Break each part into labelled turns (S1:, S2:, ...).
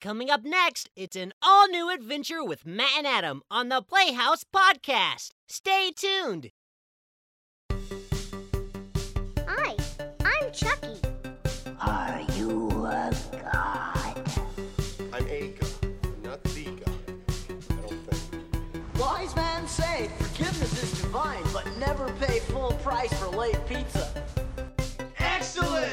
S1: Coming up next, it's an all new adventure with Matt and Adam on the Playhouse Podcast. Stay tuned.
S2: Hi, I'm Chucky.
S3: Are you a god?
S4: I'm a god, I'm not the god. I don't think.
S5: Wise men say forgiveness is divine, but never pay full price for late pizza. Excellent!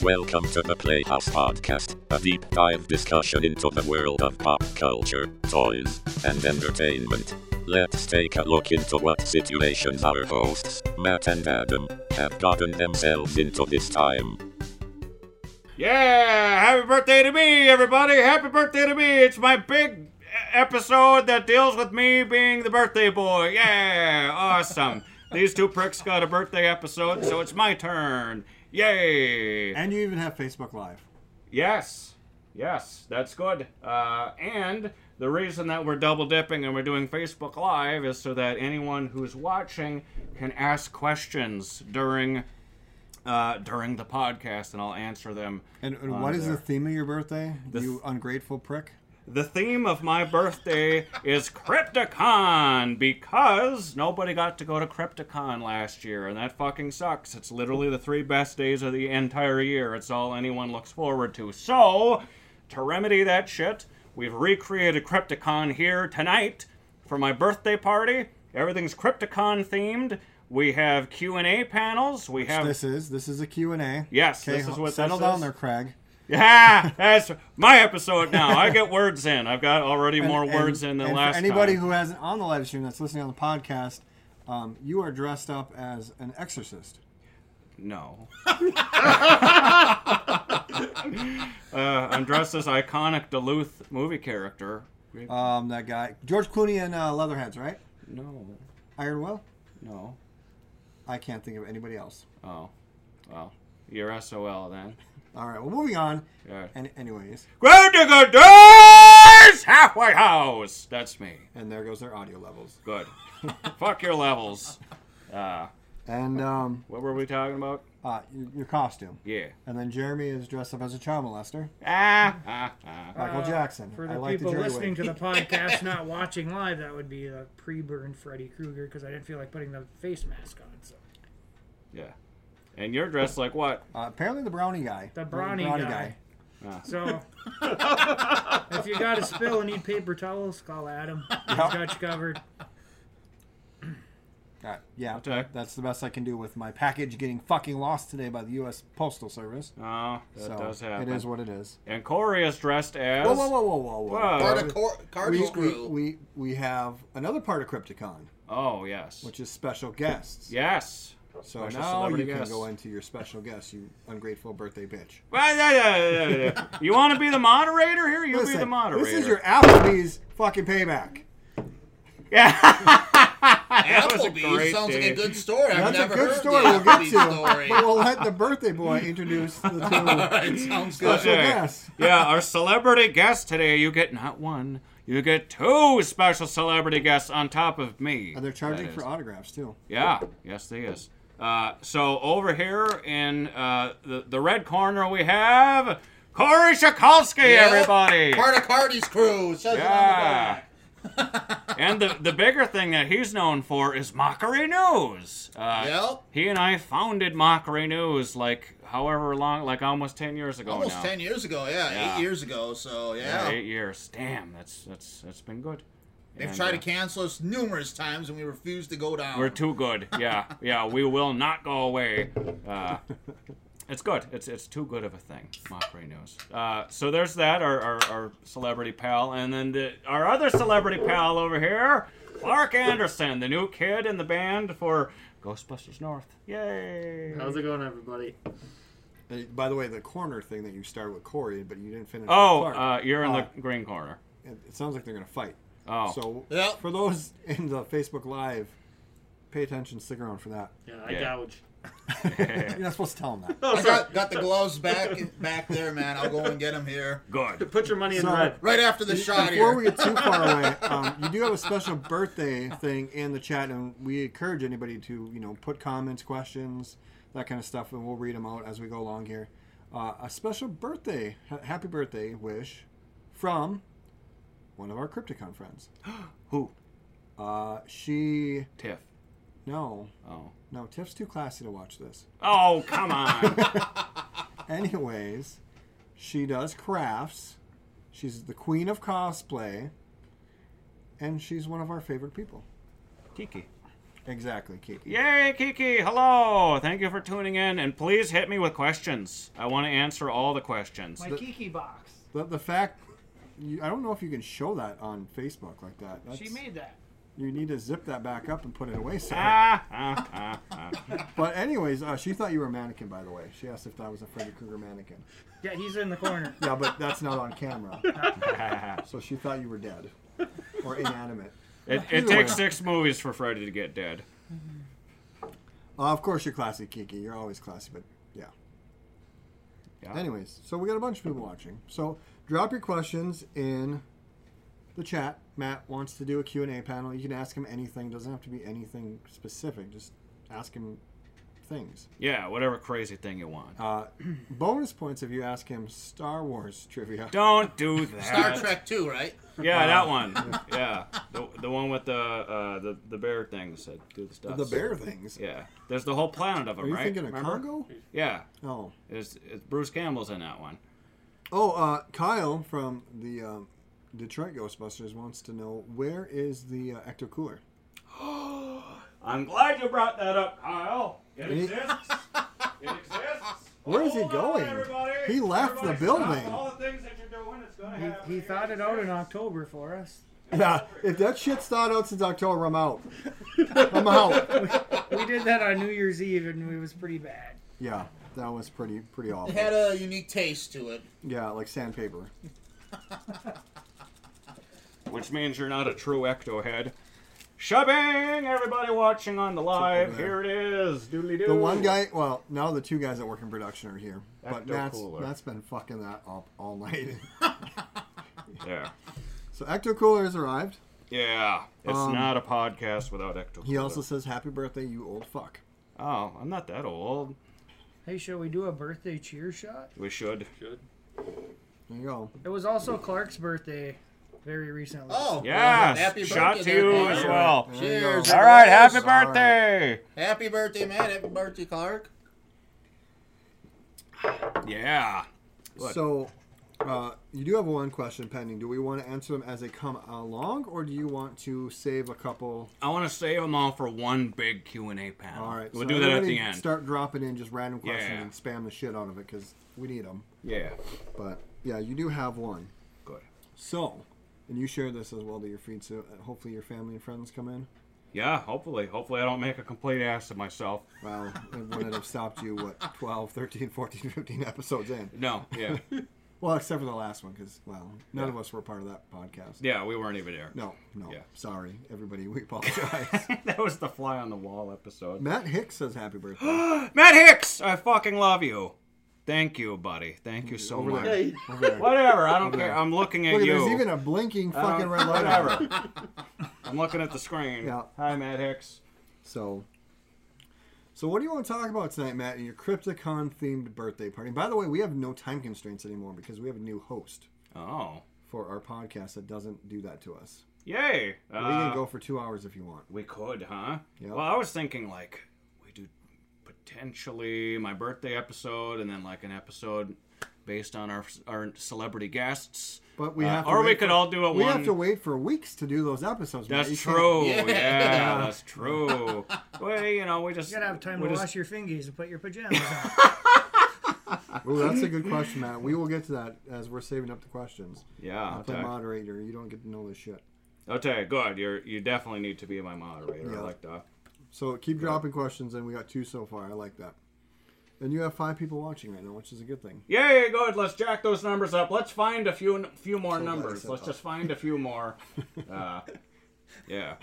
S6: Welcome to the Playhouse Podcast, a deep dive discussion into the world of pop culture, toys, and entertainment. Let's take a look into what situations our hosts, Matt and Adam, have gotten themselves into this time.
S7: Yeah, happy birthday to me, everybody. Happy birthday to me. It's my big e- episode that deals with me being the birthday boy. Yeah, awesome. These two pricks got a birthday episode, so it's my turn. Yay.
S8: And you even have Facebook Live.
S7: Yes. Yes, that's good. Uh, and the reason that we're double dipping and we're doing Facebook Live is so that anyone who's watching can ask questions during uh, during the podcast, and I'll answer them.
S8: And, and
S7: on
S8: what is
S7: Oh, there.
S8: the theme of your birthday?
S7: The
S8: you
S7: th-
S8: ungrateful prick.
S7: The theme of my birthday is Crypticon because nobody got to go to Crypticon last year, and that fucking sucks. It's literally the three best days of the entire year. It's all anyone looks forward to. So, to remedy that shit, we've recreated Crypticon here tonight for my birthday party. Everything's Crypticon themed. We have Q and A panels. We have
S8: This is this is a Q and A.
S7: Um, Yes,
S8: Okay,
S7: this is what
S8: settle
S7: this
S8: down
S7: is.
S8: there, Craig.
S7: yeah, Ah, that's my episode now. I get words in. I've got already more
S8: And-
S7: words
S8: and-
S7: in than
S8: and
S7: last
S8: for anybody
S7: time.
S8: who hasn't on the live stream that's listening on the podcast, um, you are dressed up as an exorcist.
S7: No. uh, I'm dressed as iconic Duluth movie character.
S8: Um, that guy George Clooney and uh, Leatherheads, right?
S7: No,
S8: Iron Will.
S7: no.
S8: I can't think of anybody else.
S7: Oh, well, you're SOL then.
S8: All right, well, moving on.
S7: Yeah.
S8: And anyways,
S7: Ground to the doors, halfway house. That's me.
S8: and there goes their audio levels.
S7: Good. Fuck your levels.
S8: And um,
S7: What were we talking about?
S8: uh, your, your costume.
S7: Yeah.
S8: And then Jeremy is dressed up as a child molester,
S7: Ah, ah, ah.
S8: Michael Jackson.
S9: Uh, For
S8: I
S9: the
S8: like
S9: people
S8: the Jerry
S9: listening
S8: wig.
S9: to the podcast, not watching live, that would be a pre-burn Freddy Krueger because I didn't feel like putting the face mask on. So
S7: Yeah. And you're dressed like what?
S8: Uh, apparently, the brownie guy.
S9: the brawny, guy. So if you got a spill and need paper towels, call Adam. He's got you covered.
S8: guy. Uh, yeah,
S7: Okay.
S8: that's the best I can do with my package getting fucking lost today by the U.S. Postal Service.
S7: Oh, that
S8: so
S7: does happen.
S8: It is what it is.
S7: And Corey is dressed as.
S8: Whoa, whoa, whoa, whoa, whoa, whoa!
S7: Whoa.
S4: Part of cor-
S8: we,
S4: Cardinal
S8: we,
S4: Screw.
S8: we we have another part of Crypticon,
S7: Oh yes.
S8: which is special guests.
S7: Yes.
S8: So
S7: Special
S8: now
S7: celebrity
S8: you can
S7: guests.
S8: go into your special guest, you ungrateful birthday bitch.
S7: Well, yeah, yeah, yeah, yeah. You want to be the moderator here? You be the
S8: Listen,
S7: moderator.
S8: This is your Applebee's fucking payback.
S7: Yeah. that was a
S4: Applebee's
S7: great
S4: sounds like
S7: day.
S4: a good story. I've
S8: That's a
S4: never
S8: good
S4: heard
S8: story.
S4: the
S8: We'll get
S4: Applebee's
S8: to.
S4: story.
S8: But we'll let the birthday boy introduce the two
S4: Alright, sounds good.
S8: special
S7: Okay.
S8: guests.
S7: yeah, our celebrity guest today. You get not one. You get two special celebrity guests on top of me.
S8: And they're charging
S7: That
S8: for
S7: is.
S8: autographs too.
S7: Yeah, yes, they is. Uh, so over here in uh, the the red corner, we have Corey Shakalsky,
S4: Yep.
S7: everybody.
S4: Part of Cardi's crew. It says it on the
S7: Yeah.
S4: back.
S7: and the the bigger thing that he's known for is Mockery News. Uh,
S4: Yep.
S7: He and I founded Mockery News like however long, like almost ten years ago
S4: Almost
S7: now.
S4: ten years ago, yeah,
S7: Oh, Yeah.
S4: eight years ago. So yeah,
S7: Yeah, eight years. Damn, that's that's that's been good.
S4: they've
S7: And,
S4: tried to
S7: uh,
S4: cancel us numerous times, and we refuse to go down.
S7: We're too good. Yeah, yeah. We will not go away. Uh, it's good. It's it's too good of a thing. Mockery news. Uh, so there's that. Our, our our celebrity pal, and then the, our other celebrity pal over here, Clark Anderson, the new kid in the band for Ghostbusters North. Yay!
S9: it going, everybody?
S8: Uh, By the way, the corner thing that you started with Corey, but you didn't finish. with
S7: Oh,
S8: Clark.
S7: uh, you're in
S8: Uh,
S7: the green corner.
S8: it- It sounds like they're gonna fight.
S7: Oh.
S8: So
S4: Yep.
S8: for those in the Facebook Live, pay attention. Stick around for that.
S9: Yeah,
S7: I Yeah.
S9: gouge.
S8: You're not supposed to tell them that.
S4: I got, got the gloves back in, back there, man. I'll go and get them here
S7: Good.
S9: Put your money
S8: So,
S4: right after the shot
S8: Before
S4: here.
S8: we get too far away, um, you do have a special birthday thing in the chat, and we encourage anybody to you know put comments, questions, that kind of stuff, and we'll read them out as we go along here. uh, a special birthday, ha- happy birthday wish from one of our Crypticon friends.
S7: Who?
S8: Uh, she,
S7: Tiff.
S8: no,
S7: Oh.
S8: no, Tiff's too classy to watch this.
S7: Oh, come on.
S8: Anyways, she does crafts. She's the queen of cosplay, and she's one of our favorite people.
S7: Kiki.
S8: Exactly, Kiki.
S7: Yay, Kiki. Hello. Thank you for tuning in. And please hit me with questions. I want to answer all the questions.
S9: My Kiki box.
S8: The, the fact, you, I don't know if you can show that on Facebook like that.
S9: She
S8: That's-
S9: made that.
S8: You need to zip that back up and put it away, sir.
S7: Ah, ah, ah, ah.
S8: But anyways, uh, she thought you were a mannequin, by the way. She asked if that was a Freddy Krueger mannequin.
S9: Yeah, he's in the corner.
S8: Yeah, but that's not on camera. so she thought you were dead or inanimate.
S7: ah. It, it takes six movies for Freddy to get dead.
S8: Uh, of course, you're classy, Kiki. You're always classy, but yeah.
S7: Yeah.
S8: Anyways, so we got a bunch of people watching. So drop your questions in the chat. Matt wants to do a Q&A panel. You can ask him anything. doesn't have to be anything specific. Just ask him things.
S7: Yeah, whatever crazy thing you want.
S10: Uh,
S8: Bonus points if you ask him Star Wars trivia.
S7: Don't do
S10: Star
S7: that.
S10: Trek 2, right?
S7: Yeah, that one. Yeah, the, the one with the uh, the the bear things that do the stuff.
S8: The bear things.
S7: Yeah, there's the whole planet of them,
S8: Are you
S7: right?
S8: thinking of
S7: Remember?
S8: Congo?
S7: Yeah,
S8: Oh.
S7: it's, it's Bruce Campbell's in that one.
S8: Oh, uh, Kyle from the um, Detroit Ghostbusters wants to know where is the uh, ecto cooler?
S7: I'm glad you brought that up, Kyle. It
S8: He-
S7: exists. it exists.
S8: Where is he
S7: Hold on,
S8: going?
S7: everybody.
S8: He left the
S7: Everybody
S8: building.
S7: stop All the things that you're doing, it's gonna happen.
S9: He, he thought it out in October for us.
S8: Yeah, if that shit's not out since October, I'm out. I'm out.
S9: We did that on New Year's Eve, and it was pretty bad.
S8: Yeah, that was pretty pretty
S10: It
S8: awful.
S10: had a unique taste to it.
S8: Yeah, like sandpaper.
S7: Which means you're not a true ecto head. Shoving everybody watching on the live. Here it is. Doodly doo.
S8: The one guy, well, now the two guys that work in production are here, but
S7: Ecto
S8: Matt's
S7: Cooler.
S8: Matt's been fucking that up all night.
S7: Yeah.
S8: so ecto cooler has arrived.
S7: Yeah. It's not a podcast without ecto.
S8: Um, He also says, "Happy birthday, you old fuck."
S7: Oh, I'm not that old.
S9: Hey, shall we do a birthday cheer shot?
S7: We should.
S8: There you go.
S9: It was also Clark's birthday very recently.
S10: Oh, well,
S7: Yes.
S10: happy
S7: Shot
S10: birthday
S7: to you
S10: there,
S7: as
S10: Clark.
S7: well.
S8: There you go.
S10: Cheers.
S7: All right.
S10: boys.
S7: Happy birthday.
S10: Happy birthday, man. Happy birthday, Clark.
S7: Yeah. Look.
S8: So, uh, you do have one question pending. Do we want to answer them as they come along, or do you want to save a couple?
S7: I want to save them all for one big Q and A panel.
S8: All right,
S7: We'll
S8: so
S7: do that at
S8: everybody
S7: the end.
S8: Start dropping in just random questions
S7: Yeah.
S8: and spam the shit out of it because we need them.
S7: yeah.
S8: But yeah, you do have one.
S7: Good.
S8: So, and you share this as well to your feed, so uh, hopefully your family and friends come in.
S7: Yeah. Hopefully. Hopefully, I don't make a complete ass of myself.
S8: Wow, it wouldn't have stopped you what 12, 13, 14, 15 episodes in.
S7: No. Yeah.
S8: Well, except for the last one because well, none of us were part of that podcast.
S7: yeah. We weren't even there.
S8: No, no.
S7: Yeah.
S8: Sorry, everybody. We apologize.
S7: that was the fly on the wall episode.
S8: Matt Hicks says happy birthday.
S7: Matt Hicks, I fucking love you. Thank you, buddy. Thank you so much.
S8: Over there.
S7: Whatever. I don't care. I'm looking at
S8: Look,
S7: you.
S8: there's even a blinking
S7: I don't-
S8: fucking red light. on it.
S7: Whatever. I'm looking at the screen.
S8: Yeah.
S7: Hi, Matt Hicks.
S8: So, so what do you want to talk about tonight, Matt? In your Crypticon themed birthday party. And by the way, we have no time constraints anymore because we have a new host
S7: Oh.
S8: for our podcast that doesn't do that to us.
S7: Yay.
S8: We
S7: Uh,
S8: can go for two hours if you want.
S7: We could, huh?
S8: Yeah.
S7: Well, I was thinking like we do potentially my birthday episode and then like an episode based on our our celebrity guests.
S8: But we
S7: Uh,
S8: have to
S7: or we
S8: wait
S7: could
S8: for-
S7: all do a
S8: We
S7: one.
S8: have to wait for weeks to do those episodes. Matt.
S7: That's
S8: You can't-
S7: true. Yeah,
S10: Yeah.
S7: that's true. well, you know, we just
S9: You gotta have time
S7: we
S9: to
S7: just-
S9: wash your fingies and put your pajamas on.
S8: Ooh, that's a good question, Matt. We will get to that as we're saving up the questions.
S7: Yeah.
S8: I play
S7: Okay.
S8: moderator. You don't get to know this shit.
S7: okay. Good. You're you definitely need to be my moderator.
S8: Yeah.
S7: I like that.
S8: So keep dropping questions, and we got two so far. I like that. And you have five people watching right now, which is a good thing.
S7: Yay, good. Let's jack those numbers up. Let's find a few few more numbers.
S8: said
S7: Let's
S8: that.
S7: just find a few more. Uh, yeah.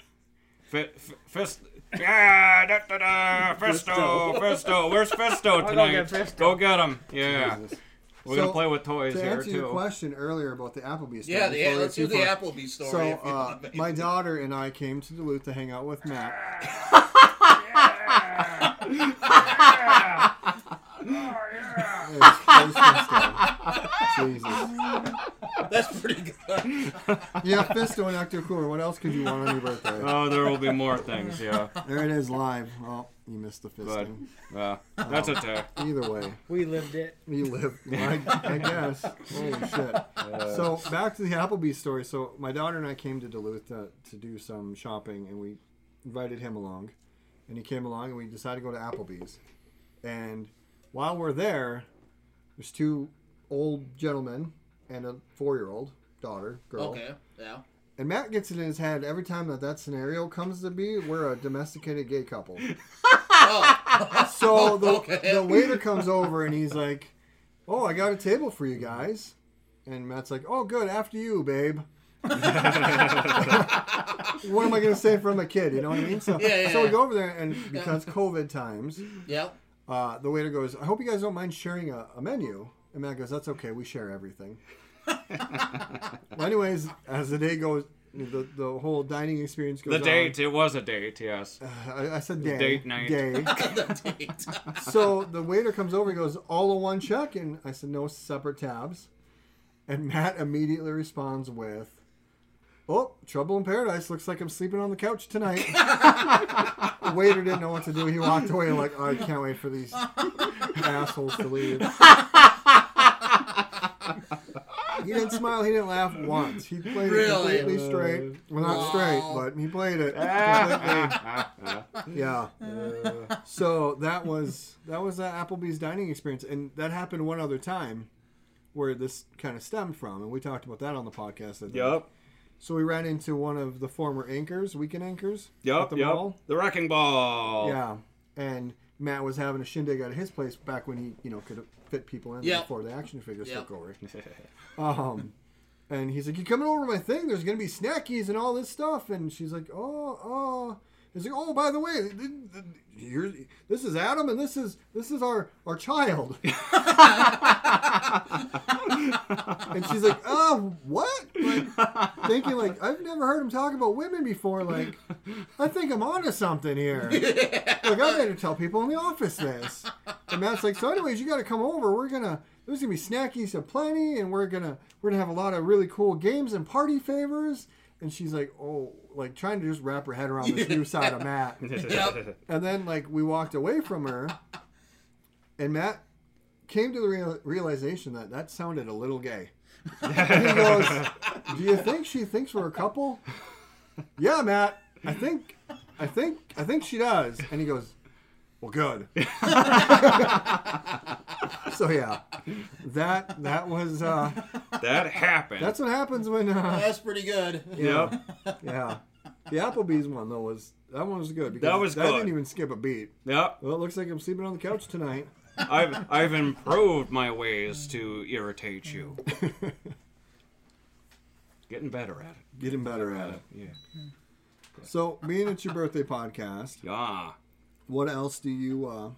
S7: Fi f- fist. Yeah. Da, da, da. Fisto. Fisto. Where's Fisto tonight?
S9: get Fisto.
S7: Go get him. Yeah.
S8: Jesus.
S7: We're
S8: So,
S7: gonna play with toys
S8: to
S7: here
S8: answer your
S7: too.
S8: question earlier about the Applebee's.
S10: Yeah, the,
S8: before we
S10: let's do
S8: get
S10: the
S8: too far.
S10: Applebee story.
S8: So
S10: if you
S8: uh,
S10: don't mind.
S8: my daughter and I came to Duluth to hang out with Matt.
S9: Oh, yeah.
S8: It was Jesus.
S10: That's pretty good.
S8: Yeah, Fisto and Octo Cooler. What else could you want on your birthday?
S7: Oh, there will be more things, yeah.
S8: There it is live. Oh, you missed the
S7: But
S8: fisting.
S7: uh, that's okay.
S8: Either way,
S9: We lived it.
S8: you live. I, I guess. Holy shit. So back to the Applebee's story. So my daughter and I came to Duluth to, to do some shopping, and we invited him along, and he came along, and we decided to go to Applebee's. And while we're there, there's two old gentlemen and a four-year-old daughter girl.
S10: Okay. Yeah.
S8: And Matt gets it in his head every time that that scenario comes to be, we're a domesticated gay couple. so the,
S10: Okay.
S8: the waiter comes over and he's like, Oh, I got a table for you guys. And Matt's like, Oh, good, after you, babe. what am I going to say from a kid? You know what I mean? So,
S10: Yeah, yeah,
S8: so we
S10: yeah.
S8: go over there, and because COVID times,
S10: Yeah.
S8: uh, the waiter goes, I hope you guys don't mind sharing a, a menu. And Matt goes, That's okay. We share everything. well, anyways, as the day goes, the, the whole dining experience goes
S7: The
S8: on.
S7: date, it was a date, yes.
S8: I, I said day.
S7: date night.
S8: Day. so the waiter comes over and goes, All in one check. And I said, No separate tabs. And Matt immediately responds with, Oh, Trouble in Paradise. Looks like I'm sleeping on the couch tonight. the waiter didn't know what to do. He walked away like, "Oh, I can't wait for these assholes to leave. he didn't smile. He didn't laugh once. He played
S10: Really?
S8: it completely straight. Well, not straight, but he played it. completely. yeah.
S7: Uh.
S8: So that was that was that Applebee's dining experience, and that happened one other time, where this kind of stemmed from, and we talked about that on the podcast. I think.
S7: Yup,
S8: So we ran into one of the former anchors, weekend anchors. at
S7: yup,
S8: the
S7: yup.
S8: mall.
S7: The wrecking ball.
S8: Yeah, and Matt was having a shindig at his place back when he, you know, could fit people in
S10: Yeah.
S8: before the action figures
S10: Yeah.
S8: took over. um, and he's like, "You coming over to my thing? There's gonna be snackies and all this stuff." And she's like, "Oh, oh." He's like, "Oh, by the way, th- th- th- here's, this is Adam, and this is this is our our child." and she's like, "Oh, what?" Like, thinking like, "I've never heard him talk about women before." Like, I think I'm onto something here. Like, I better tell people in the office this. And Matt's like, so anyways, you got to come over. We're gonna there's gonna be snackies aplenty, and we're gonna we're gonna have a lot of really cool games and party favors. And she's like, oh, like trying to just wrap her head around this new side of Matt.
S10: Yep.
S8: And then like we walked away from her, and Matt came to the real- realization that that sounded a little gay. he goes, "Do you think she thinks we're a couple?" Yeah, Matt. I think, I think, I think she does. And he goes, "Well, good." so yeah, that that was uh,
S7: That happened.
S8: that's what happens when uh,
S10: That's pretty good.
S7: Yep.
S8: yeah. The Applebee's one though was that one was good because
S7: That was
S8: I
S7: good.
S8: didn't even skip a beat.
S7: Yep.
S8: Well, it looks like I'm sleeping on the couch tonight.
S7: I've I've improved my ways to irritate you. Getting better at it.
S8: Getting better at it.
S7: Yeah.
S8: So, being it's your birthday podcast,
S7: Yeah.
S8: what else do you? Uh,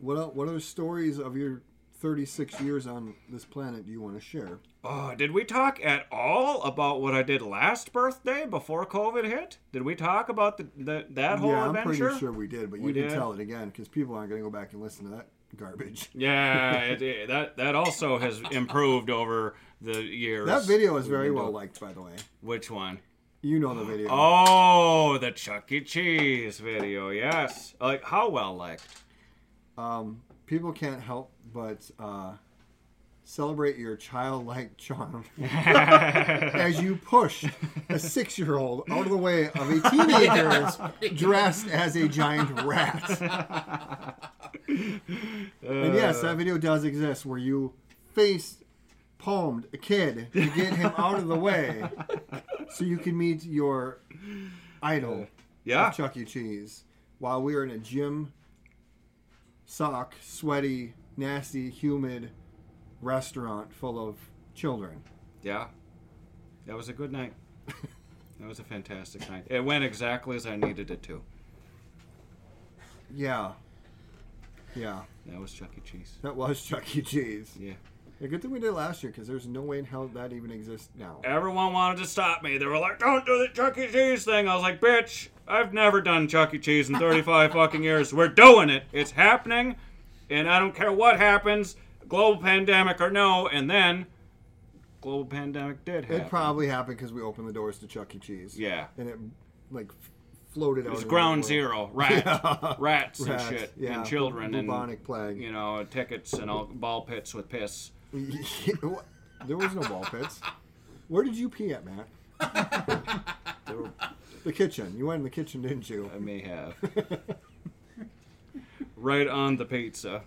S8: what el- what other stories of your 36 years on this planet do you want to share?
S7: Oh, did we talk at all about what I did last birthday before COVID hit? Did we talk about the, the that whole
S8: yeah, I'm
S7: adventure?
S8: pretty sure we did, but you
S7: We
S8: can
S7: did.
S8: tell it again because people aren't going to go back and listen to that garbage.
S7: Yeah, it, it- that that also has improved over the years.
S8: That video is very well liked, by the way.
S7: Which one?
S8: You know the video.
S7: Oh, the Chuck E. Cheese video. Yes. Like how well liked?
S8: People can't help but uh, celebrate your childlike charm as you push a six year old out of the way of a teenager dressed as a giant rat. and yes, that video does exist where you face palmed a kid to get him out of the way so you can meet your idol
S7: Yeah.
S8: of Chuck E. Cheese while we are in a gym sock, sweaty, nasty, humid restaurant full of children.
S7: Yeah. That was a good night. that was a fantastic night. It went exactly as I needed it to.
S8: Yeah. Yeah.
S7: That was Chuck E. Cheese.
S8: That was Chuck E. Cheese.
S7: Yeah.
S8: A good thing we did it last year because there's no way in hell that even exists now.
S7: Everyone wanted to stop me. They were like, don't do the Chuck E. Cheese thing. I was like, bitch, I've never done Chuck E. Cheese in 35 fucking years. We're doing it. It's happening. And I don't care what happens. global pandemic or no, and then global pandemic did happen.
S8: It probably happened because we opened the doors to Chuck E. Cheese.
S7: Yeah.
S8: And it like f- floated
S7: It
S8: out.
S7: was
S8: into the
S7: ground
S8: world.
S7: zero, rat,
S8: Yeah.
S7: rats and
S8: Rats,
S7: shit,
S8: yeah.
S7: and children, and
S8: Bubonic plague.
S7: you know tickets and all ball pits with piss.
S8: What? there was no ball pits. Where did you pee at, Matt? the kitchen. You went in the kitchen, didn't you?
S7: I may have right on the pizza.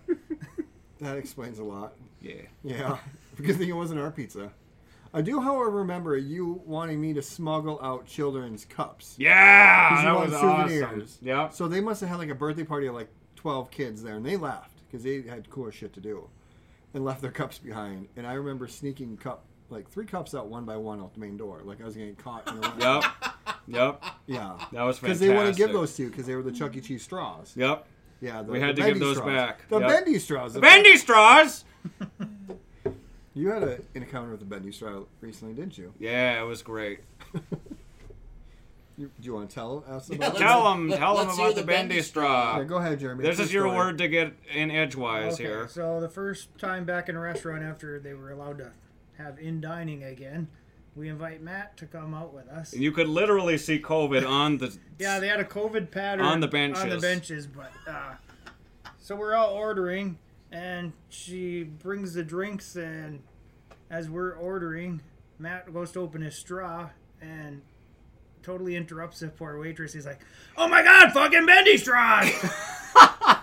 S8: That explains a lot.
S7: Yeah,
S8: Yeah. Good thing it wasn't our pizza. I do, however, remember you wanting me to smuggle out children's cups.
S7: yeah,
S8: 'Cause you
S7: Oh, that
S8: wanted
S7: was awesome.
S8: souvenirs.
S7: Yeah,
S8: So they must have had like a birthday party of like 12 kids there, and they laughed because they had cooler shit to do and left their cups behind. And I remember sneaking cup, like three cups out one by one out the main door. Like I was getting caught. In the
S7: yep, yep,
S8: Yeah.
S7: that was fantastic.
S8: Because they want to give those to you because they were the Chuck E. Cheese straws.
S7: Yep,
S8: Yeah. The,
S7: We had
S8: the
S7: to give
S8: bendy
S7: those
S8: straws.
S7: back.
S8: The
S7: Yep.
S8: bendy straws.
S7: the bendy straws.
S8: You had a, an encounter with the bendy straw recently, didn't you?
S7: Yeah, it was great.
S8: you do you want to tell us
S10: Yeah,
S8: about
S10: let's-
S8: it?
S7: Tell them,
S10: let-
S7: tell them
S10: let's hear
S7: about
S10: the
S7: the bendy
S10: bendy
S7: straw.
S8: Yeah, go ahead, Jeremy.
S7: This
S8: It's
S7: is your
S8: story.
S7: word to get in edgewise
S9: Okay,
S7: here.
S9: So the first time back in a restaurant after they were allowed to have in dining again, we invite Matt to come out with us.
S7: And you could literally see COVID on the.
S9: Yeah, they had a COVID pattern
S7: On the
S9: On the
S7: benches.
S9: benches, but uh, so we're all ordering, and she brings the drinks, and as we're ordering, Matt goes to open his straw and totally interrupts the poor waitress. He's like, "Oh my God, fucking bendy straws!"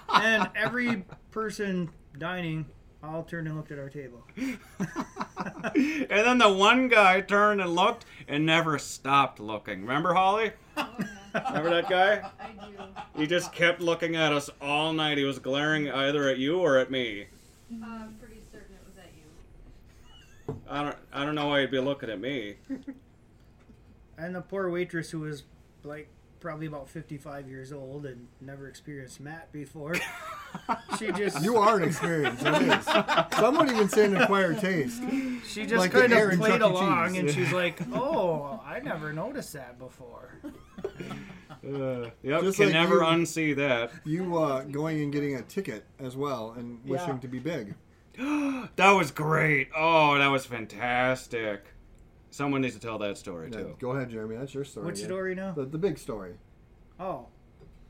S9: and every person dining all turned and looked at our table.
S7: and then the one guy turned and looked and never stopped looking. Remember Holly? Remember that guy?
S11: I do.
S7: He just kept looking at us all night. He was glaring either at you or at me.
S11: I'm pretty certain it was at you.
S7: I don't, I don't know why he'd be looking at me.
S9: And the poor waitress who was like probably about 55 years old and never experienced Matt before. she just
S8: You are an experience. That is. Someone even said an acquired taste.
S9: she just
S8: like the
S9: kind
S8: air
S9: of
S8: in
S9: played
S8: Chuck E.
S9: along
S8: Cheese.
S9: and she's like, "Oh, I never noticed that before."
S7: Uh, yep,
S8: Just
S7: can
S8: like
S7: never
S8: you.
S7: unsee that.
S8: You uh, going and getting a ticket as well and wishing
S9: Yeah.
S8: to be big.
S7: That was great. Oh, that was fantastic. Someone needs to tell that story
S8: Yeah,
S7: too.
S8: Go ahead, Jeremy. That's your story.
S9: Which
S8: again.
S9: story now?
S8: The, the big story.
S9: Oh.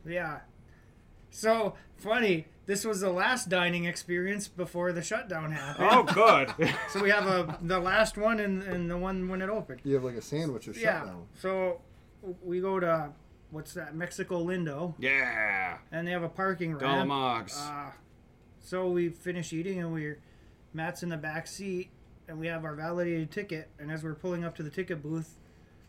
S9: Yeah. So, funny, this was the last dining experience before the shutdown happened.
S7: Oh, good.
S9: So we have a the last one and, and the one when it opened.
S8: You have like a sandwich of
S9: Yeah.
S8: shutdown.
S9: So we go to what's that Mexico Lindo
S7: yeah.
S9: and they have a parking ramp.
S7: Dolomogs.
S9: Uh, so we finish eating and we're Matt's in the back seat and we have our validated ticket and as we're pulling up to the ticket booth,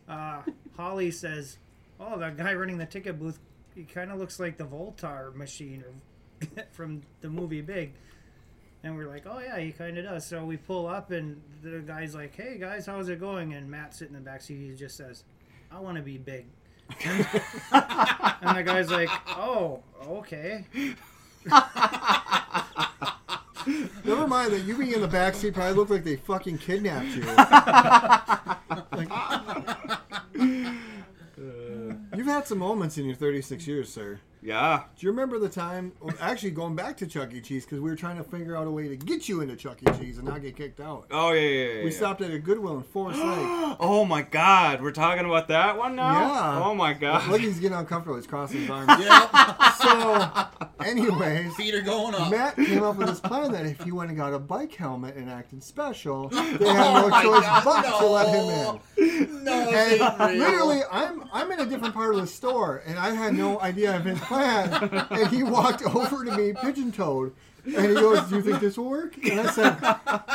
S9: uh, Holly says, "Oh, that guy running the ticket booth, he kind of looks like the Voltar machine or from the movie Big." And we're like, "Oh yeah, he kind of does." So we pull up and the guy's like, "Hey guys, how's it going?" And Matt's sitting in the back seat. He just says, "I want to be big." and the guy's like, "Oh, okay."
S8: Never mind that you being in the backseat probably looked like they fucking kidnapped you. You've had some moments in your 36 years, sir.
S7: Yeah.
S8: Do you remember the time, well, actually going back to Chuck E. Cheese, because we were trying to figure out a way to get you into Chuck E. Cheese and not get kicked out?
S7: Oh yeah. yeah, yeah
S8: We
S7: yeah.
S8: stopped at a Goodwill in Forest Lake.
S7: Oh my God, we're talking about that one now.
S8: Yeah.
S7: Oh my God.
S8: Look, he's getting uncomfortable. He's crossing his arms.
S10: Yeah,
S8: So, anyways,
S10: feet are going up.
S8: Matt came up with this plan that if he went and got a bike helmet and acted special, they had
S10: Oh
S8: no choice but to let him in.
S10: No, it
S8: And
S10: ain't real.
S8: literally, I'm I'm in a different part of the store, and I had no idea of his plan. And he walked over to me, pigeon-toed, and he goes, "Do you think this will work?" And I said,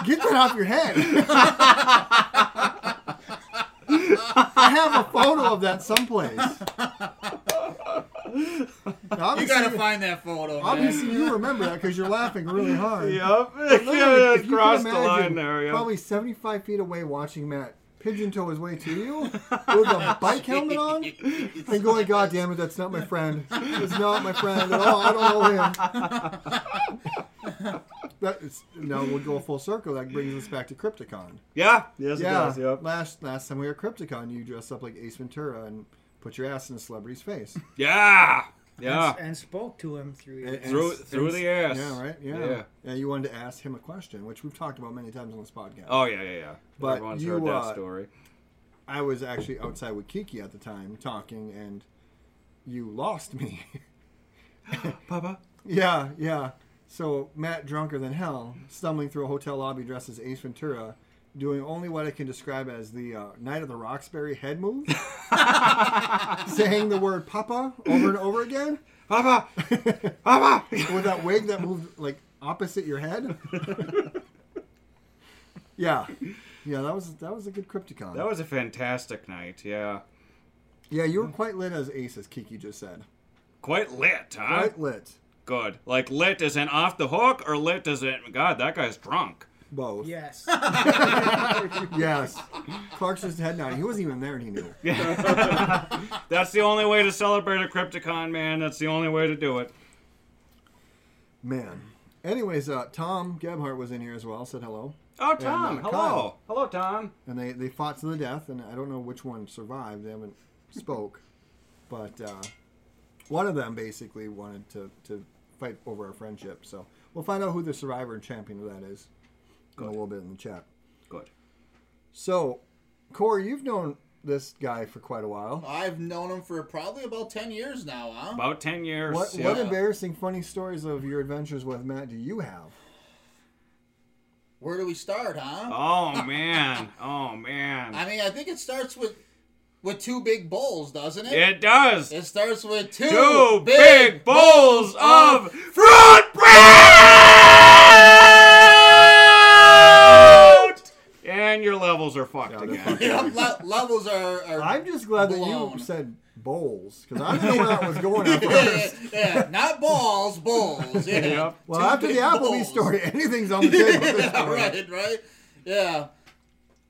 S8: "Get that off your head." I have a photo of that someplace.
S10: you
S8: Obviously,
S10: gotta find that photo. Man.
S8: obviously you remember that because you're laughing really hard.
S7: Yep.
S8: Literally,
S7: yeah, yeah,
S8: if you
S7: crossed
S8: can
S7: the line
S8: imagine,
S7: there. Yeah.
S8: Probably 75 feet away watching Matt pigeon toe his way to you with a bike helmet on and going, God damn it, that's not my friend. It's not my friend at all. I don't know him. That is, now we'll go full circle. That brings us back to Crypticon.
S7: yeah. Yes,
S8: yeah.
S7: it does. Yep.
S8: Last last time we were at Crypticon, you dressed up like Ace Ventura and put your ass in a celebrity's face.
S7: Yeah. Yeah.
S9: and, spoke to him through your-
S7: Through- through the ass.
S8: Yeah, right. Yeah.
S7: Yeah.
S8: yeah, You wanted to ask him a question, which we've talked about many times on this podcast.
S7: Oh yeah, yeah, yeah.
S8: But
S7: Everyone's
S8: you,
S7: heard that
S8: uh,
S7: story.
S8: I was actually outside with Kiki at the time talking, and you lost me.
S7: Papa?
S8: Yeah, yeah. So Matt, drunker than hell, stumbling through a hotel lobby dressed as Ace Ventura, doing only what I can describe as the uh, Night of the Roxbury head move, saying the word "Papa" over and over again.
S7: Papa,
S8: Papa, with that wig that moved like opposite your head. yeah, yeah. That was that was a good Crypticon.
S7: That was a fantastic night. Yeah,
S8: yeah. You were quite lit as Ace, as Kiki just said.
S7: quite lit, huh?
S8: Quite lit.
S7: Good. Like lit as in off the hook, or lit as in God, that guy's drunk.
S8: Both.
S9: Yes.
S8: yes. Clark's just head nodding. He wasn't even there, and he knew.
S7: That's the only way to celebrate a Crypticon, man. That's the only way to do it.
S8: Man. Anyways, uh, Tom Gebhart was in here as well. Said hello.
S7: Oh,
S8: And, uh,
S7: Tom. hello.
S8: Kyle.
S7: Hello, Tom.
S8: And they, they fought to the death, and I don't know which one survived. They haven't spoke, but uh, one of them basically wanted to, to fight over our friendship. So we'll find out who the survivor and champion of that is in a little bit in the chat.
S7: Good.
S8: So, Corey, you've known this guy for quite a while.
S10: I've known him for probably about 10 years now, huh?
S7: About ten years.
S8: What,
S7: yeah.
S8: what embarrassing funny stories of your adventures with Matt do you have?
S10: Where do we start, huh?
S7: Oh man. Oh man.
S10: I mean, I think it starts with with two big bowls, doesn't it?
S7: it does.
S10: It starts with two,
S7: Two big bowls of fruit bread. And your levels are fucked again.
S10: Yeah, le- levels are, are
S8: I'm just glad that
S10: blown.
S8: you said bowls because I didn't know where that was going. At
S10: yeah,
S8: first.
S10: yeah, not balls, bowls. Yeah.
S7: Yep.
S8: Well,
S10: Two
S8: after the
S10: big
S8: Applebee
S10: bowls.
S8: story, anything's on the table. at this
S10: yeah,
S8: point.
S10: right, right. Yeah.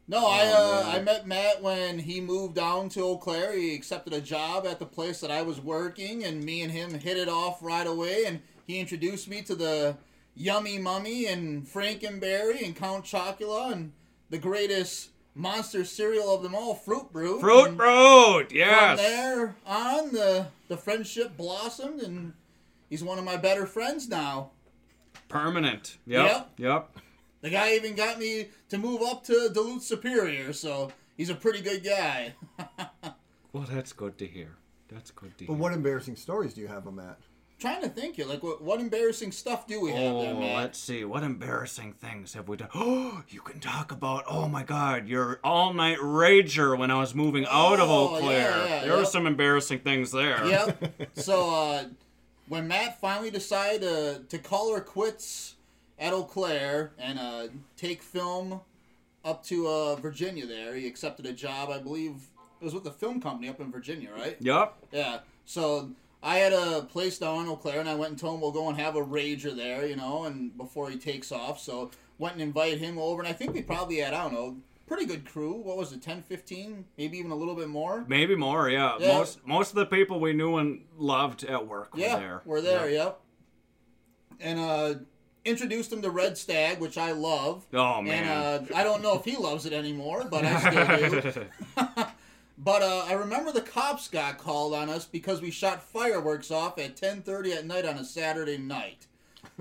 S10: No,
S7: Oh,
S10: I uh, I met Matt when he moved down to Eau Claire. He accepted a job at the place that I was working, and me and him hit it off right away. And he introduced me to the Yummy Mummy and Frankenberry and Count Chocula and the greatest monster cereal of them all, Fruit Brew.
S7: Fruit
S10: And
S7: Road,
S10: From
S7: yes.
S10: there on, the the friendship blossomed, and he's one of my better friends now.
S7: Permanent. Yep. Yep.
S10: The guy even got me to move up to Duluth Superior, so he's a pretty good guy.
S7: Well, that's good to hear. That's good to hear.
S8: But what embarrassing stories do you have on that?
S10: Trying to think here, like what, what embarrassing stuff do we have
S7: Oh,
S10: there, man?
S7: let's see. What embarrassing things have we done? Oh, you can talk about. Oh my God, your all-night rager when I was moving out of
S10: Oh,
S7: Eau Claire.
S10: yeah, yeah,
S7: there were
S10: yep.
S7: some embarrassing things there.
S10: Yep. so uh, when Matt finally decided to, to call her quits at Eau Claire and uh, take film up to uh, Virginia, there he accepted a job, I believe it was with the film company up in Virginia, right?
S7: Yep.
S10: Yeah. So I had a place down in Eau Claire, and I went and told him we'll go and have a rager there, you know, and before he takes off. So went and invited him over, and I think we probably had, I don't know, pretty good crew. What was it, 10, 15? Maybe even a little bit more?
S7: Maybe more. Yeah.
S10: Yeah.
S7: Most most of the people we knew and loved at work
S10: yeah,
S7: were there.
S10: we're there,
S7: Yeah.
S10: yep. And uh, introduced him to Red Stag, which I love.
S7: Oh
S10: and
S7: man.
S10: uh, I don't know if he loves it anymore, but I still do. But uh, I remember the cops got called on us because we shot fireworks off at 10:30 at night on a Saturday night,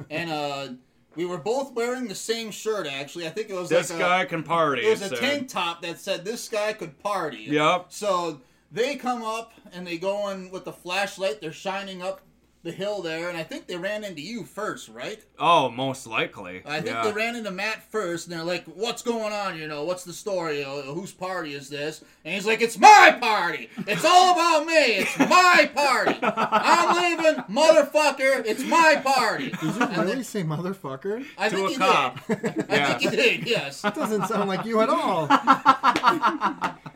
S10: and uh, we were both wearing the same shirt. Actually, I think it was
S7: this
S10: like
S7: guy
S10: A,
S7: can party.
S10: it was a
S7: so-
S10: tank top that said "This guy could party."
S7: Yep.
S10: So they come up and they go in with the flashlight. They're shining up the hill there, and I think they ran into you first, right?
S7: Oh, most likely.
S10: I think
S7: yeah.
S10: they ran into Matt first, and they're like, "What's going on? You know, what's the story? Uh, whose party is this?" And he's like, "It's my party. It's all about me. It's my party. I'm leaving, motherfucker. It's my party."
S8: Did you really say motherfucker?
S10: I
S7: To
S10: think
S7: a
S10: he
S7: cop.
S10: did. I
S7: Yeah.
S10: think he did. Yes.
S8: That doesn't sound like you at all.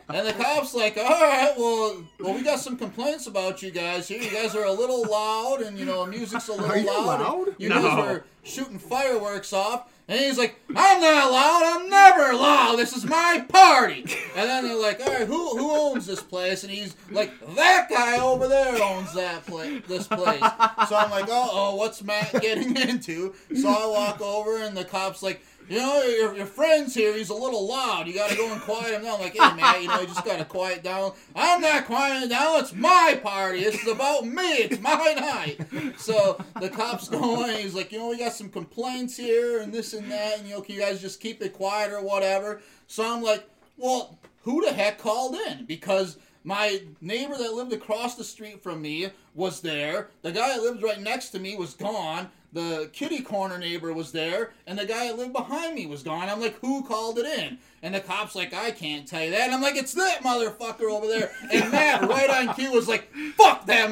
S10: And the cops like, all right, well, well, we got some complaints about you guys here. You guys are a little loud, and you know, music's a little
S8: Are you
S10: loud.
S8: loud?
S10: You
S7: No.
S10: guys are shooting fireworks off. And he's like, I'm not loud. I'm never loud. This is my party. And then they're like, all right, who who owns this place? And he's like, that guy over there owns that place, this place. So I'm like, uh oh, what's Matt getting into? So I walk over, and the cops like. You know, your, your friend's here. He's a little loud. You got to go and quiet him down. Like, hey, Matt, you know, you just got to quiet down. I'm not quieting down. It's my party. This is about me. It's my night. So the cops go in. He's like, you know, we got some complaints here and this and that. And, you know, can you guys just keep it quiet or whatever? So I'm like, well, who the heck called in? Because my neighbor that lived across the street from me was there. The guy that lived right next to me was gone. The kitty corner neighbor was there, and the guy that lived behind me was gone. I'm like, who called it in? And the cop's like, I can't tell you that. And I'm like, it's that motherfucker over there. And Matt, right on cue, was like, fuck that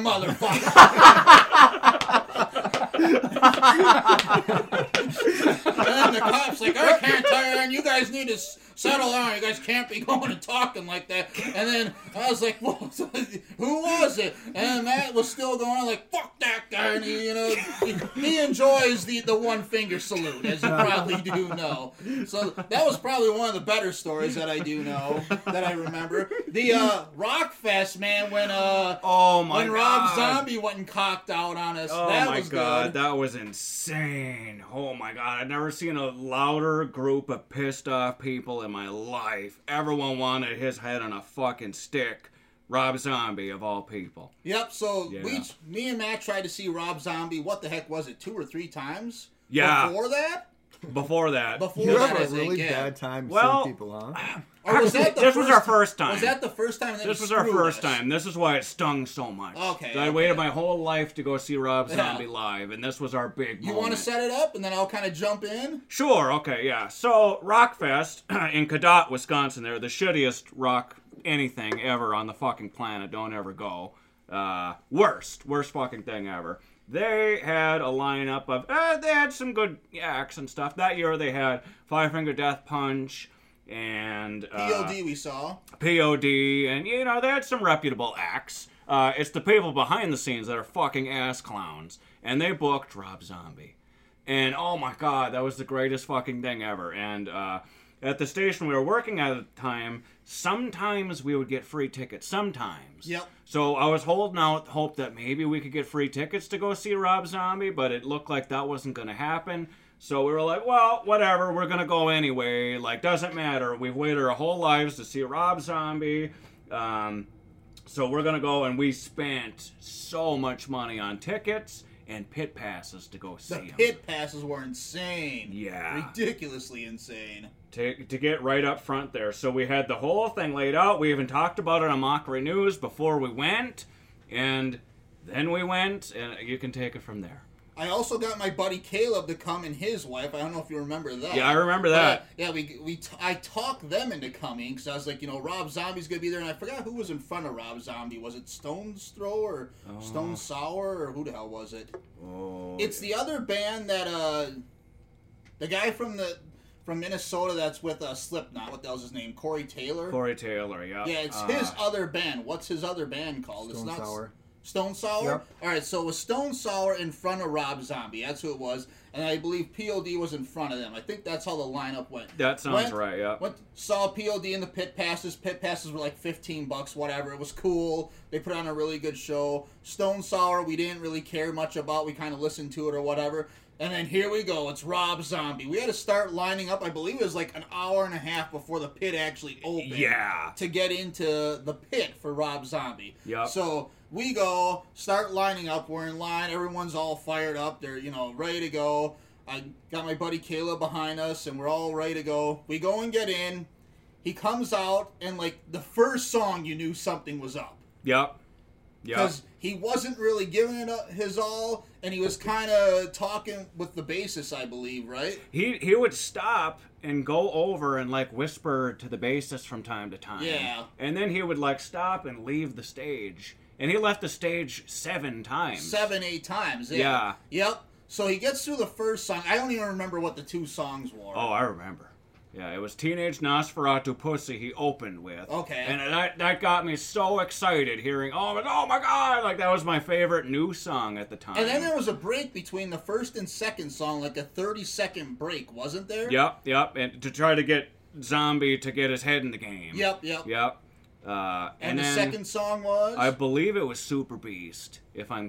S10: motherfucker. and then the cop's like, I can't tell you, that, and you guys need to s- settle down. You guys can't be going and talking like that. And then I was like, well, who was it? And then Matt was still going like, fuck that guy. And he, you know, he, he enjoys the, the one finger salute, as you probably do know. So that was probably one of the better stories that I do know that I remember. The uh, Rock Fest, man, when uh,
S7: oh my
S10: when Rob
S7: God.
S10: Zombie went and cocked out on us.
S7: Oh
S10: that
S7: my
S10: was
S7: god,
S10: good.
S7: that was insane. Oh my god, I've never seen a louder group of pissed off people in my life. Everyone wanted his head on a fucking stick. Rob Zombie, of all people.
S10: Yep. So we,
S7: Yeah.
S10: me and Matt tried to see Rob Zombie. What the heck was it? Two or three times.
S7: Yeah.
S10: Before that.
S7: Before that.
S10: Before
S8: You
S10: that,
S8: have
S10: I
S8: a
S10: think,
S8: really
S10: yeah.
S8: bad time
S7: Well,
S8: seeing people, huh?
S10: Or was that the
S7: this was our
S10: first-
S7: first time.
S10: Was that the first time? That
S7: this
S10: you
S7: was our
S10: screwed us?
S7: first time. This is why it stung so much.
S10: Okay,
S7: I
S10: okay.
S7: waited my whole life to go see Rob
S10: Yeah.
S7: Zombie live, and this was our big
S10: You
S7: moment.
S10: want to set it up, and then I'll kind of jump in.
S7: Sure, okay, yeah. So, Rockfest in Cadott, Wisconsin, they're the shittiest rock anything ever on the fucking planet. Don't ever go. Uh, worst, worst fucking thing ever. They had a lineup of, uh, they had some good acts and stuff. That year they had Five Finger Death Punch and. Uh,
S10: PLD we saw.
S7: POD, and you know, they had some reputable acts. Uh, it's the people behind the scenes that are fucking ass clowns, and they booked Rob Zombie. And oh my god, that was the greatest fucking thing ever. And uh, at the station we were working at at the time, sometimes we would get free tickets, sometimes.
S10: Yep.
S7: So I was holding out hope that maybe we could get free tickets to go see Rob Zombie, but it looked like that wasn't going to happen. So we were like, well, whatever, we're going to go anyway. Like, doesn't matter. We've waited our whole lives to see Rob Zombie. Um, so we're going to go, and we spent so much money on tickets and pit passes to go see
S10: The
S7: him.
S10: pit passes were insane.
S7: Yeah.
S10: Ridiculously insane.
S7: to, to get right up front there. So we had the whole thing laid out. We even talked about it on Mockery News before we went, and then we went, and you can take it from there.
S10: I also got my buddy Caleb to come and his wife. I don't know if you remember that.
S7: Yeah, I remember that.
S10: But, yeah, we, we t- I talked them into coming because I was like, you know, Rob Zombie's gonna be there, and I forgot who was in front of Rob Zombie. Was it Stone's Throw or Stone Sour or who the hell was it?
S7: Oh,
S10: it's the other band that uh, the guy from the from Minnesota that's with uh, Slipknot. What the hell's his name? Corey Taylor.
S7: Oh, Corey Taylor, yeah.
S10: Yeah, it's
S7: Uh,
S10: his other band. What's his other band called? it's
S8: Stone
S10: not
S8: Sour.
S10: Stone Sour.
S8: Yep.
S10: All right, so it was Stone Sour in front of Rob Zombie. That's who it was, and I believe POD was in front of them. I think that's how the lineup went.
S7: That sounds
S10: Went-
S7: right, yeah.
S10: Went, saw POD in the pit passes. Pit passes were like fifteen bucks, whatever. It was cool. They put on a really good show. Stone Sour, we didn't really care much about. We kind of listened to it or whatever. And then here we go. It's Rob Zombie. We had to start lining up. I believe it was like an hour and a half before the pit actually opened
S7: Yeah.
S10: to get into the pit for Rob Zombie.
S7: Yep.
S10: So we go, start lining up. We're in line. Everyone's all fired up. They're you know ready to go. I got my buddy Caleb behind us, and we're all ready to go. We go and get in. He comes out, and like the first song, you knew something was up
S7: Yep. Yep.
S10: because he wasn't really giving it up his all, and he was kind of talking with the bassist, I believe, right?
S7: He, he would stop and go over and like whisper to the bassist from time to time.
S10: Yeah.
S7: And then he would like stop and leave the stage. And he left the stage seven times.
S10: seven, eight times.
S7: Yeah.
S10: Yeah. Yep. So he gets through the first song. I don't even remember what the two songs were.
S7: Oh, I remember. Yeah, it was Teenage Nosferatu Pussy he opened with.
S10: Okay.
S7: And that, that got me so excited hearing, oh, my- oh my god! Like, that was my favorite new song at the time.
S10: And then there was a break between the first and second song, like a 30 second break, wasn't there?
S7: Yep, yep. And to try to get Zombie to get his head in the game.
S10: Yep, yep.
S7: Yep. Uh, and,
S10: And, the
S7: then
S10: second song was?
S7: I believe it was Super Beast, if I'm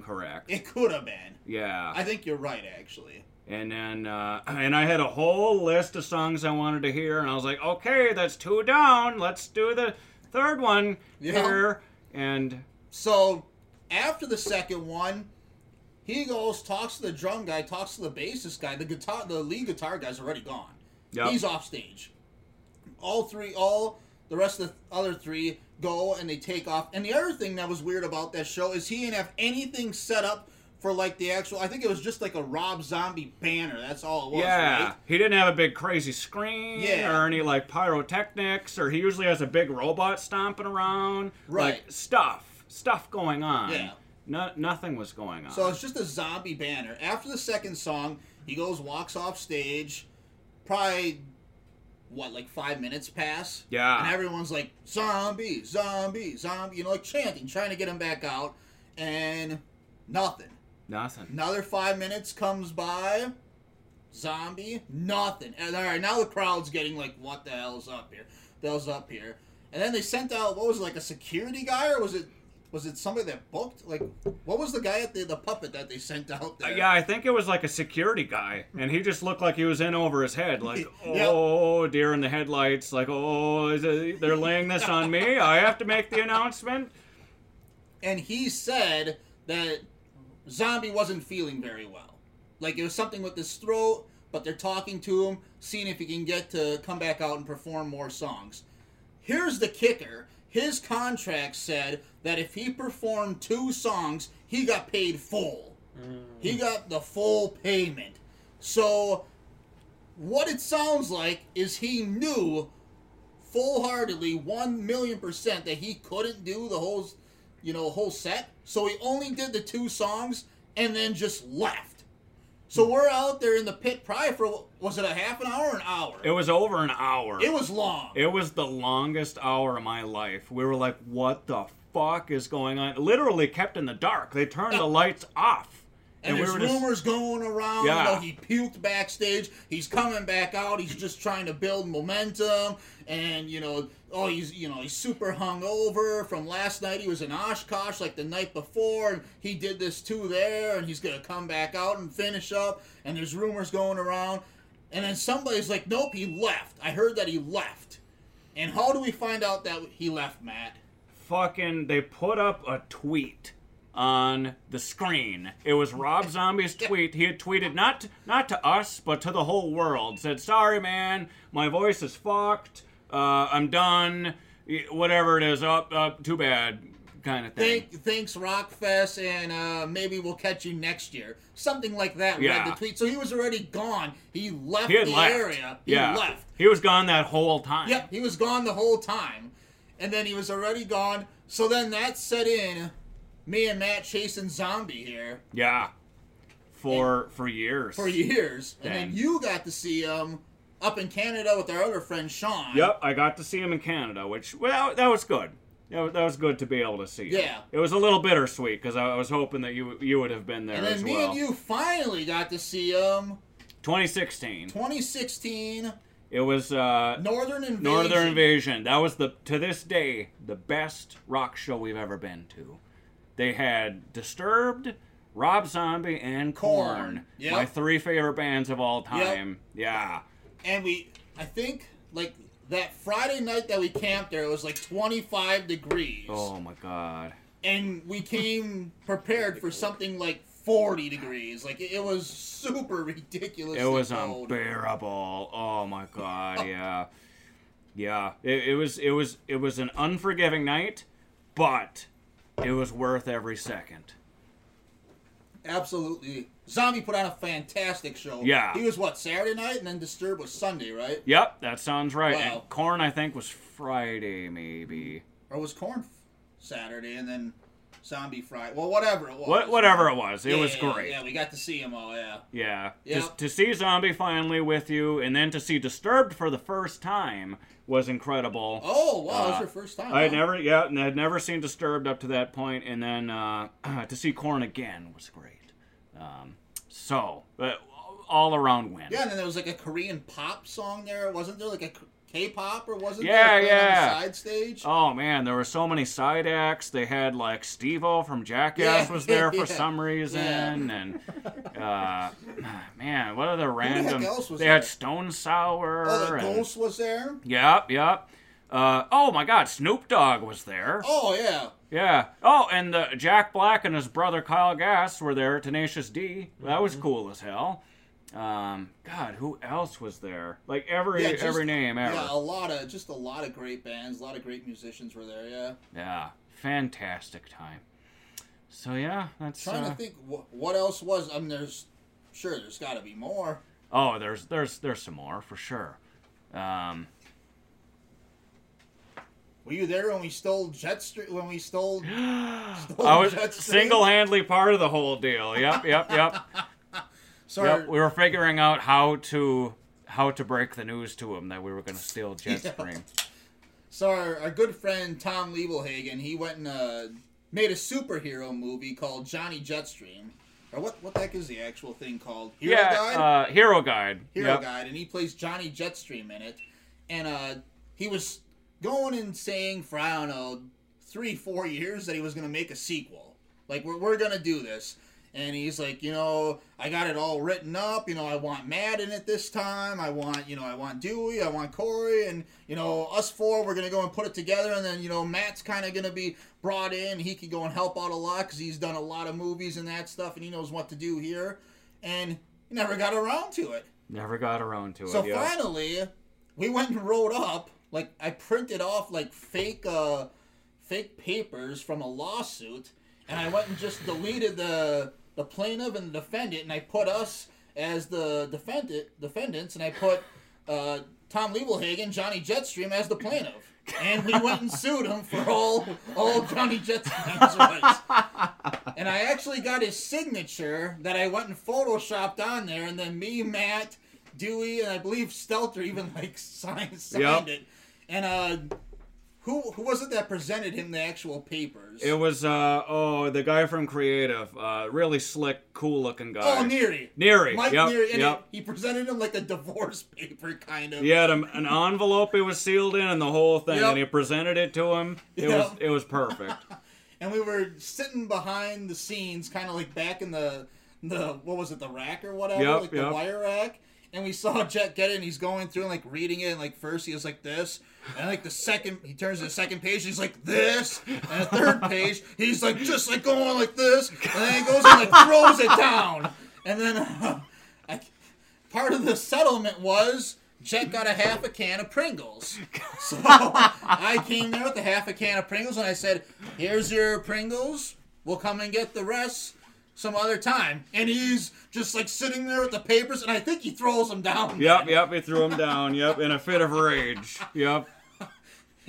S7: correct.
S10: it could have been.
S7: yeah.
S10: I think you're right, actually.
S7: And then, uh, and I had a whole list of songs I wanted to hear, and I was like, okay, that's two down. Let's do the third one
S10: Yeah.
S7: here. And
S10: So after the second one, he goes, talks to the drum guy, talks to the bassist guy, the guitar, the lead guitar guy's already gone.
S7: Yep.
S10: He's off stage. All three, all the rest of the other three go and they take off. And the other thing that was weird about that show is he didn't have anything set up for like the actual. I think it was just like a Rob Zombie banner. That's all it was.
S7: yeah,
S10: right?
S7: he didn't have a big crazy screen
S10: Yeah.
S7: or any like pyrotechnics, or he usually has a big robot stomping around. Like
S10: Right.
S7: stuff, stuff going on.
S10: Yeah.
S7: No, nothing was going on.
S10: So it's just a zombie banner. After the second song, he goes, walks off stage. Probably, what, like five minutes pass?
S7: Yeah.
S10: And everyone's like, zombie, zombie, zombie, you know, like chanting, trying to get him back out. And nothing.
S7: nothing.
S10: Another five minutes comes by. Zombie, nothing. And all right, now the crowd's getting like, what the hell's up here? The hell's up here? And then they sent out what was it, like a security guy or was it was it somebody that booked? Like, what was the guy at the the puppet that they sent out
S7: Uh,
S10: there?
S7: Yeah, I think it was like a security guy, and he just looked like he was in over his head, like
S10: Yep.
S7: oh deer in the headlights, like oh is it, they're laying this on me, I have to make the announcement.
S10: And he said that zombie wasn't feeling very well. Like it was something with his throat, but they're talking to him, seeing if he can get to come back out and perform more songs. Here's the kicker. His contract said that if he performed two songs, he got paid full. He got the full payment. So what it sounds like is he knew full heartedly, one million percent, that he couldn't do the whole you know, whole set. So he only did the two songs and then just left. So we're out there in the pit probably for was it a half an hour or an hour?
S7: It was over an hour.
S10: It was long.
S7: It was the longest hour of my life. We were like, what the fuck is going on? Literally kept in the dark. They turned the lights off.
S10: Uh, And,
S7: we
S10: there's
S7: were just-
S10: rumors going around.
S7: Yeah.
S10: You know, he puked backstage. He's coming back out. He's just trying to build momentum. And you know, oh, he's you know he's super hungover from last night. He was in Oshkosh like the night before, and he did this too there. And he's gonna come back out and finish up. And there's rumors going around. And then somebody's like, nope, he left. I heard that he left. And how do we find out that he left, Matt?
S7: fucking they put up a tweet on the screen. It was Rob Zombie's tweet. He had tweeted not not to us, but to the whole world. Said, "Sorry, man, my voice is fucked. Uh, I'm done. Y- Whatever it is, up, up. Too bad." Kind of thing.
S10: Thank, thanks, Rockfest, and uh, maybe we'll catch you next year. Something like that.
S7: Yeah.
S10: Read the tweet. So he was already gone. He left
S7: he had
S10: the
S7: left.
S10: area. He
S7: yeah,
S10: left.
S7: he was gone that whole time.
S10: Yep, he was gone the whole time. And then he was already gone. So then that set in. Me and Matt chasing zombie here
S7: Yeah. For for years.
S10: for years, and
S7: Dang.
S10: then you got to see him up in Canada with our other friend Sean.
S7: Yep, I got to see him in Canada, which well, that was good. That was, that was good to be able to see. him.
S10: Yeah.
S7: It was a little bittersweet because I was hoping that you you would have been there
S10: And then
S7: as
S10: me
S7: well.
S10: and you finally got to see him
S7: 2016.
S10: 2016
S7: It was uh,
S10: Northern Invasion.
S7: Northern Invasion. That was the to this day the best rock show we've ever been to. They had Disturbed, Rob Zombie, and
S10: Korn.
S7: Corn.
S10: Yep.
S7: My three favorite bands of all
S10: Yep.
S7: time. Yeah.
S10: and we I think like that Friday night that we camped there it was like 25 degrees
S7: Oh my God.
S10: and we came prepared for something like 40 degrees like it it was super ridiculous
S7: It was
S10: cold.
S7: unbearable. Oh my god, yeah, yeah. It, it was, it was, it was an unforgiving night, but it was worth every second.
S10: absolutely Zombie put on a fantastic show
S7: Yeah.
S10: he was what Saturday night and then Disturbed was Sunday right
S7: Yep, that sounds right.
S10: Wow.
S7: And corn, I think, was Friday, maybe.
S10: or was Corn Saturday and then Zombie Friday well whatever Oh, it was
S7: What, whatever it was, it
S10: Yeah,
S7: was
S10: yeah,
S7: great.
S10: yeah we got to see him all yeah
S7: Yeah.
S10: Yeah.
S7: Just to see Zombie finally with you, and then to see Disturbed for the first time was incredible.
S10: oh wow it
S7: Uh,
S10: was your first time
S7: I had
S10: huh?
S7: never, yeah, and I had never seen Disturbed up to that point, and then uh, to see Corn again was great. Um, so, but all around win.
S10: Yeah, and then there was like a Korean pop song there, wasn't there? Like a K- K-pop or wasn't
S7: Yeah,
S10: there a thing
S7: yeah.
S10: on the side stage?
S7: Oh man, there were so many side acts. They had like Stevo from Jackass
S10: Yeah,
S7: was there for
S10: yeah,
S7: some reason,
S10: yeah.
S7: and uh, man, what other
S10: heck
S7: random?
S10: else was
S7: they
S10: there?
S7: had Stone Sour.
S10: Oh, the
S7: and-
S10: Ghost was there.
S7: Yep, yep. Uh, oh my God, Snoop Dogg was there.
S10: Oh yeah.
S7: Yeah. Oh, and the Jack Black and his brother Kyle Gass were there. Tenacious D. That
S10: Mm-hmm.
S7: was cool as hell. Um, God, who else was there? Like every
S10: Yeah, just-
S7: every name ever.
S10: Yeah, a lot of just a lot of great bands, a lot of great musicians were there. Yeah.
S7: Yeah, fantastic time. So yeah, that's
S10: Trying
S7: uh,
S10: to think wh- what else was. I mean, there's sure there's got to be more.
S7: Oh, there's there's there's some more for sure. Um,
S10: Were you there when we stole Jet Street? When we stole? stole
S7: I was
S10: Jet Stream?
S7: single-handedly part of the whole deal. Yep, yep, yep.
S10: Sorry.
S7: Yep, we were figuring out how to how to break the news to him that we were going to steal Jetstream.
S10: So our, our good friend Tom Liebelhagen, he went and uh, made a superhero movie called Johnny Jetstream, or what? What the heck is the actual thing called? Hero
S7: yeah,
S10: Guide?
S7: Uh, Hero Guide.
S10: Hero
S7: yep.
S10: Guide, and he plays Johnny Jetstream in it. And uh, he was going and saying for I don't know three, four years that he was going to make a sequel. Like we're we're going to do this. And he's like, you know, I got it all written up. You know, I want Matt in it this time. I want, you know, I want Dewey. I want Corey, and you know, us four. We're gonna go and put it together. And then, you know, Matt's kind of gonna be brought in. He can go and help out a lot because he's done a lot of movies and that stuff, and he knows what to do here. And he never got around to it.
S7: Never got around to it.
S10: So
S7: yep.
S10: finally, we went and wrote up. Like I printed off like fake, uh, fake papers from a lawsuit, and I went and just deleted the the plaintiff and the defendant, and I put us as the defendant defendants, and I put uh, Tom Liebelhagen, Johnny Jetstream as the plaintiff. And we went and sued him for all all Johnny Jetstream's rights. And I actually got his signature that I went and photoshopped on there, and then me, Matt, Dewey, and I believe Stelter even like signed signed
S7: Yep.
S10: it. And uh, who who was it that presented him the actual papers?
S7: It was uh oh the guy from Creative, uh really slick, cool looking guy.
S10: oh, Neary.
S7: Neary.
S10: Mike
S7: yep,
S10: Neary. And
S7: Yep.
S10: he, he presented him like a divorce paper kind of.
S7: He had a, an envelope it was sealed in and the whole thing,
S10: Yep.
S7: and he presented it to him. It
S10: Yep.
S7: was it was perfect.
S10: and we were sitting behind the scenes, kind of like back in the the what was it, the rack or whatever,
S7: Yep,
S10: like the
S7: yep.
S10: wire rack. And we saw Jet get it, and he's going through and like reading it. And like first he was like this, and like the second he turns to the second page, he's like this, and the third page he's like just like going like this, and then he goes and like throws it down. And then uh, I, part of the settlement was Jet got a half a can of Pringles. So I came there with a half a can of Pringles and I said, Here's your Pringles. We'll come and get the rest some other time. And he's just like sitting there with the papers and I think he throws them down.
S7: yep, yep, he threw him down, yep, in a fit of rage. Yep.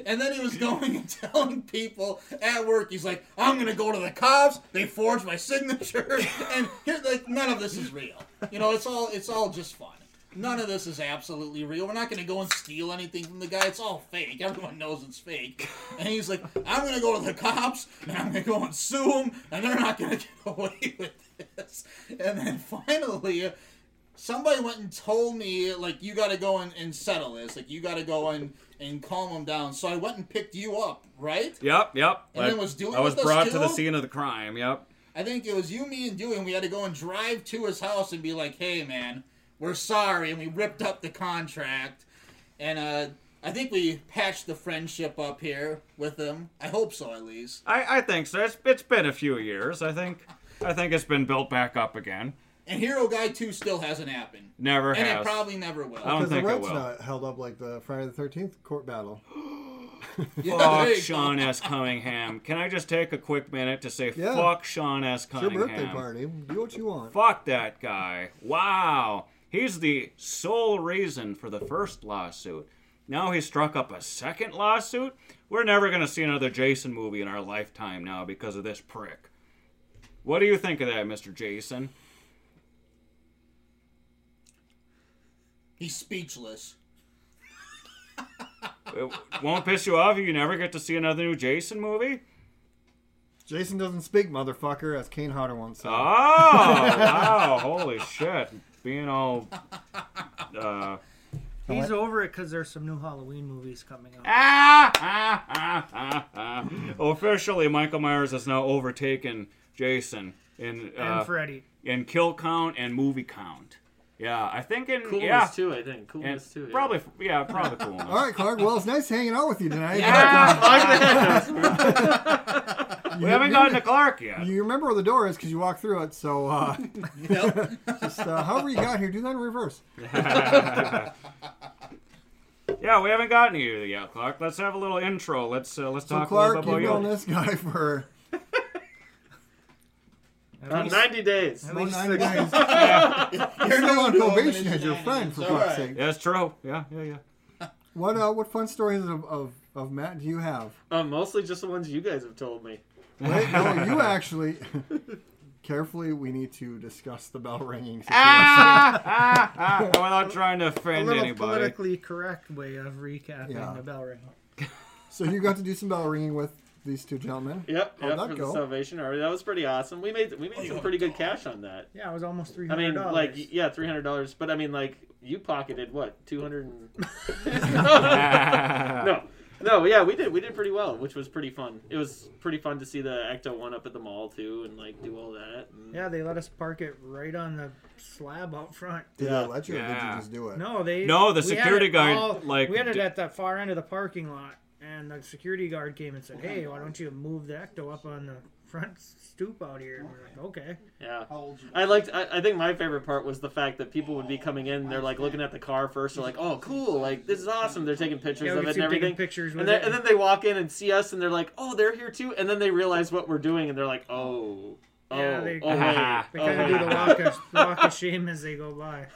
S10: And then he was going and telling people at work, he's like, I'm going to go to the cops. They forged my signature. And here, like, none of this is real. You know, it's all it's all just fun. None of this is absolutely real. We're not going to go and steal anything from the guy. It's all fake. Everyone knows it's fake. And he's like, I'm going to go to the cops and I'm going to go and sue them and they're not going to get away with this. And then finally, somebody went and told me like you got to go and, and settle this like you got to go and and calm him down so i went and picked you up right
S7: Yep, yep.
S10: And
S7: I-
S10: then was Dewey
S7: I was
S10: with us
S7: brought to
S10: too?
S7: the scene of the crime, yep.
S10: i think it was you me and dewey and we had to go and drive to his house and be like hey man we're sorry and we ripped up the contract and uh i think we patched the friendship up here with him i hope so at least
S7: I, I think so. It's, it's been a few years. I think I think it's been built back up again.
S10: and hero guy 2 still hasn't happened
S7: Never
S10: and
S7: has.
S10: it probably never will
S7: I don't
S8: Because the
S7: think it
S8: right's
S7: will.
S8: not held up like the Friday the Thirteenth court battle.
S10: Yeah, there you
S7: Fuck
S10: go.
S7: Sean S. Cunningham. Can I just take a quick minute to say
S8: Yeah.
S7: fuck Sean S.
S8: It's your
S7: Cunningham?
S8: birthday party. Do what you want.
S7: Fuck that guy. Wow. He's the sole reason for the first lawsuit. Now he struck up a second lawsuit. We're never going to see another Jason movie in our lifetime now because of this prick. What do you think of that, Mr. Jason?
S10: he's speechless
S7: It won't piss you off if you never get to see another new Jason movie?
S8: Jason doesn't speak, motherfucker, as Kane Hodder once said.
S7: Oh, wow. Holy shit. Being all uh,
S9: He's over it because there's some new Halloween movies coming out.
S12: Uh,
S7: Ah, ah, ah, ah, ah. Officially, Michael Myers has now overtaken Jason in uh,
S9: and Freddy.
S7: in kill count and movie count. Yeah, I think in
S12: Coolness
S7: yeah,
S12: too, I think.
S7: and
S12: Coolness too. Yeah.
S7: probably yeah, probably coolness.
S8: All right, Clark. Well, it's nice hanging out with you tonight.
S12: Yeah,
S7: we haven't gotten to Clark yet.
S8: You remember where the door is because you walked through it. So, uh, just uh, however you got here, do that in reverse.
S7: Yeah, we haven't gotten to you yet, Clark. Let's have a little intro. Let's uh, let's
S8: So,
S7: talk a
S8: Clark,
S7: little
S8: you've
S7: bit about
S8: known
S7: you.
S8: this guy for
S12: Uh,
S9: At least,
S12: 90 days.
S9: at
S8: about
S9: least
S8: nine
S9: six.
S8: days. You're
S10: Still
S8: still on
S10: doing it in
S8: probation
S10: his
S8: as your
S10: 90s.
S8: friend, for
S10: All
S8: fuck's
S10: right.
S8: sake.
S7: Yeah, that's true. Yeah, yeah, yeah.
S8: What uh, what fun stories of, of, of Matt do you have?
S12: Uh, mostly just the ones you guys have told me.
S8: Wait, no, you actually. Carefully, we need to discuss the bell ringing. situation.
S7: ah, ah, ah, without trying to
S9: a
S7: offend
S9: little
S7: anybody.
S9: politically correct way of recapping
S8: Yeah.
S9: the bell ring.
S8: So you got to do some bell ringing with these two gentlemen.
S12: Yep,
S8: How'd
S12: yep
S8: that
S12: for
S8: go?
S12: the Salvation Army. That was pretty awesome. We made we made some pretty good cash on that.
S9: Yeah, it was almost three
S12: I
S9: hundred
S12: mean,
S9: dollars.
S12: like yeah, three hundred dollars. But I mean, like you pocketed what two hundred? no, no, yeah, we did we did pretty well, which was pretty fun. It was pretty fun to see the Ecto One up at the mall too, and like do all that. And-
S9: yeah, they let us park it right on the slab out front.
S8: Did I let you, or did
S7: Yeah.
S8: you just do it?
S9: No, they.
S7: No, the
S9: we had
S7: security
S9: it
S7: guard,
S9: all-
S7: like,
S9: we had it
S7: d-
S9: at the far end of the parking lot, and the security guard came and said, "Hey, why don't you move the ecto up on the front stoop out here?" And we're like, "Okay."
S12: yeah.
S10: How old you?
S12: I liked. I, I think my favorite part was the fact that people would be coming in. They're like looking at the car first. They're like, "Oh, cool! Like this is awesome." They're taking pictures
S9: Yeah, we
S12: of
S9: could
S12: it
S9: see
S12: and
S9: him taking
S12: everything.
S9: pictures with
S12: and, then,
S9: it.
S12: and then they walk in and see us, and they're like, "Oh, they're here too." And then they realize what we're doing, and they're like, "Oh, oh,
S9: Yeah, they-
S12: oh, wait,
S9: They
S12: oh,
S9: kind of
S12: wait."
S9: do the walk of, walk of shame as they go by.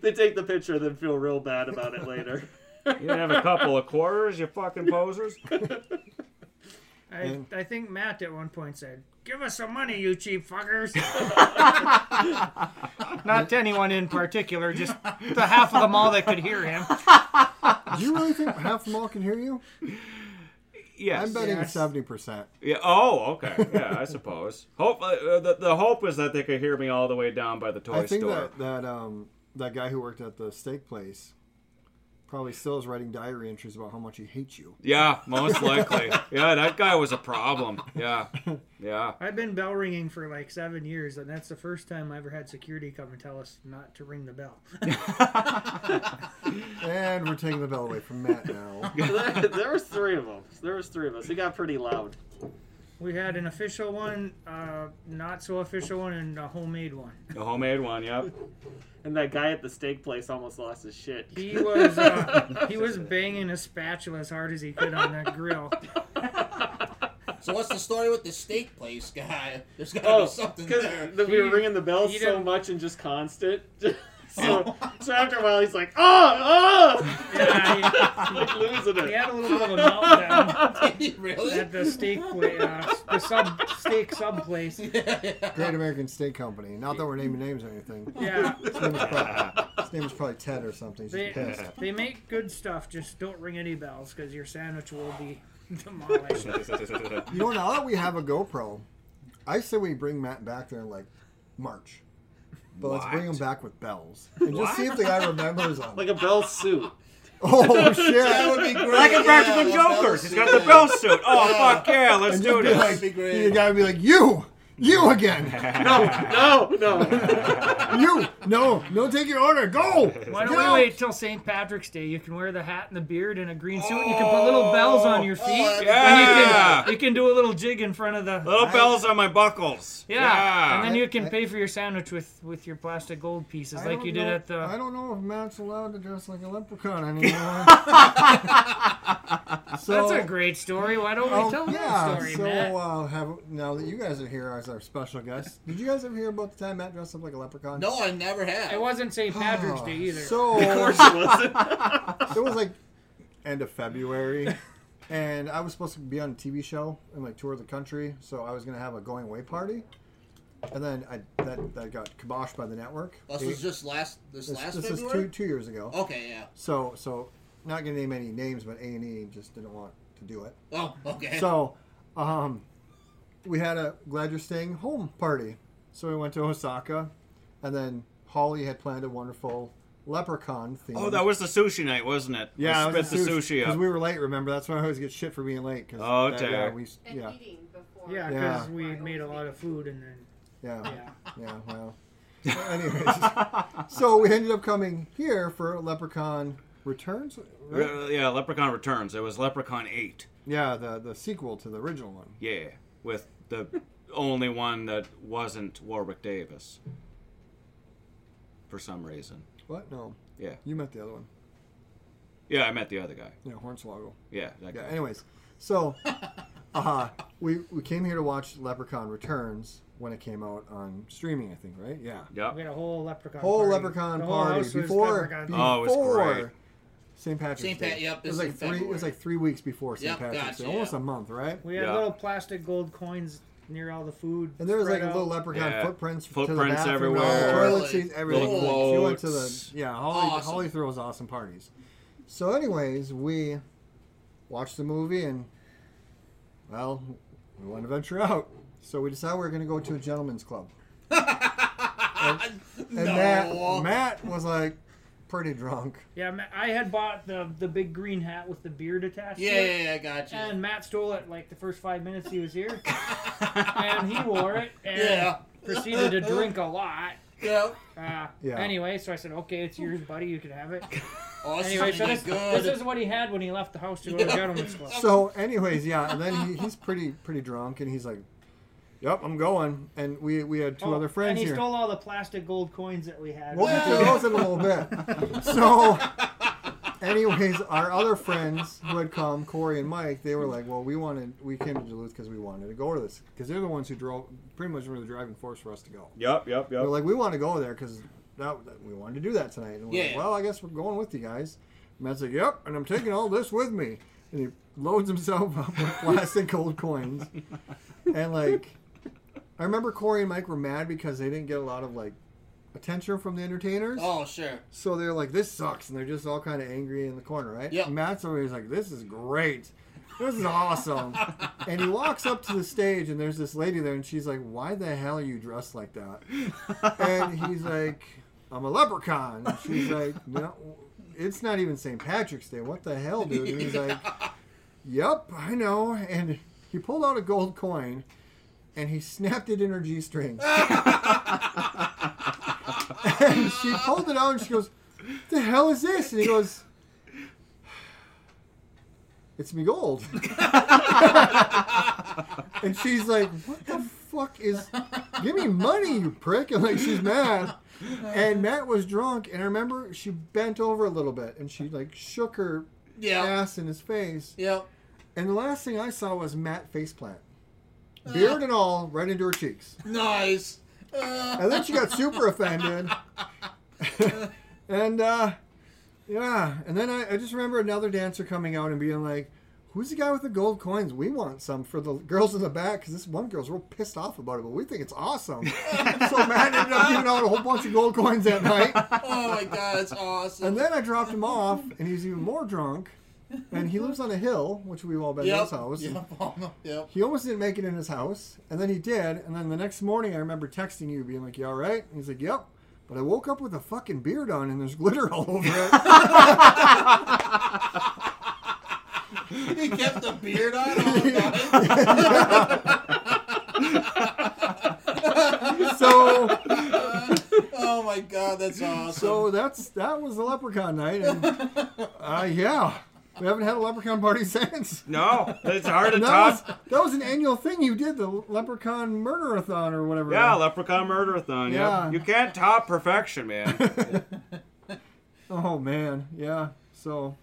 S12: they take the picture, then feel real bad about it later.
S7: You have a couple of quarters, you fucking posers.
S9: I, I think Matt at one point said, "Give us some money, you cheap fuckers." Not to anyone in particular, just the half of them all that could hear him.
S8: Do you really think half them all can hear you?
S7: Yes.
S8: I'm betting
S9: Yes.
S8: seventy percent.
S7: Yeah. Oh, okay. Yeah, I suppose. Hope uh, the, the hope is that they could hear me all the way down by the toy
S8: I think
S7: store.
S8: that that um that guy who worked at the steak place probably still is writing diary entries about how much he hates you.
S7: Yeah, most likely. yeah, that guy was a problem. Yeah, yeah.
S9: I've been bell ringing for like seven years, and that's the first time I ever had security come and tell us not to ring the bell.
S8: And we're taking the bell away from Matt now.
S12: there, there was three of them. There was three of us. It got pretty loud.
S9: we had an official one, uh, not so official one, and a homemade one.
S7: A homemade one. Yep.
S12: And that guy at the steak place almost lost his shit.
S9: He was uh, he was banging his spatula as hard as he could on that grill.
S10: So what's the story with the steak place guy? There's gotta
S12: Oh,
S10: be something
S12: because
S10: there.
S12: we were ringing the bell
S9: he
S12: so
S9: didn't-
S12: much and just constant. so,
S8: Oh.
S12: so after a while, he's like, oh, oh!
S9: Yeah,
S12: He's like losing
S9: he,
S12: it.
S9: he had a little bit of a meltdown
S10: really?
S9: at the steak place, uh, the sub steak sub place.
S8: Great American Steak Company. Not that we're naming names or anything.
S9: Yeah,
S8: His name is probably, his name is probably Ted or something. He's
S9: they
S8: just pissed.
S9: they make good stuff. Just don't ring any bells because your sandwich will be demolished.
S8: You know, now that we have a GoPro, I say we bring Matt back there in like March. But let's bring him back with bells and just see if the guy remembers them.
S12: Like a bell suit.
S8: oh
S10: That
S8: shit!
S10: would be great.
S7: Like in Practical
S10: yeah, well,
S7: Jokers,
S10: that
S7: he's
S10: was-
S7: got the bell suit. Oh fuck yeah, let's
S8: And
S7: do
S8: just be
S7: this.
S8: like,
S10: That'd be great.
S8: the guy would be like, "You, you again,
S12: No, no.
S8: you! No, no, take your order. Go!
S9: Why
S8: Get
S9: don't we
S8: out."
S9: wait till St. Patrick's Day? You can wear the hat and the beard and a green suit, and you can put
S12: Oh,
S9: little bells on your feet.
S10: that'd be
S9: And you
S7: Yeah.
S9: can, you can do a little jig in front of
S12: Oh,
S9: the.
S7: Little bells on my buckles.
S9: Yeah. And then you can
S8: I-
S9: pay for your sandwich with, with your plastic gold pieces
S8: I
S9: like
S8: don't
S9: you did
S8: know-
S9: at the.
S8: I don't know if Matt's allowed to dress like a leprechaun anymore. so,
S9: That's a great story. Why don't we
S8: Oh,
S9: tell
S8: yeah,
S9: that story,
S8: so
S9: Matt?
S8: uh, have, now that you guys are here as our special guests, did you guys ever hear about the time Matt dressed up like a leprechaun?
S10: No, I never have.
S9: It wasn't St. Patrick's Day either.
S8: So
S12: It wasn't.
S8: it was like end of February, and I was supposed to be on a TV show and like tour the country, so I was gonna have a going away party, and then I that that got kiboshed by the network.
S10: Oh, This
S8: It-
S10: was just last this,
S8: this,
S10: last
S8: this is
S10: February. Oh.
S8: two two years ago.
S10: Okay, yeah.
S8: So so not gonna name any names, but A and E just didn't want to do it.
S10: Oh, okay.
S8: So um, we had a glad you're staying home party. So we went to Osaka, and then Holly had planned a wonderful leprechaun theme.
S7: Oh, that was the sushi night, wasn't it? We
S8: Yeah, it was
S7: spit the sushi
S8: Because
S7: up.
S8: we were late, remember? That's why I always get shit for being late. 'cause
S7: Oh,
S8: that-
S7: dang.
S8: yeah, we, yeah.
S9: Yeah,
S8: Yeah.
S9: because we made a lot of food and then.
S8: Yeah. Yeah. Well. Anyways, so we ended up coming here for Leprechaun Returns. right?
S7: Re- yeah, Leprechaun Returns. It was Leprechaun Eight.
S8: Yeah, the the sequel to the original one.
S7: Yeah, with the only one that wasn't Warwick Davis. For some reason.
S8: What? No.
S7: Yeah.
S8: You met the other one.
S7: Yeah, I met the other guy.
S8: Yeah, Hornswoggle.
S7: Yeah, that
S8: yeah.
S7: guy.
S8: Anyways, so uh, we we came here to watch Leprechaun Returns when it came out on streaming. I think, right? Yeah.
S7: Yep.
S9: We had a whole leprechaun
S8: Whole
S9: party.
S8: leprechaun
S9: The whole
S8: party
S9: house was
S8: before
S9: leprechaun
S8: before
S9: party.
S8: St. Patrick's
S10: St.
S8: Day.
S10: Pat- yep,
S8: It was
S10: it's
S8: like
S10: in
S8: three. It was
S10: February.
S8: like three weeks before St.
S10: Yep,
S8: Patrick's
S10: gotcha,
S8: Day, almost
S10: yeah.
S8: a month, right?
S9: We had little plastic gold coins near all the food.
S8: And there was
S9: spread
S8: like a little
S9: out.
S8: leprechaun
S7: Yeah.
S8: footprints,
S7: Footprints
S8: to the bathroom,
S7: everywhere.
S8: all the toilet
S7: Really?
S8: seats, everything.
S7: Little
S8: Like, she went to the
S7: quotes.
S8: yeah. Holly,
S10: Awesome.
S8: Holly throws awesome parties. So, anyways, we watched the movie and well, we want to venture out. So we decided we were going to go to a gentleman's club. and and
S10: No.
S8: Matt, Matt was like pretty drunk.
S9: Yeah, Ma- I had bought the the big green hat with the beard attached.
S10: Yeah,
S9: to it,
S10: yeah, yeah, I got you.
S9: And Matt stole it like the first five minutes he was here, and he wore it and
S10: Yeah.
S9: proceeded to drink a lot.
S10: Yeah.
S9: Uh,
S10: Yeah.
S9: Anyway, so I said, "Okay, it's yours, buddy. You can have it."
S10: Oh, this is
S9: anyway, so
S10: gonna
S9: this,
S10: be good.
S9: this is what he had when he left the house to go to the gentleman's club.
S8: So, anyways, yeah, and then he, he's pretty pretty drunk, and he's like, "Yep, I'm going." And we we had two
S9: Oh,
S8: other friends
S9: and he
S8: here.
S9: stole all the plastic gold coins that we had.
S8: We'll get to those in a little bit. So, anyways, our other friends who had come, Corey and Mike, they were like, "Well, we wanted, we came to Duluth because we wanted to go to this because they're the ones who drove, pretty much were the driving force for us to go."
S7: Yep, yep,
S8: They're like, "We want to go there because that, that- we wanted to do that tonight." And we're like,
S10: Yeah.
S8: "Well, I guess we're going with you guys." And Matt's like, "Yep," and I'm taking all this with me, and he loads himself up with plastic gold coins, and like. I remember Corey and Mike were mad because they didn't get a lot of like attention from the entertainers.
S10: Oh, sure.
S8: So they're like, "This sucks," and they're just all kind of angry in the corner, right?
S10: Yeah.
S8: Matt's always like, "This is great, this is awesome," and he walks up to the stage, and there's this lady there, and she's like, "Why the hell are you dressed like that?" And he's like, "I'm a leprechaun." And she's like, "No, it's not even St. Patrick's Day. What the hell, dude?" And he's like, "Yep, I know." And he pulled out a gold coin, and he snapped it in her g-string. and she pulled it out and she goes, "What the hell is this?" And he goes, "It's me gold." and she's like, "What the fuck is? Give me money, you prick!" And like she's mad. And Matt was drunk, and I remember she bent over a little bit and she like shook her
S10: Yeah.
S8: ass in his face.
S10: Yep.
S8: And the last thing I saw was Matt faceplant, beard and all, right into her cheeks.
S10: Nice. Uh,
S8: And then she got super offended. and uh, yeah, and then I, I just remember another dancer coming out and being like, "Who's the guy with the gold coins? We want some for the girls in the back because this one girl's real pissed off about it, but we think it's awesome." so Matt ended up giving out a whole bunch of gold coins that night.
S10: Oh my god, it's awesome.
S8: And then I dropped him off, and he's even more drunk. And he lives on a hill, which we've all been to
S10: Yep.
S8: his house.
S10: Yep. oh, no, Yep.
S8: He almost didn't make it in his house, and then he did. And then the next morning, I remember texting you, being like, "You all right?" And he's like, "Yep." But I woke up with a fucking beard on, and there's glitter all over it.
S10: He kept the beard on all night.
S8: so,
S10: oh my god, that's awesome.
S8: so that's that was the leprechaun night, and uh, yeah, we haven't had a leprechaun party since.
S7: No, it's hard to
S8: And that
S7: top.
S8: was that was an annual thing you did, the leprechaun murderathon or whatever.
S7: Yeah, Leprechaun Murderathon.
S8: Yeah.
S7: Yeah. You can't top perfection, man.
S8: Oh man, yeah. So,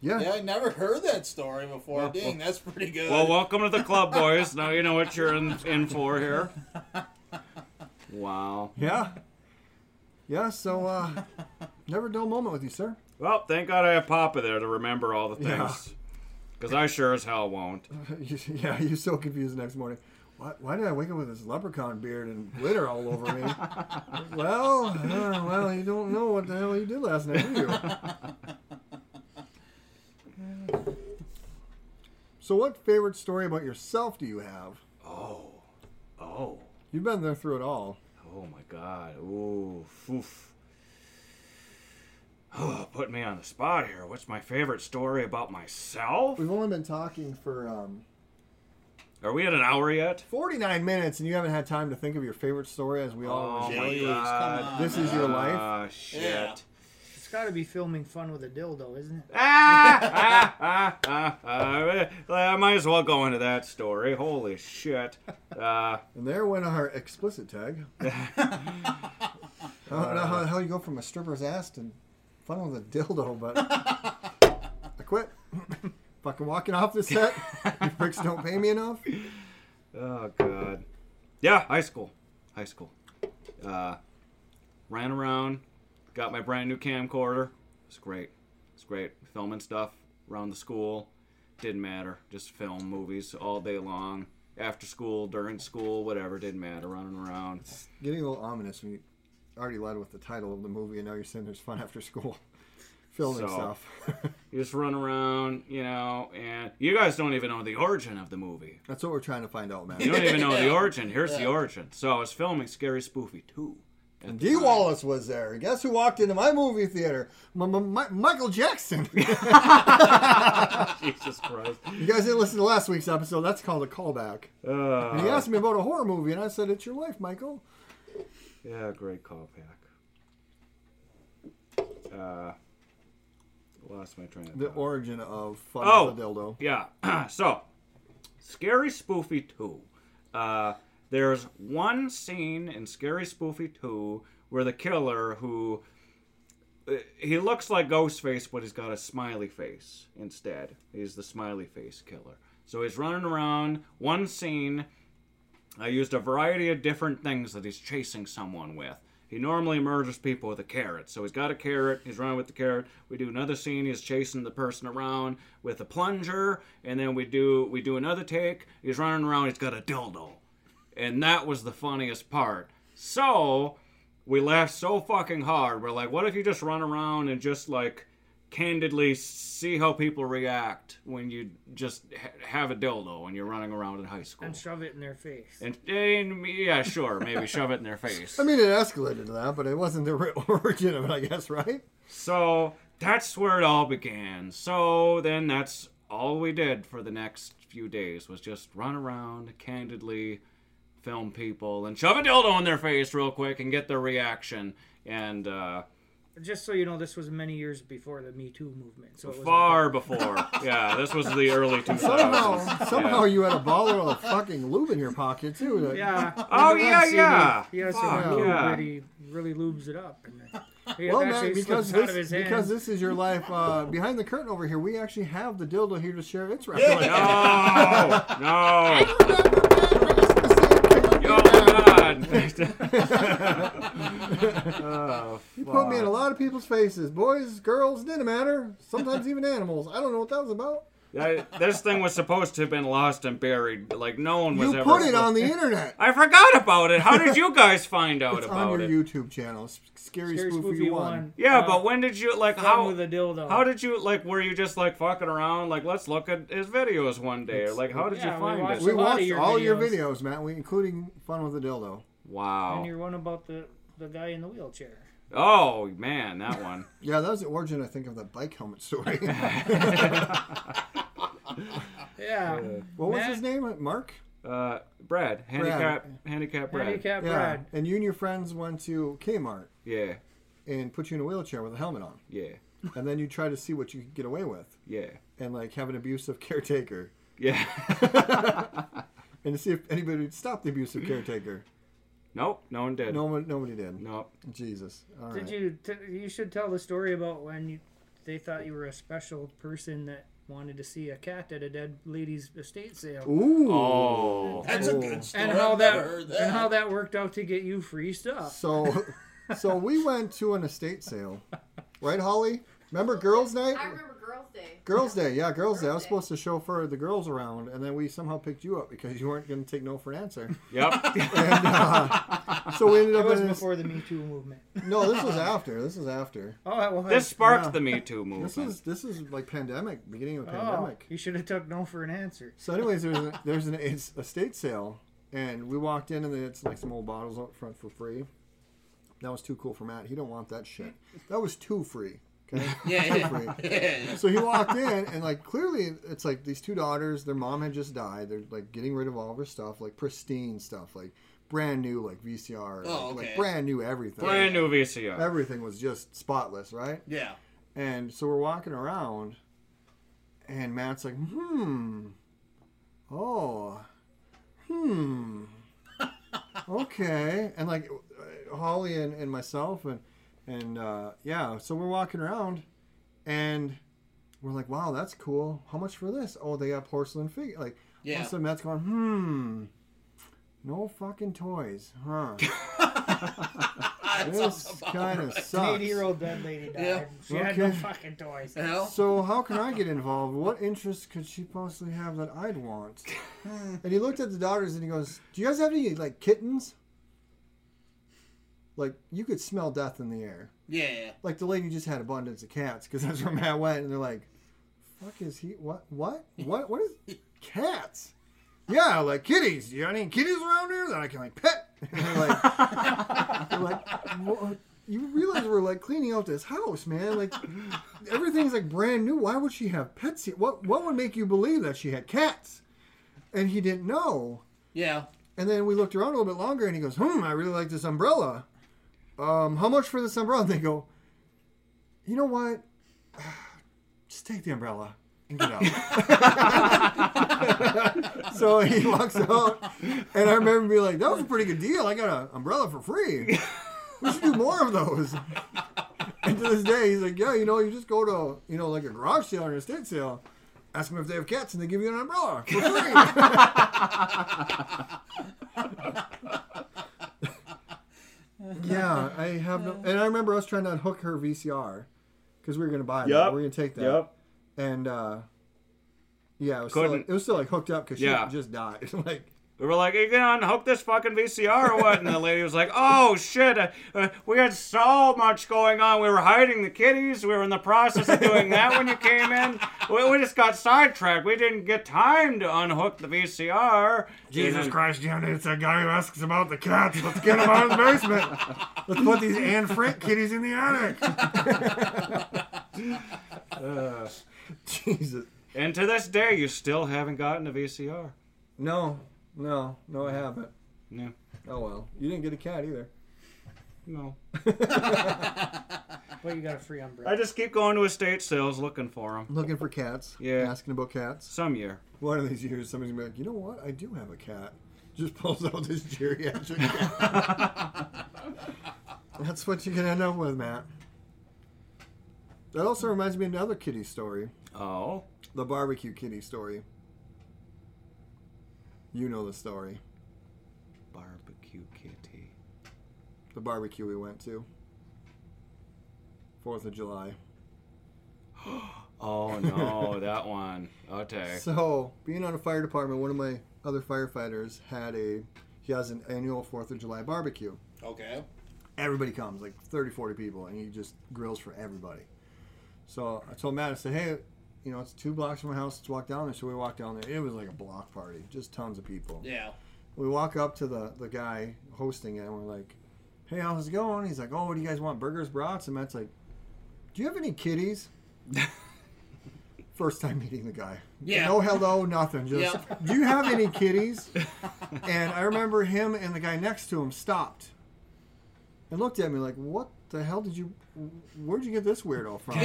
S8: yeah.
S10: yeah, I never heard that story before.
S8: Well,
S10: Dang, that's pretty good.
S7: well, welcome to the club, boys. Now you know what you're in, in for here. Wow.
S8: Yeah. Yeah, so uh never a dull moment with you, sir.
S7: Well, thank God I have Papa there to remember all the
S8: Yeah.
S7: things. Because I sure as hell won't.
S8: You- yeah, you're so confused the next morning. Why, why did I wake up with this leprechaun beard and glitter all over me? well, uh, well, you don't know what the hell you did last night, do you? so, what favorite story about yourself do you have?
S7: Oh. Oh.
S8: You've been there through it all.
S7: Oh my God. Ooh. Oof. Oh, put me on the spot here. What's my favorite story about myself?
S8: We've only been talking for um,
S7: Are we at an hour yet?
S8: 49 minutes, and you haven't had time to think of your favorite story as we all
S7: Oh
S8: reveal
S7: my
S8: you.
S7: God. Come on,
S8: This is your
S7: man.
S8: life.
S7: Ah, shit. Yeah.
S9: It's got to be filming fun with a dildo, isn't it?
S7: Ah, ah, ah, ah, ah. I might as well go into that story. Holy shit. Uh,
S8: and there went our explicit tag. I don't know how the hell you go from a stripper's ass to fun with a dildo, but I quit. Fucking walking off the set. You pricks don't pay me enough.
S7: Oh god. Yeah, high school. High school. Uh, ran around, got my brand new camcorder. It's great. It's great. Filming stuff around the school. Didn't matter. Just film movies all day long. After school, during school, whatever, didn't matter. Running around.
S8: Getting a little ominous. We already led with the title of the movie, and now you're saying there's fun after school. Filming
S7: So,
S8: stuff.
S7: you just run around, you know, and you guys don't even know the origin of the movie.
S8: That's what we're trying to find out, man.
S7: You don't even know the origin. Here's the
S8: Yeah.
S7: origin. So I was filming Scary Spoofy 2.
S8: And D. Wallace was there. And guess who walked into my movie theater? M- M- Mi- Michael Jackson.
S7: Jesus Christ.
S8: You guys didn't listen to last week's episode. That's called a callback.
S9: Uh.
S8: and he asked me about a horror movie, and I said, It's your life, Michael.
S7: Yeah, great call, Pack. Uh, lost my train of
S8: The
S7: thought.
S8: origin of Fun
S9: Oh.
S8: with a Dildo.
S7: Yeah. so, Scary Spoofy 2. Uh, there's one scene in Scary Spoofy 2 where the killer, who. uh, He looks like Ghostface, but he's got a smiley face instead. He's the smiley face killer. So he's running around. One scene, I used a variety of different things that he's chasing someone with. He normally murders people with a carrot. So he's got a carrot, he's running with the carrot. We do another scene, he's chasing the person around with a plunger, and then we do we do another take, he's running around, he's got a dildo. And that was the funniest part. So we laughed so fucking hard. We're like, what if you just run around and just like candidly see how people react when you just ha- have a dildo and you're running around in high school?
S9: And shove it in their face.
S7: And, and yeah, sure, maybe shove it in their face.
S8: I mean, it escalated to that, but it wasn't the real origin of it, I guess, right?
S7: So that's where it all began. So then that's all we did for the next few days was just run around candidly, film people, and shove a dildo in their face real quick and get their reaction. And uh,
S9: Just so you know, this was many years before the Me Too movement. So it was
S7: far before, yeah, this was the early 2000s.
S8: Somehow, somehow
S7: Yeah.
S8: you had a baller of fucking lube in your pocket, too. Like,
S9: Yeah.
S7: Oh,
S9: Remember
S7: yeah,
S9: that CD?
S7: yeah.
S9: He has
S7: Fuck,
S9: some lube
S7: yeah.
S9: that he really lubes it up. And then he
S8: Well,
S9: actually
S8: man, because
S9: slips out of
S8: this,
S9: his hand.
S8: because this is your life, uh, behind the curtain over here, we actually have the dildo here to share its record.
S7: No, Oh, no. Oh,
S8: You put me in
S7: fuck.
S8: a lot of people's faces. Boys, girls, didn't matter. Sometimes even animals. I don't know what that was about.
S7: I- this thing was supposed to have been lost and buried. Like no one was
S8: You
S7: ever.
S8: put it on the internet.
S7: I forgot about it. How did you guys find out
S8: It's
S7: about
S8: on your
S7: it?
S8: YouTube channel. It's Scary,
S9: Scary
S8: Spoofy,
S9: Spoofy
S8: 1.
S9: One.
S7: Yeah,
S9: Uh,
S7: but when did you like
S9: Fun
S7: how
S9: with a dildo.
S7: how did you like were you just like fucking around like let's look at his videos one day or like how did you
S9: Yeah, we
S7: find
S9: watched
S7: it?
S8: We
S9: lot of
S8: watched
S9: your
S8: all your
S9: videos.
S8: videos, Matt, we, including Fun with the Dildo.
S9: And
S7: Wow.
S9: you're one about the, the guy in the wheelchair.
S7: Oh man, that one.
S8: Yeah, that was the origin, I think, of the bike helmet story.
S9: Yeah.
S8: what was
S9: Matt-
S8: his name? Mark?
S7: Uh, Brad, handicap, handicap Brad.
S9: Handicap
S8: Yeah.
S9: Brad.
S8: And you and your friends went to Kmart
S7: Yeah,
S8: and put you in a wheelchair with a helmet on.
S7: yeah,
S8: And then you try to see what you could get away with
S7: yeah,
S8: and, like, have an abusive caretaker.
S7: yeah.
S8: And to see if anybody would stop the abusive caretaker.
S7: nope, no one did.
S8: No one, nobody did.
S7: Nope.
S8: Jesus. Uh, All
S9: Did
S8: right.
S9: you? T- you should tell the story about when you, they thought you were a special person that wanted to see a cat at a dead lady's estate sale.
S8: Ooh.
S7: Oh.
S10: That's a good story.
S9: And how
S10: I've
S9: that,
S10: never heard that.
S9: and how that worked out to get you free stuff.
S8: So, so we went to an estate sale, right, Holly? Remember Girls' Night?
S11: I remember Girls' Day.
S8: Girls' Day, yeah, Girls' Day. I
S11: Girls'
S8: was
S11: Day.
S8: supposed to chauffeur the girls around, and then we somehow picked you up because you weren't going to take no for an answer.
S7: Yep.
S8: And, uh, so we ended
S9: That
S8: up
S9: was
S8: in this.
S9: before the Me Too movement.
S8: No, this was after. This was after.
S9: Oh, well,
S7: this sparked
S8: Yeah.
S7: the Me Too
S8: This
S7: movement.
S8: is this is like pandemic, beginning of
S9: oh,
S8: pandemic.
S9: you should have took no for an answer.
S8: So, anyways, there's a, there's an it's estate sale, and we walked in, and it's like some old bottles out front for free. That was too cool for Matt. He don't want that shit. That was too free. Okay.
S10: Yeah,
S8: For
S10: yeah.
S8: free.
S10: Yeah, yeah.
S8: So he walked in, and like clearly, it's like these two daughters. Their mom had just died. They're like getting rid of all of her stuff, like pristine stuff, like brand new, like VCR,
S10: Oh,
S8: like, like,
S10: okay.
S8: brand new everything,
S7: Brand new VCR.
S8: Everything was just spotless, right?
S10: Yeah.
S8: And so we're walking around, and Matt's like, hmm, oh, hmm, okay. And like uh, Holly and, and myself, and, and uh, yeah, so we're walking around, and we're like, wow, that's cool. How much for this? Oh, they got porcelain figure. Like, yeah.
S10: Yeah.
S8: also Matt's going, hmm, no fucking toys, huh? this
S9: That's
S8: kind of
S9: An
S8: sucks.
S9: 80 year old dead lady died.
S10: Yeah.
S9: She had no
S8: Okay.
S9: fucking toys.
S8: So how can I get involved? What interest could she possibly have that I'd want? and he looked at the daughters and he goes, "Do you guys have any like kittens? Like you could smell death in the air.
S10: Yeah.
S8: Like the lady just had abundance of cats because that's where Matt went, and they're like, "Fuck is he? What? What? What? What is cats? Yeah, like kitties. You got any kitties around here that I can like pet? And they're like, they're like, "Wha- you realize we're like cleaning out this house, man. Like everything's like brand new. Why would she have pets? here? What? What would make you believe that she had cats? And he didn't know.
S10: Yeah.
S8: And then we looked around a little bit longer, and he goes, "Hmm, I really like this umbrella. Um, how much for this umbrella?" And they go, "You know what? Just take the umbrella and get out." so he walks out, and I remember being like, "That was a pretty good deal. I got an umbrella for free. We should do more of those." And to this day, he's like, "Yeah, you know, you just go to you know like a garage sale or an estate sale." Ask them if they have cats, and they give you an umbrella for free. yeah, I have no. And I remember us trying to unhook her VCR because we were gonna buy that.
S7: Yep,
S8: We are gonna take that.
S7: yep.
S8: And uh, yeah, it was, still,
S7: Couldn't.
S8: it was still like hooked up because
S7: Yeah.
S8: she just died. like
S7: We were like, "You gonna unhook this fucking VCR or what?" And the lady was like, "Oh shit, uh, uh, we had so much going on. We were hiding the kitties. We were in the process of doing that when you came in. We, we just got sidetracked. We didn't get time to unhook the VCR."
S8: Jesus
S7: And-
S8: Christ, Johnny, it's that guy who asks about the cats. Let's get him out of the basement. Let's put these Anne Frank kitties in the attic. uh, Jesus.
S7: And to this day, you still haven't gotten a VCR.
S8: No, no, no, I haven't.
S7: Yeah.
S8: Oh well, you didn't get a cat either.
S7: No.
S9: But you got a free umbrella.
S7: I just keep going to estate sales looking for them.
S8: Looking for cats.
S7: Yeah.
S8: Asking about cats.
S7: Some year.
S8: One of these years, somebody's gonna be like, you know what? I do have a cat. Just pulls out this geriatric cat. That's what you can end up with, Matt. That also reminds me of another kitty story.
S7: Oh.
S8: The barbecue kitty story. You know the story.
S7: Barbecue kitty.
S8: The barbecue we went to. Fourth of July.
S7: Oh no, that one. Okay.
S8: So, being on a fire department, one of my other firefighters had a he has an annual 4th of July barbecue.
S10: Okay.
S8: Everybody comes, like 30, 40 people, and he just grills for everybody. So, I told Matt, I said, "Hey, you know, it's two blocks from my house. Let's walk down there." So, we walked down there. It was like a block party. Just tons of people.
S10: Yeah.
S8: We walk up to the the guy hosting it, and we're like, "Hey, how's it going?" He's like, "Oh, what do you guys want? Burgers, brats?" And Matt's like, "Do you have any kitties?" First time meeting the guy.
S10: Yeah.
S8: No hello, nothing. Just,
S10: Yep.
S8: do you have any kitties? and I remember him and the guy next to him stopped and looked at me like, "What the hell did you? Where'd you get this weirdo from?"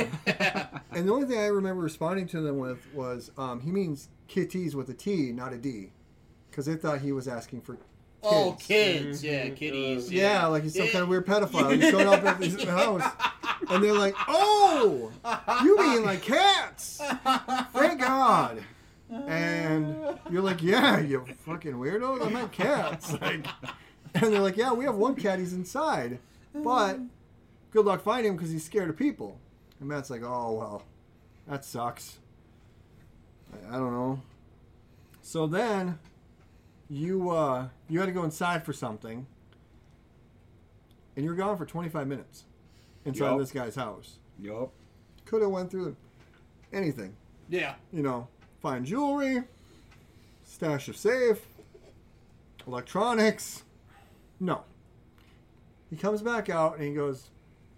S8: and the only thing I remember responding to them with was, um, "He means kitties with a T, not a D," because they thought he was asking for. Kids.
S10: Oh, kids. Yeah, kitties.
S8: Yeah, like he's some
S10: Yeah.
S8: kind of weird pedophile. He's showing up at his house, and they're like, "Oh, you mean like cats? Thank God!" And you're like, "Yeah, you fucking weirdo. I meant cats." Like, and they're like, "Yeah, we have one cat. He's inside, but good luck finding him because he's scared of people." And Matt's like, "Oh well, that sucks. I, I don't know." So then, you uh, you had to go inside for something, and you were gone for 25 minutes inside
S7: Yup.
S8: this guy's house.
S7: Yup.
S8: Could have went through anything,
S10: Yeah.
S8: you know, fine jewelry, stash of safe, electronics. No. He comes back out and he goes,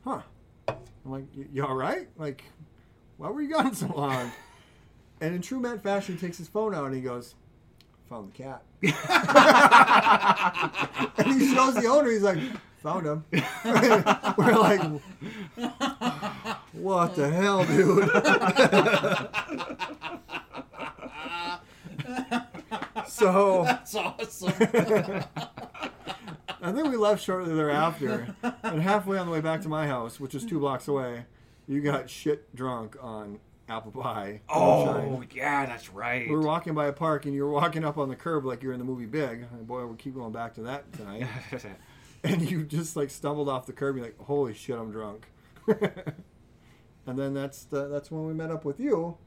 S8: "Huh." I'm like, "Y- you all right? Like, why were you gone so long? and in true Matt fashion, he takes his phone out and he goes, found the cat. and he shows the owner. He's like, found him. We're like, what the hell, dude? so
S10: That's awesome.
S8: I think we left shortly thereafter, and halfway on the way back to my house, which is two blocks away, you got shit drunk on apple pie.
S7: Oh,
S8: moonshine.
S7: yeah, that's right.
S8: We were walking by a park, and you were walking up on the curb like you're in the movie Big. And boy, we keep going back to that tonight. and you just like stumbled off the curb. You're like, "Holy shit, I'm drunk." and then that's the, that's when we met up with you,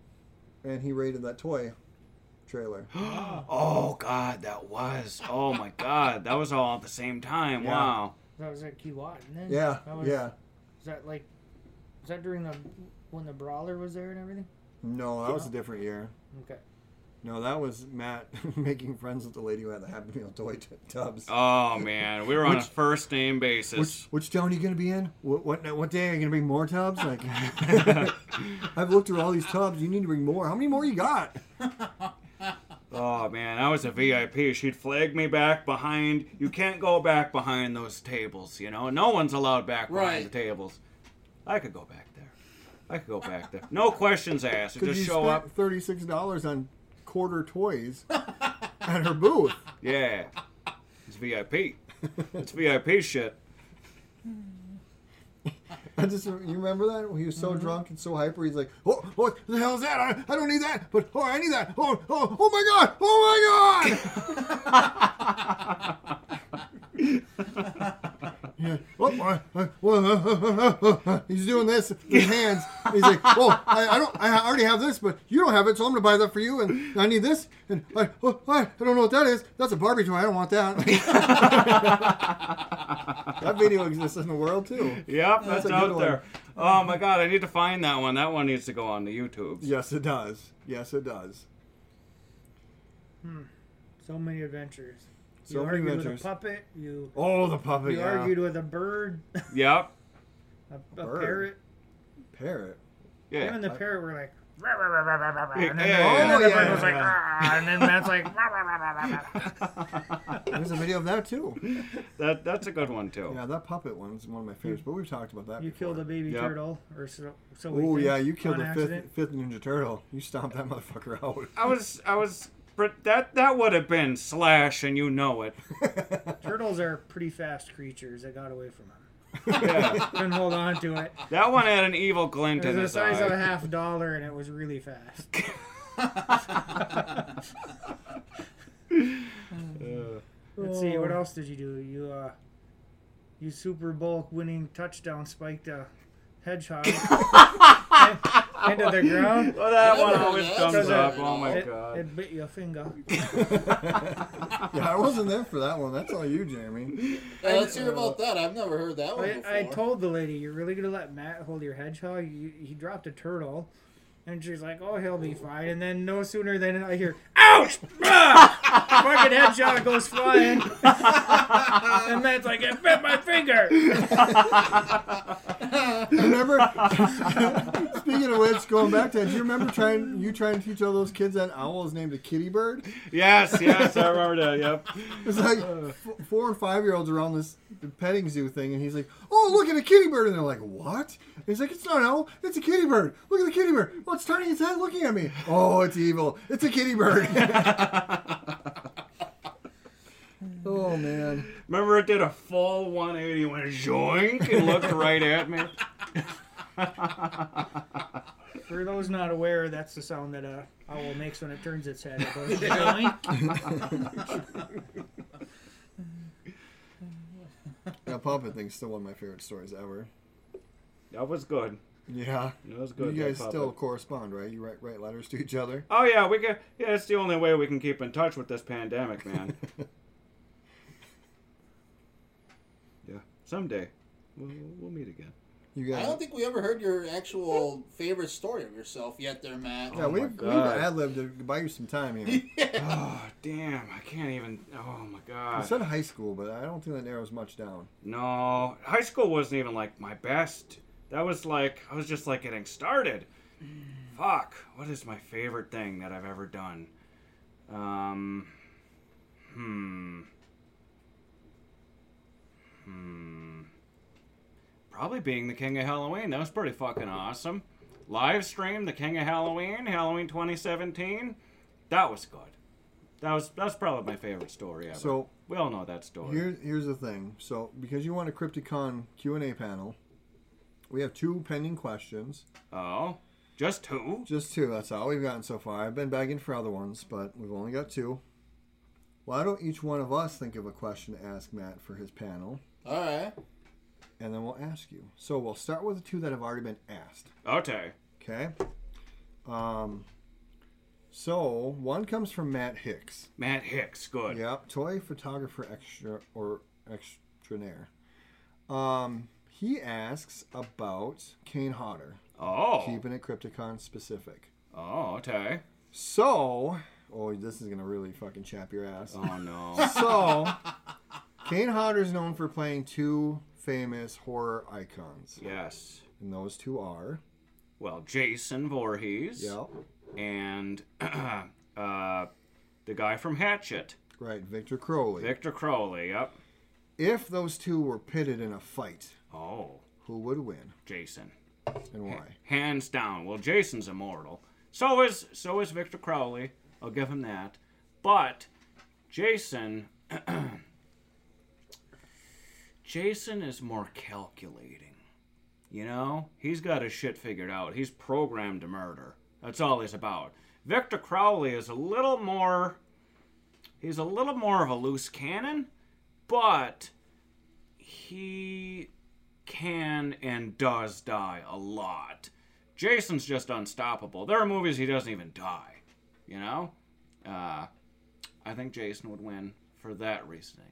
S8: and he raided that toy trailer.
S7: oh God, that was. Oh my God, that was all at the same time.
S8: Yeah.
S7: Wow.
S9: That was at Key Watt, and then
S8: Yeah,
S9: that was,
S8: yeah.
S9: Was that like, was that during the when the brawler was there and everything?
S8: No, that was a different year.
S9: Okay.
S8: No, that was Matt making friends with the lady who had the Happy Meal toy t- tubs.
S7: Oh man, we were on a
S8: Which-
S7: first name basis.
S8: Which which town are you gonna be in? What what, what day are you gonna bring more tubs? Like, I've looked through all these tubs. You need to bring more. How many more you got?
S7: Oh man, I was a VIP. She'd flag me back behind. You can't go back behind those tables, you know. No one's allowed back behind
S10: Right.
S7: the tables. I could go back there. I could go back there. No questions asked.
S8: Because
S7: Just
S8: you
S7: show
S8: spent
S7: up.
S8: thirty six dollars on quarter toys at her booth.
S7: Yeah. It's VIP. It's VIP shit.
S8: I just you remember that he was so drunk and so hyper. He's like, oh, what the hell is that? I, I don't need that, but oh, I need that. Oh, oh, oh my god! Oh my god! oh Yeah. Oh, uh, uh, well, uh, uh, uh, uh, uh, he's doing this with his hands. He's like, "Oh, I, I don't. I already have this, but you don't have it, so I'm gonna buy that for you. And I need this, and I, oh, I, I don't know what that is. That's a Barbie toy. I don't want that." that video exists in the world too.
S7: Yep, that's,
S8: That's a good
S7: out
S8: one.
S7: there. Oh my god, I need to find that one. That one needs to go on the YouTube.
S8: Yes, it does. Yes, it does.
S9: So many adventures. You
S8: So many
S9: argued
S8: adventures.
S9: with a puppet. You
S8: Oh, the puppet.
S9: you
S8: yeah.
S9: argued with a bird, a,
S7: Yep.
S9: a
S8: Bird.
S9: parrot.
S8: parrot.
S7: Yeah.
S9: Him and the parrot were like,
S3: Rah, rah, rah, rah, rah, rah, rah.
S7: Hey,
S9: and then,
S7: hey,
S9: and
S8: oh,
S9: then the bird
S8: yeah,
S9: was like,
S8: yeah.
S9: "Ah," and then Matt's like, "Rah, rah, rah, rah, rah, rah."
S8: There's a video of that too.
S7: That that's a good one too.
S8: Yeah, that puppet one's one of my favorites. But we've talked about that.
S9: you killed a baby
S7: Yep.
S9: turtle, or so. so we
S8: Oh
S9: think,
S8: yeah, you killed
S9: on
S8: the
S9: accident.
S8: fifth, fifth Ninja Turtle. You stomped that motherfucker out.
S7: I was I was but that that would have been slash and you know it.
S9: Turtles are pretty fast creatures. I got away from them.
S7: Yeah.
S9: Couldn't hold on to it.
S7: That one had an evil glint
S9: It
S7: in
S9: was the
S7: his
S9: size of a
S7: eye.
S9: half dollar, and it was really fast. Uh, Let's see, what else did you do? You uh, you Super Bowl winning touchdown spiked a hedgehog into the ground.
S7: Well, that
S10: Never
S7: one always
S10: heard
S7: comes
S9: that.
S7: up. Oh my
S9: It,
S7: god.
S9: it bit your finger.
S8: yeah, I wasn't there for that one. That's all you, Jeremy.
S10: Yeah, let's hear about that. I've never heard that one
S9: I,
S10: before.
S9: I told the lady, "You're really gonna let Matt hold your hedgehog?" You, he dropped a turtle, and she's like, "Oh, he'll be fine." And then no sooner than I hear, "Ouch!" Ah! Fucking hedgehog goes flying, and Matt's like, "It bit my finger."
S8: Remember? Speaking of which, going back to that, do you remember trying you trying to teach all those kids that owl is named a kitty bird?
S7: Yes, yes, I remember that. Yep.
S8: It's like f- four and five year olds around this petting zoo thing, and he's like, "Oh, look at a kitty bird," and they're like, "What?" And he's like, "It's not an owl. It's a kitty bird. Look at the kitty bird. Oh, it's turning its head, looking at me. Oh, it's evil. It's a kitty bird." oh man.
S7: Remember it did a full 180 went joink and looked right at me.
S9: For those not aware, that's the sound that a owl makes when it turns its head. It goes, "Yoink."
S8: That puppet thing's still one of my favorite stories ever.
S7: That was good.
S8: Yeah.
S7: That was good.
S8: you
S7: that
S8: guys
S7: puppet.
S8: still correspond, right? You write write letters to each other.
S7: Oh yeah, we can. Yeah, it's the only way we can keep in touch with this pandemic, man. yeah, someday we'll, we'll meet again.
S8: You
S10: I don't
S8: guys.
S10: think we ever heard your actual favorite story of yourself yet, there, Matt.
S8: Yeah, we've, we've
S7: God.
S8: ad libbed to buy you some time here.
S7: Oh damn, I can't even. Oh my
S8: I
S7: god.
S8: said high school, but I don't think that narrows much down.
S7: No, high school wasn't even like my best That was like I was just like getting started. Fuck. What is my favorite thing that I've ever done? Um. Hmm. Hmm. Probably being the King of Halloween. That was pretty fucking awesome. Live stream the King of Halloween, Halloween 2017. That was good. That was that's probably my favorite story ever.
S8: So-
S7: we all know that story.
S8: Here, here's the thing. So, because you want a Crypticon Q and A panel, we have two pending questions.
S7: Oh, just two?
S8: Just two. That's all we've gotten so far. I've been begging for other ones, but we've only got two. Why don't each one of us think of a question to ask Matt for his panel?
S10: All right.
S8: And then we'll ask you. So we'll start with the two that have already been asked.
S7: Okay.
S8: Okay. Um. So one comes from Matt Hicks.
S7: Matt Hicks, good.
S8: Yep, toy photographer extra or extraordinaire. Um, he asks about Kane Hodder.
S7: Oh.
S8: keeping it Crypticon specific.
S7: Oh, okay.
S8: So, oh, this is gonna really fucking chap your ass.
S7: Oh no.
S8: so, Kane Hodder is known for playing two famous horror icons.
S7: Yes.
S8: And those two are.
S7: Well, Jason Voorhees.
S8: Yep.
S7: And uh, the guy from Hatchet.
S8: Right, Victor Crowley.
S7: Victor Crowley, yep.
S8: If those two were pitted in a fight,
S7: Oh,
S8: who would win
S7: Jason.
S8: and why?
S7: Hands down. Well, Jason's immortal. So is so is Victor Crowley. I'll give him that. But Jason Jason is more calculating. You know? He's got his shit figured out. He's programmed to murder. That's all he's about. Victor Crowley is a little more he's a little more of a loose cannon, but he can and does die a lot. Jason's just unstoppable. There are movies he doesn't even die, you know? Uh, I think Jason would win for that reasoning.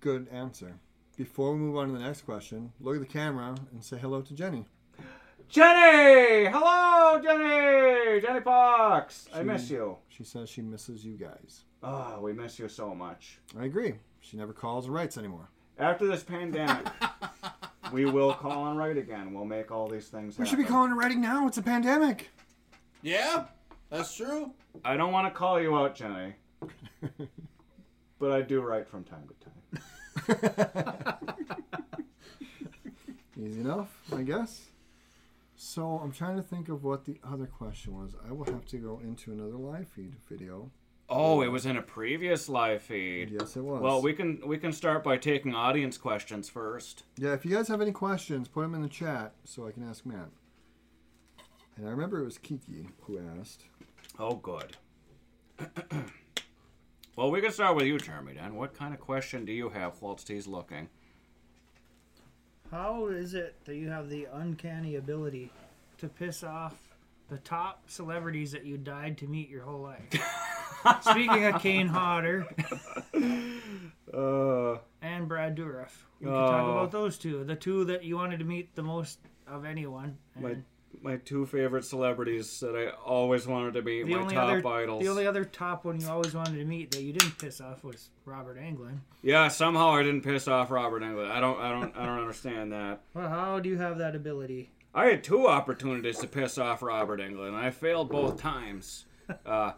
S8: Good answer. Before we move on to the next question, look at the camera and say hello to Jenny.
S7: Jenny! Hello, Jenny! Jenny Fox! I miss
S8: She-
S7: you.
S8: She says she misses you guys.
S7: Oh, we miss you so much.
S8: I agree. She never calls or writes anymore.
S7: After this pandemic, we will call and write again. We'll make all these things
S8: We
S7: happen.
S8: should be calling and writing now. It's a pandemic.
S10: Yeah, that's true.
S7: I don't want to call you out, Jenny, but I do write from time to time.
S8: Easy enough, I guess. So I'm trying to think of what the other question was. I will have to go into another live feed video.
S7: Oh, it was in a previous live feed.
S8: Yes, it was.
S7: Well, we can we can start by taking audience questions first.
S8: Yeah, if you guys have any questions, put them in the chat so I can ask Matt. And I remember it was Kiki who asked.
S7: Oh, good. well, we can start with you, Jeremy. Then, what kind of question do you have whilst he's looking?
S9: How is it that you have the uncanny ability to piss off the top celebrities that you died to meet your whole life? Speaking of Kane Hodder
S7: Uh,
S9: and Brad Dourif, we can talk
S7: Oh.
S9: about those two. The two that you wanted to meet the most of anyone.
S7: my
S9: and
S7: my two favorite celebrities that I always wanted to meet,
S9: the
S7: my
S9: only
S7: top
S9: other
S7: idols.
S9: the only other top one you always wanted to meet that you didn't piss off was Robert Englund.
S7: Yeah, somehow I didn't piss off Robert Englund. I don't I don't I don't understand that.
S9: Well, how do you have that ability?
S7: I had two opportunities to piss off Robert England, and I failed both times. Uh,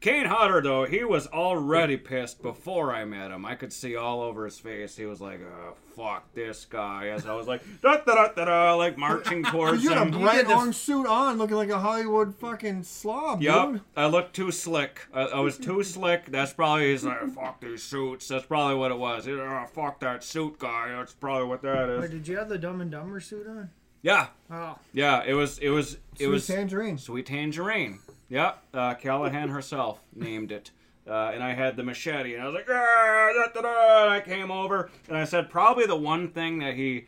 S7: Kane Hodder, though, he was already pissed before I met him. I could see all over his face. He was like, oh, fuck this guy. As I was like, da da da da da, like marching
S8: But
S7: towards
S8: you had a
S7: him.
S8: bright orange suit on, looking like a Hollywood fucking slob,
S7: Yep,
S8: dude.
S7: I looked too slick. I, I was too slick. That's probably he's like, fuck these suits. That's probably what it was. He's like, "Oh, fuck that suit guy. That's probably what that
S9: Wait,
S7: is.
S9: did you have the Dumb and Dumber suit on?
S7: Yeah,
S9: Oh,
S7: yeah. It was. It was. It
S8: Sweet
S7: was.
S8: tangerine.
S7: Sweet Tangerine. Yep, uh, Callahan herself named it. Uh, and I had the machete, and I was like, "Ah, da, da, da," and I came over, and I said probably the one thing that he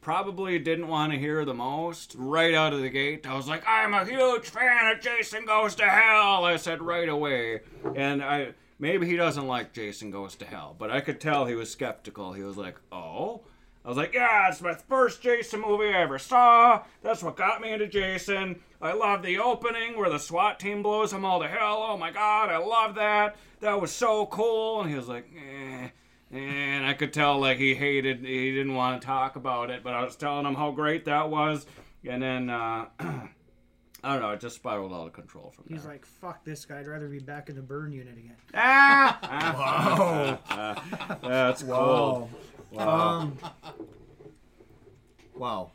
S7: probably didn't want to hear the most right out of the gate. I was like, I'm a huge fan of Jason Goes to Hell. I said right away, and I maybe he doesn't like Jason Goes to Hell, but I could tell he was skeptical. He was like, oh. I was like, yeah, it's my first Jason movie I ever saw. That's what got me into Jason. I love the opening where the SWAT team blows them all to hell. Oh my god, I love that. That was so cool. And he was like, eh. and I could tell like he hated, he didn't want to talk about it. But I was telling him how great that was, and then uh, I don't know, it just spiraled out of control from
S9: He's like, fuck this guy. I'd rather be back in the burn unit again.
S7: Ah! Wow. That's
S8: Wow.
S7: cool. Wow.
S8: Um, wow.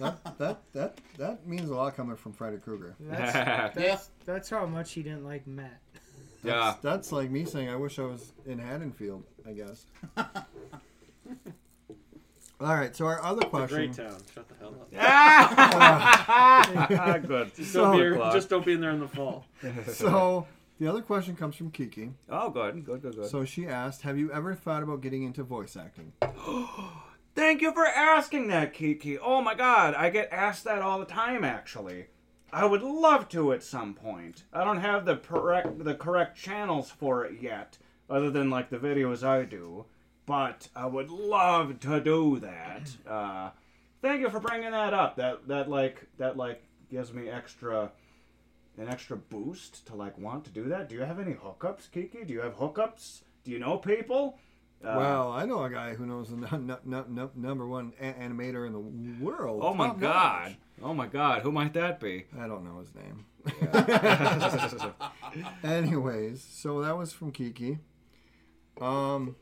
S8: That, that that that means a lot coming from Freddy Krueger.
S9: That's, that's, that's how much he didn't like Matt.
S8: That's, that's like me saying I wish I was in Haddonfield. I guess. All right. So our other
S12: It's a
S8: question.
S12: great town. Shut the hell up.
S8: Ah! Good.
S12: Just
S8: So-
S12: don't, be here, just don't be in there in the fall.
S8: so the other question comes from Kiki.
S7: Oh, good, good, good, good.
S8: So she asked, "Have you ever thought about getting into voice acting?"
S7: Thank you for asking that, Kiki. Oh my god, I get asked that all the time actually. I would love to at some point. I don't have the correct the correct channels for it yet, other than like the videos I do, but I would love to do that. Uh, thank you for bringing that up. That that like that like gives me extra an extra boost to like want to do that. Do you have any hookups, Kiki? Do you have hookups? Do you know people? Uh,
S8: well, I know a guy who knows the nu- nu- nu- nu- number one a- animator in the world.
S7: Oh my
S8: Top
S7: god.
S8: notch.
S7: Oh my god. Who might that be?
S8: I don't know his name.
S7: Yeah.
S8: Anyways, so that was from Kiki. Um,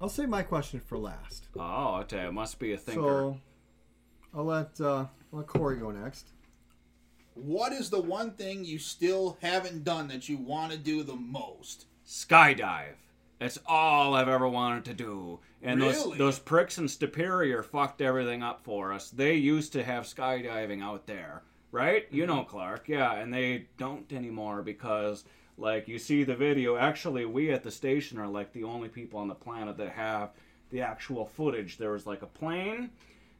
S8: I'll save my question for last.
S7: oh, okay. It must be a thinker.
S8: So I'll let uh, I'll let Corey go next.
S10: What is the one thing you still haven't done that you want to do the most?
S7: Skydive. That's all I've ever wanted to do. And those
S10: Really?
S7: those pricks in Superior fucked everything up for us. They used to have skydiving out there, right? You know Clark, yeah, and they don't anymore because like you see the video. Actually, we at the station are like the only people on the planet that have the actual footage. There was like a plane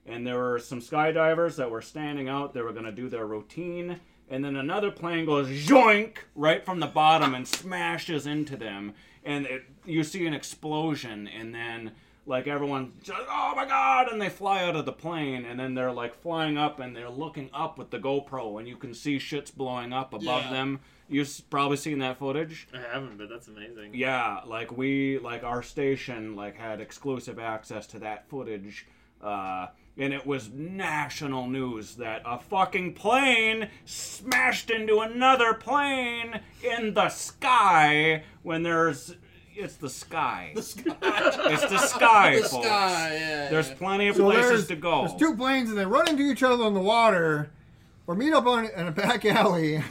S7: and there were some skydivers that were standing out. They were going to do their routine, and then another plane goes zoink right from the bottom and smashes into them, and it, you see an explosion, and then like everyone, just, oh my god, and they fly out of the plane, and then they're like flying up, and they're looking up with the GoPro, and you can see shits blowing up above
S12: Yeah.
S7: them. You've s- probably seen that footage.
S12: I haven't, but that's amazing.
S7: Yeah, like we like our station like had exclusive access to that footage. Uh and it was national news that a fucking plane smashed into another plane in the sky when there's it's the sky. The
S10: sky.
S7: It's the sky,
S8: The
S7: folks.
S8: sky, yeah,
S7: there's
S8: yeah.
S7: plenty of
S8: So
S7: places
S8: there's-
S7: to go.
S8: There's two planes and they run into each other in the water, or meet up on in a back alley.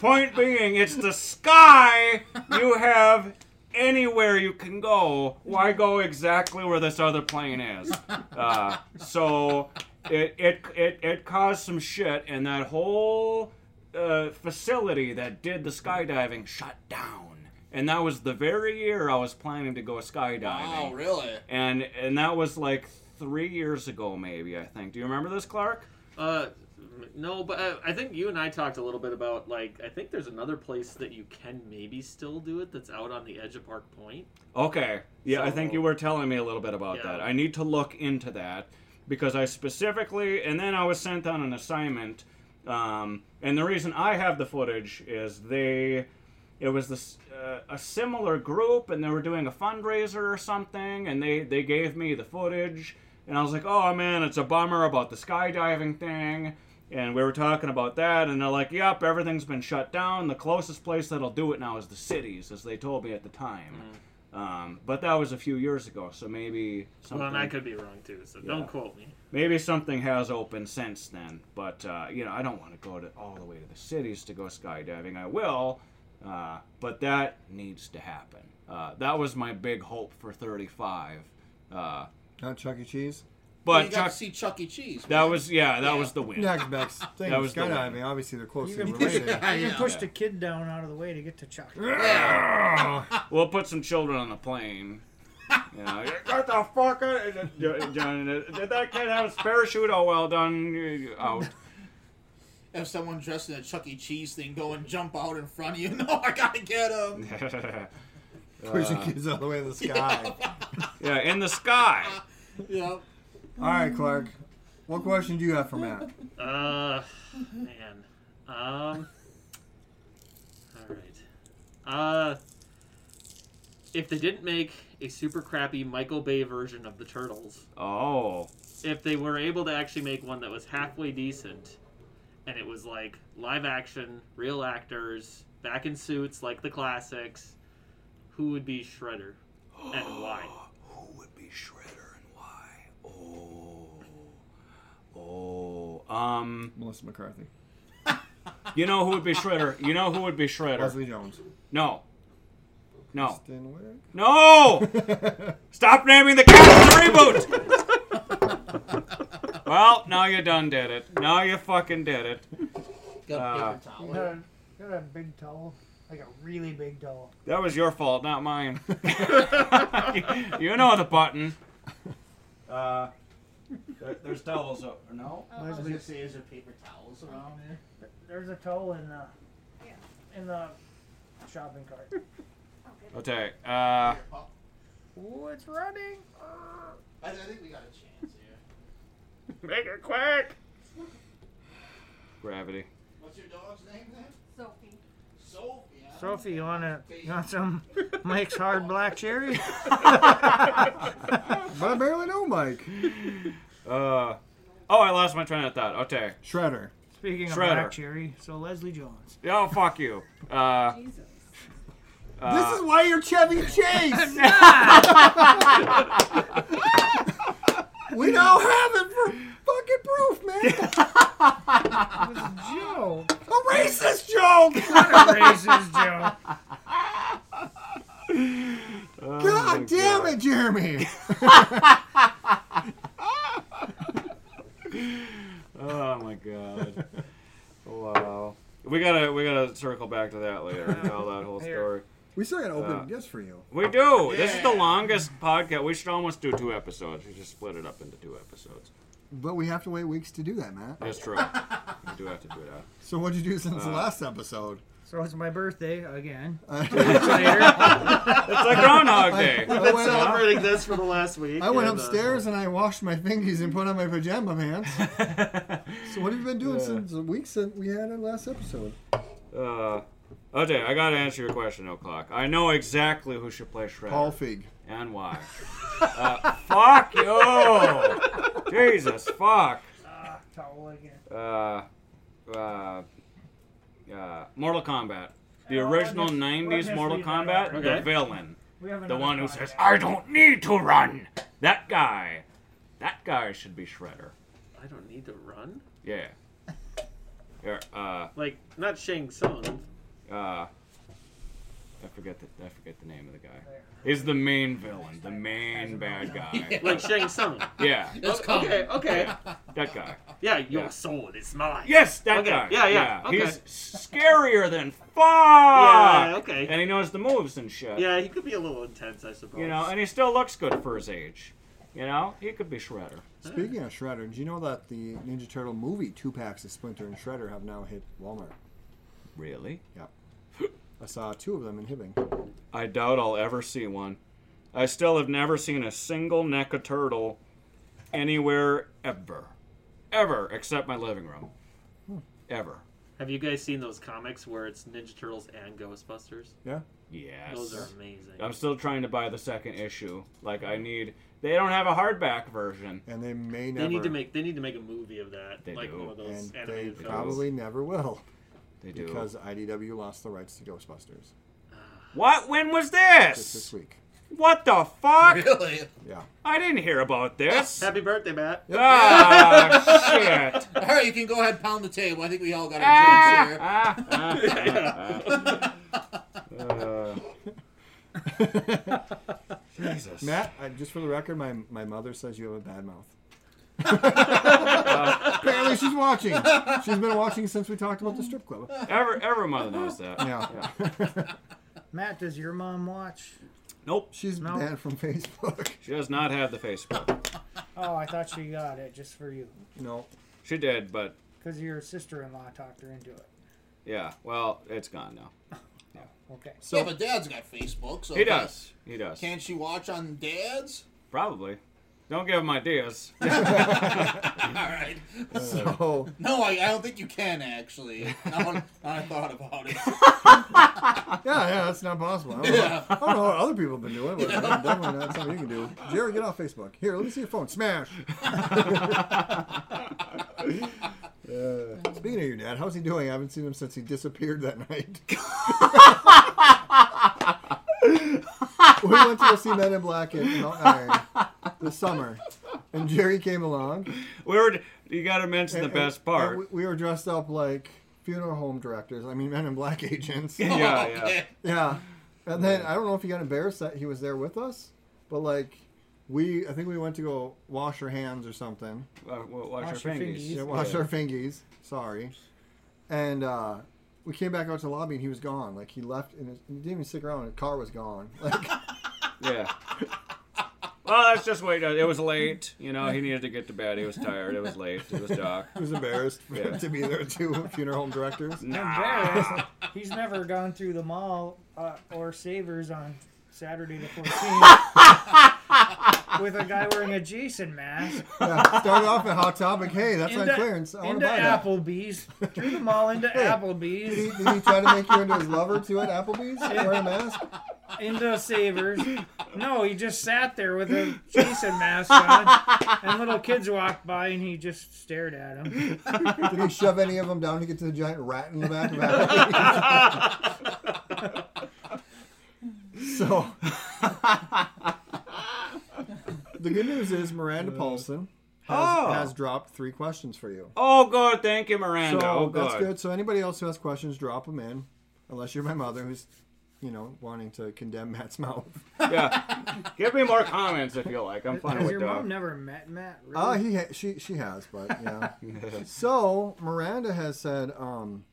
S7: Point being, it's the sky. You have anywhere you can go. Why go exactly where this other plane is? Uh, so it, it it it caused some shit, and that whole uh, facility that did the skydiving shut down. And that was the very year I was planning to go skydiving.
S10: Wow, Oh, really?
S7: And and that was like three years ago, maybe I think. Do you remember this, Clark?
S12: Uh, m- no, but uh, I, I think you and I talked a little bit about like I think there's another place that you can maybe still do it that's out on the edge of Park Point.
S7: Okay. Yeah, I think
S12: So-
S7: you were telling me a little bit about
S12: Yeah.
S7: that. I need to look into that because I specifically, and then I was sent on an assignment. Um, and the reason I have the footage is they, it was this uh, a similar group, and they were doing a fundraiser or something, and they they gave me the footage, and I was like, oh man, it's a bummer about the skydiving thing. And we were talking about that, and they're like, "Yep, everything's been shut down. The closest place that'll do it now is the cities," as they told me at the time.
S12: Mm-hmm.
S7: Um, but that was a few years ago, so maybe something.
S12: Well, and I could be wrong too, so
S7: Yeah.
S12: don't quote me.
S7: Maybe something has opened since then, but uh, you know I don't want to go to all the way to the cities to go skydiving. I will, uh, but that needs to happen. Uh, that was my big hope for 35. Uh,
S8: Not Chuck E. Cheese.
S10: Well,
S7: but
S10: you got
S7: Chuck,
S10: to see Chuck E. Cheese.
S7: that was yeah, that was the win.
S8: Next best thing.
S7: That was the
S8: skydiving.
S7: win.
S8: Obviously, they're
S9: You
S8: closely
S9: can push,
S8: related.
S9: you can push the kid down out of the way to get to Chuck.
S7: we'll put some children on the plane. You know, what the fuck? uh, uh, John, uh, Did that kid have a parachute? Oh, well done. uh, Out.
S10: Have someone dressed in a Chuck E. Cheese thing go and jump out in front of you. No, I gotta get him.
S8: Push the
S7: Uh,
S8: kids all the way to the sky.
S7: Yeah, in the sky.
S10: Yep.
S8: All right, Clark. What question do you have for Matt?
S12: Uh, man. Um. All right. Uh, if they didn't make a super crappy Michael Bay version of the Turtles,
S7: Oh.
S12: if they were able to actually make one that was halfway decent, and it was like live action, real actors, back in suits like the classics, who would be Shredder and why?
S7: Oh. Um.
S8: Melissa McCarthy.
S7: You know who would be Shredder? You know who would be Shredder?
S8: Leslie Jones.
S7: No. No.
S8: Kristen Wiig?
S7: No! Stop naming the cast in the reboot! well, now you done did it. Now you fucking did it. Uh,
S9: You got a, you got a big towel, like a really big towel.
S7: that was your fault, not mine. you know the button. Uh, there, there's towels up. No?
S9: I was gonna
S10: say, is there paper towels around there?
S9: Um, There's a towel in the in the shopping cart.
S7: Okay. Uh,
S9: Ooh, it's running.
S10: I, I think we got a chance here.
S12: Make it quick!
S7: gravity.
S10: What's your dog's name then?
S11: Sophie.
S10: Sophie. I
S9: Sophie, you want to you want some Mike's hard black cherry?
S8: But I barely know Mike.
S7: Uh, oh, I lost my train of thought. Okay.
S8: Shredder.
S9: Speaking of
S7: Shredder.
S9: black cherry, so Leslie Jones.
S7: Oh, fuck you. Uh, uh,
S8: this is why you're Chevy Chase. we now have it for fucking proof, man.
S9: Joe,
S8: A racist
S9: Oh
S8: joke.
S9: racist Joe.
S8: God damn it, Jeremy.
S7: Oh my god. wow. We gotta we gotta circle back to that later and tell that whole
S9: Here.
S7: story.
S8: We still got an opening
S7: Uh,
S8: just for you.
S7: We do. This is the longest podcast. We should almost do two episodes. We should split it up into two episodes.
S8: But we have to wait weeks to do that, Matt.
S7: That's true. we do have to do that.
S8: So what'd you do since the last episode?
S9: So it's my birthday again.
S7: It's like Groundhog Day.
S8: I
S12: Been
S8: went up-
S12: celebrating this for the last week.
S8: I went
S12: and, uh,
S8: upstairs and I washed my fingies and put on my pajama pants. so what have you been doing since the week since we had our last episode?
S7: Uh, okay, I gotta answer your question, O'Clock. I know exactly who should play Shredder.
S8: Paul Fig.
S7: and why. uh, fuck you! Jesus, fuck.
S9: Ah, Towel again.
S7: uh, uh, uh, Mortal Kombat. The original
S9: let's-
S7: 90s
S9: let's
S7: Mortal
S9: leave that
S7: Kombat,
S9: alone.
S7: the
S12: Okay.
S7: villain.
S9: We have
S7: The
S9: another
S7: one who
S9: podcast.
S7: says, I don't need to run! That guy. That guy should be Shredder.
S12: I don't need to run.
S7: Yeah. Here, uh,
S12: Like, not Shang Tsung.
S7: uh, I forget the I forget the name of the guy. Is the main villain, the main bad guy.
S12: Like Shang Tsung.
S7: Yeah,
S10: It's
S9: Oh.
S10: coming.
S12: Okay, okay.
S7: that guy.
S12: Yeah, your
S7: Yeah.
S12: soul is mine.
S7: Yes, that
S12: Okay,
S7: guy.
S12: yeah, yeah, okay.
S7: He's scarier than fuck.
S12: Yeah, okay.
S7: And he knows the moves and shit.
S12: Yeah, he could be a little intense, I suppose.
S7: You know, and he still looks good for his age. You know, he could be Shredder.
S8: Speaking of Shredder, did you know that the Ninja Turtle movie two packs of Splinter and Shredder have now hit Walmart?
S7: Really?
S8: Yep. I saw two of them in Hibbing.
S7: I doubt I'll ever see one. I still have never seen a single NECA turtle anywhere ever. Ever, except my living room. Ever.
S12: Have you guys seen those comics where it's Ninja Turtles and Ghostbusters?
S8: Yeah.
S7: Yes.
S12: Those are amazing.
S7: I'm still trying to buy the second issue. Like, I need. They don't have a hardback version.
S8: And they may
S12: they
S8: never.
S12: need to make they need to make a movie of that,
S7: They
S12: like
S7: do.
S12: one of those
S8: and they
S12: animated films.
S8: probably never will
S7: They do.
S8: because IDW lost the rights to Ghostbusters
S7: What? When was
S8: just this
S7: this?
S8: week.
S7: What the fuck?
S10: Really?
S8: Yeah.
S7: I didn't hear about this.
S12: Happy birthday, Matt.
S7: Ah, shit.
S10: All right, you can go ahead and pound the table. I think we all got our drinks here.
S7: Ah, ah, ah, ah. Uh, Jesus.
S8: Matt, I, just for the record, my my mother says you have a bad mouth. Apparently, she's watching. She's been watching since we talked about the strip club.
S7: Every, every mother knows that.
S8: Yeah.
S9: Matt, does your mom watch?
S7: Nope.
S8: She's
S9: No.
S8: banned from Facebook.
S7: She does not have the Facebook.
S9: Oh, I thought she got it just for you,
S8: No.
S7: She did, but
S9: because your sister-in-law talked her into it.
S7: yeah. Well, it's gone now.
S9: Okay.
S10: yeah, but Dad's got Facebook, so
S7: He does. He does.
S10: Can't she watch on Dad's?
S7: Probably. Don't give him ideas. All
S10: right.
S8: So-
S10: No, I, I don't think you can actually. Now, now I thought about it.
S8: Yeah, yeah, that's not possible. I don't, know, I don't know what other people have been doing, but that's definitely not something you can do. Jerry, get off Facebook. Here, let me see your phone. Smash. Uh, speaking of your dad, how's he doing? I haven't seen him since he disappeared that night. we went to go see Men in Black in Mount Iron this summer, and Jerry came along.
S7: We were. You got to mention the
S8: And-
S7: best
S8: and-
S7: part.
S8: and we, we were dressed up like funeral home directors. I mean, Men in Black agents.
S7: Yeah, yeah.
S8: Oh, yeah. And then I don't know if he got embarrassed that he was there with us, but like we, I think we went to go wash our hands or something.
S7: Uh, wa- wash Wash our our fingies. fingies.
S8: Yeah, wash
S7: Yeah.
S8: our fingies. Sorry. And uh, we came back out to the lobby and he was gone. Like he left and his- he didn't even stick around. The car was gone. Like
S7: Yeah. Well, that's just what he does. It was late. You know, he needed to get to bed. He was tired. It was late. It was dark.
S8: he was embarrassed
S7: Yeah.
S8: to be there too. Funeral home directors.
S9: Embarrassed. He's never gone through the mall uh, or Savers on Saturday the 14th with a guy wearing a Jason mask.
S8: Yeah, started off at Hot Topic. Hey, that's on clearance. I want
S9: into
S8: to buy that.
S9: Applebee's. Through the mall into
S8: Hey,
S9: Applebee's.
S8: Did he, did he try to make you into his lover too at Applebee's? Wearing a mask?
S9: into Savers. No, he just sat there with a Jason mask on, and little kids walked by, and he just stared at him.
S8: Did he shove any of them down to get to the giant rat in the back of Applebee's? so, the good news is Miranda Paulson has,
S7: Oh.
S8: has dropped three questions for you.
S7: Oh, good. Thank you, Miranda.
S8: So
S7: oh, good.
S8: that's good. So anybody else who has questions, drop them in. Unless you're my mother, who's, you know, wanting to condemn Matt's mouth.
S7: Yeah. Give me more comments if you like. I'm fine
S9: Has
S7: with
S9: your
S7: dog.
S9: mom never met Matt? Really?
S8: Uh, he ha- she she has, but yeah. so Miranda has said, um,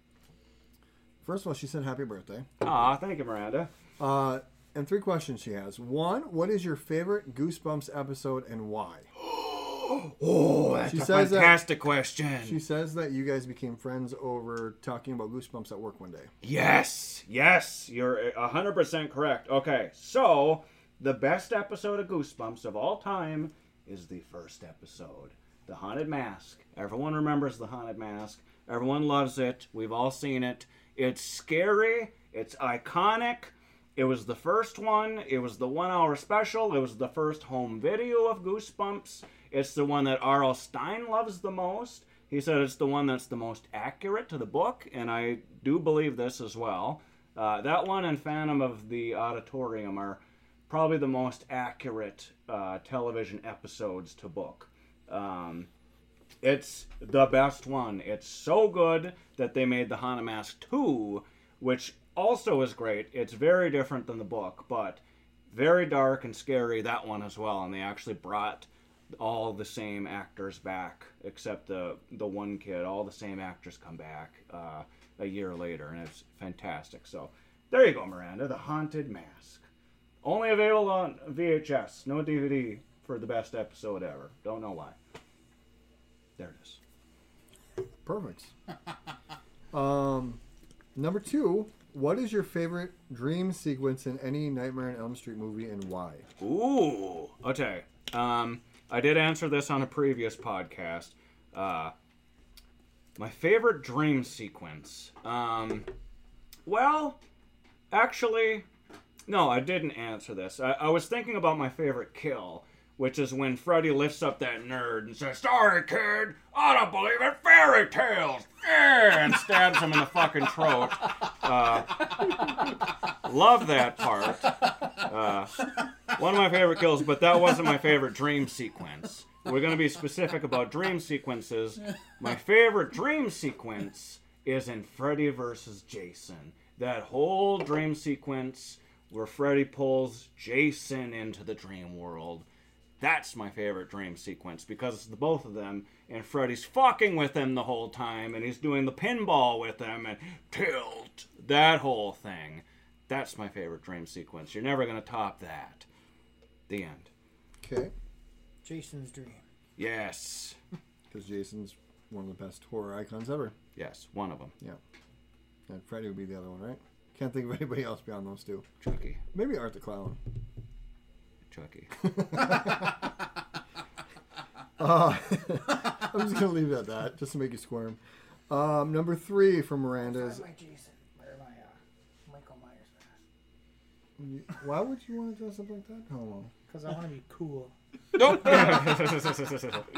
S8: first of all, she said happy birthday.
S7: Aw, thank you, Miranda.
S8: Uh, and three questions she has. One, what is your favorite Goosebumps episode and why?
S7: Oh, that's a
S9: uh,
S8: says that-
S7: fantastic question.
S8: She says that you guys became friends over talking about Goosebumps at work one day.
S7: Yes, yes, you're 100% correct. Okay, so the best episode of Goosebumps of all time is the first episode The Haunted Mask. Everyone remembers The Haunted Mask, everyone loves it. We've all seen it. It's scary, it's iconic. It was the first one, it was the one hour special, it was the first home video of Goosebumps. It's the one that R.L. Stein loves the most. He said it's the one that's the most accurate to the book, and I do believe this as well. Uh, that one and Phantom of the Auditorium are probably the most accurate uh, television episodes to book. Um, it's the best one. It's so good that they made the Haunted Mask 2, which also is great. It's very different than the book, but very dark and scary, that one as well. And they actually brought all the same actors back, except the, the one kid. All the same actors come back uh, a year later, and it's fantastic. So there you go, Miranda. The Haunted Mask. Only available on VHS, no DVD for the best episode ever. Don't know why. There it is.
S8: Perfect. Um, number two, what is your favorite dream sequence in any Nightmare on Elm Street movie and why?
S7: Ooh. Okay. Um, I did answer this on a previous podcast. Uh, my favorite dream sequence. Um, well, actually, no, I didn't answer this. I, I was thinking about my favorite kill, which is when Freddy lifts up that nerd and says, Sorry, kid, I don't believe in fairy tales. Yeah, and stabs him in the fucking throat. Uh, love that part. Uh, one of my favorite kills, but that wasn't my favorite dream sequence. We're going to be specific about dream sequences. My favorite dream sequence is in Freddy versus Jason. That whole dream sequence where Freddy pulls Jason into the dream world. That's my favorite dream sequence because it's the both of them, and Freddy's fucking with him the whole time, and he's doing the pinball with him, and tilt that whole thing. That's my favorite dream sequence. You're never gonna top that. The end.
S8: Okay.
S9: Jason's dream.
S7: Yes.
S8: Because Jason's one of the best horror icons ever.
S7: Yes. One of them.
S8: Yeah. And Freddy would be the other one, right? Can't think of anybody else beyond those two.
S7: Chucky.
S8: Maybe Art the Clown.
S7: Chucky.
S8: Uh, I'm just gonna leave it at that, just to make you squirm. Um, number three from Miranda is.
S9: my Jason or my uh, Michael Myers
S8: Why would you want to do something like that, Oh, Homo?
S9: because I want to be cool.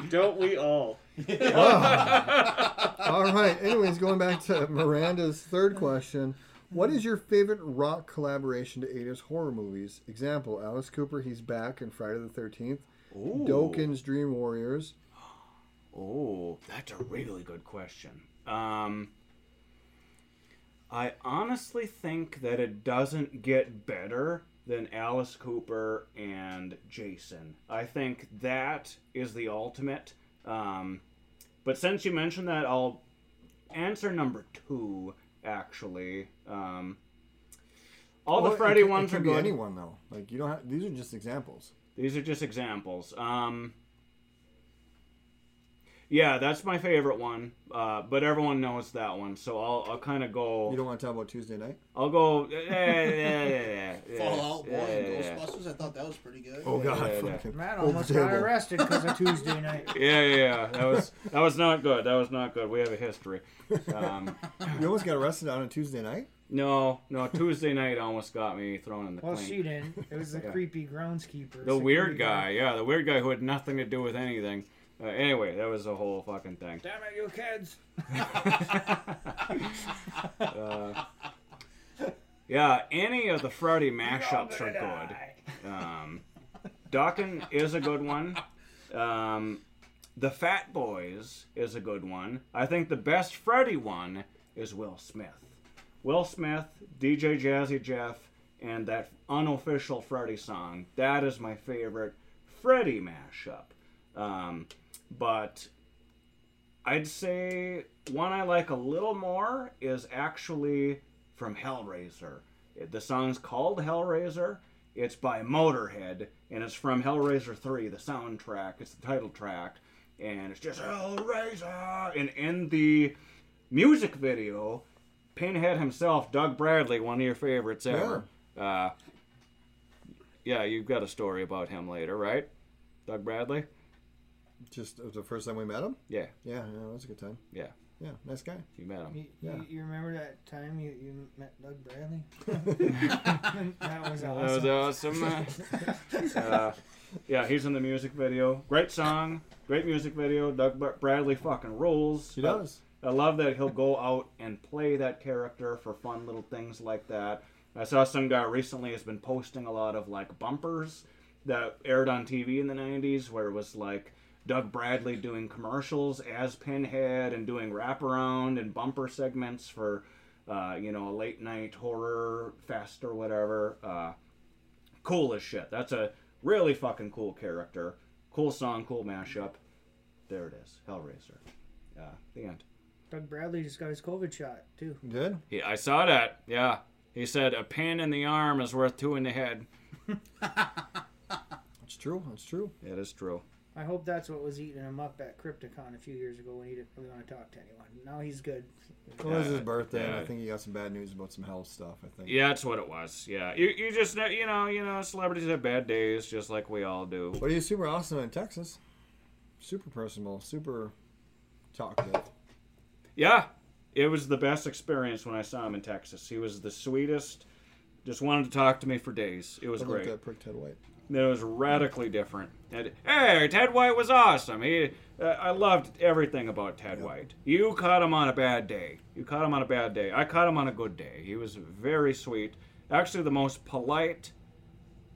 S12: Don't we all?
S8: Oh. All right. Anyways, going back to Miranda's third question. What is your favorite rock collaboration to Ada's horror movies? Example, Alice Cooper, He's Back, and Friday the 13th.
S7: Ooh.
S8: Dokin's Dream Warriors.
S7: Oh, that's a really good question. Um, I honestly think that it doesn't get better than Alice Cooper and Jason. I think that is the ultimate. Um, but since you mentioned that, I'll answer number two, actually. Um, all
S8: Well,
S7: the
S8: it
S7: Freddy
S8: can- it
S7: ones
S8: can
S7: are
S8: be
S7: good.
S8: anyone, though. Like, you don't have, these are just examples.
S7: These are just examples. Um, yeah, that's my favorite one, uh, but everyone knows that one, so I'll, I'll kind of go.
S8: You don't want to talk about Tuesday night?
S7: I'll go. Yeah, yeah, yeah, yeah, yeah,
S10: Fallout Boy
S7: yeah,
S10: and
S7: yeah, yeah.
S10: Ghostbusters. I thought that was pretty good.
S8: Oh, God.
S7: yeah, yeah.
S8: fucking
S9: Matt
S8: over the
S9: almost got
S8: table.
S9: arrested because of Tuesday night.
S7: Yeah, yeah, yeah. That was that was not good. That was not good. We have a history. Um,
S8: You almost got arrested on a Tuesday night?
S7: no, no. Tuesday night almost got me thrown in the
S9: Well,
S7: clink.
S9: she didn't. It was the
S7: Yeah.
S9: creepy groundskeeper.
S7: The
S9: security
S7: weird guy, yeah, the weird guy who had nothing to do with anything. Uh, anyway, that was a whole fucking thing.
S9: Damn it, you kids!
S7: Uh, yeah, any of the Friday mashups are good. Um, Dawkins is a good one. Um, the Fat Boys is a good one. I think the best Friday one is Will Smith. Will Smith, DJ Jazzy Jeff, and that unofficial Freddy song. That is my favorite Freddy mashup. Um, but I'd say one I like a little more is actually from Hellraiser. It- The song's called Hellraiser. It's by Motorhead, and it's from Hellraiser 3, the soundtrack. It's the title track, and it's just Hellraiser. And in the music video, Pinhead himself, Doug Bradley, one of your favorites ever. Uh, yeah, you've got a story about him later, right? Doug Bradley?
S8: Just it was the first time we met him?
S7: Yeah,
S8: Yeah, yeah, that was a good time.
S7: yeah.
S8: Yeah, nice guy.
S7: You met him.
S9: You,
S8: Yeah.
S9: you, you remember that time you, you met Doug Bradley? that was awesome.
S7: That was awesome. uh, yeah, he's in the music video. Great song, great music video. Doug Br- Bradley fucking rules.
S8: He does.
S7: I love that he'll go out and play that character for fun little things like that. I saw some guy recently has been posting a lot of like bumpers that aired on TV in the 90s where it was like Doug Bradley doing commercials as Pinhead and doing wraparound and bumper segments for, uh, you know, a late night horror fest or whatever. Uh, cool as shit. That's a really fucking cool character. Cool song, cool mashup. There it is. Hellraiser. Uh, the end.
S9: Doug Bradley just got his COVID shot too.
S8: You did?
S7: He, I saw that. Yeah. He said a pin in the arm is worth two in the head.
S8: It's true. It's true.
S7: It is true.
S9: I hope that's what was eating him up at Crypticon a few years ago when he didn't really want to talk to anyone. Now he's good.
S8: It was his birthday, and I
S7: yeah.
S8: think he got some bad news about some health stuff, I think.
S7: Yeah, that's what it was. Yeah. You, you just know, you know, you know, celebrities have bad days just like we all do.
S8: But he's super awesome in Texas. Super personal, super talkative.
S7: Yeah. It was the best experience when I saw him in Texas. He was the sweetest. Just wanted to talk to me for days. It was
S8: I
S7: great.
S8: that prick Ted White.
S7: that was radically different. And, hey, Ted White was awesome. He, uh, I loved everything about Ted White. You caught him on a bad day. You caught him on a bad day. I caught him on a good day. He was very sweet. Actually, the most polite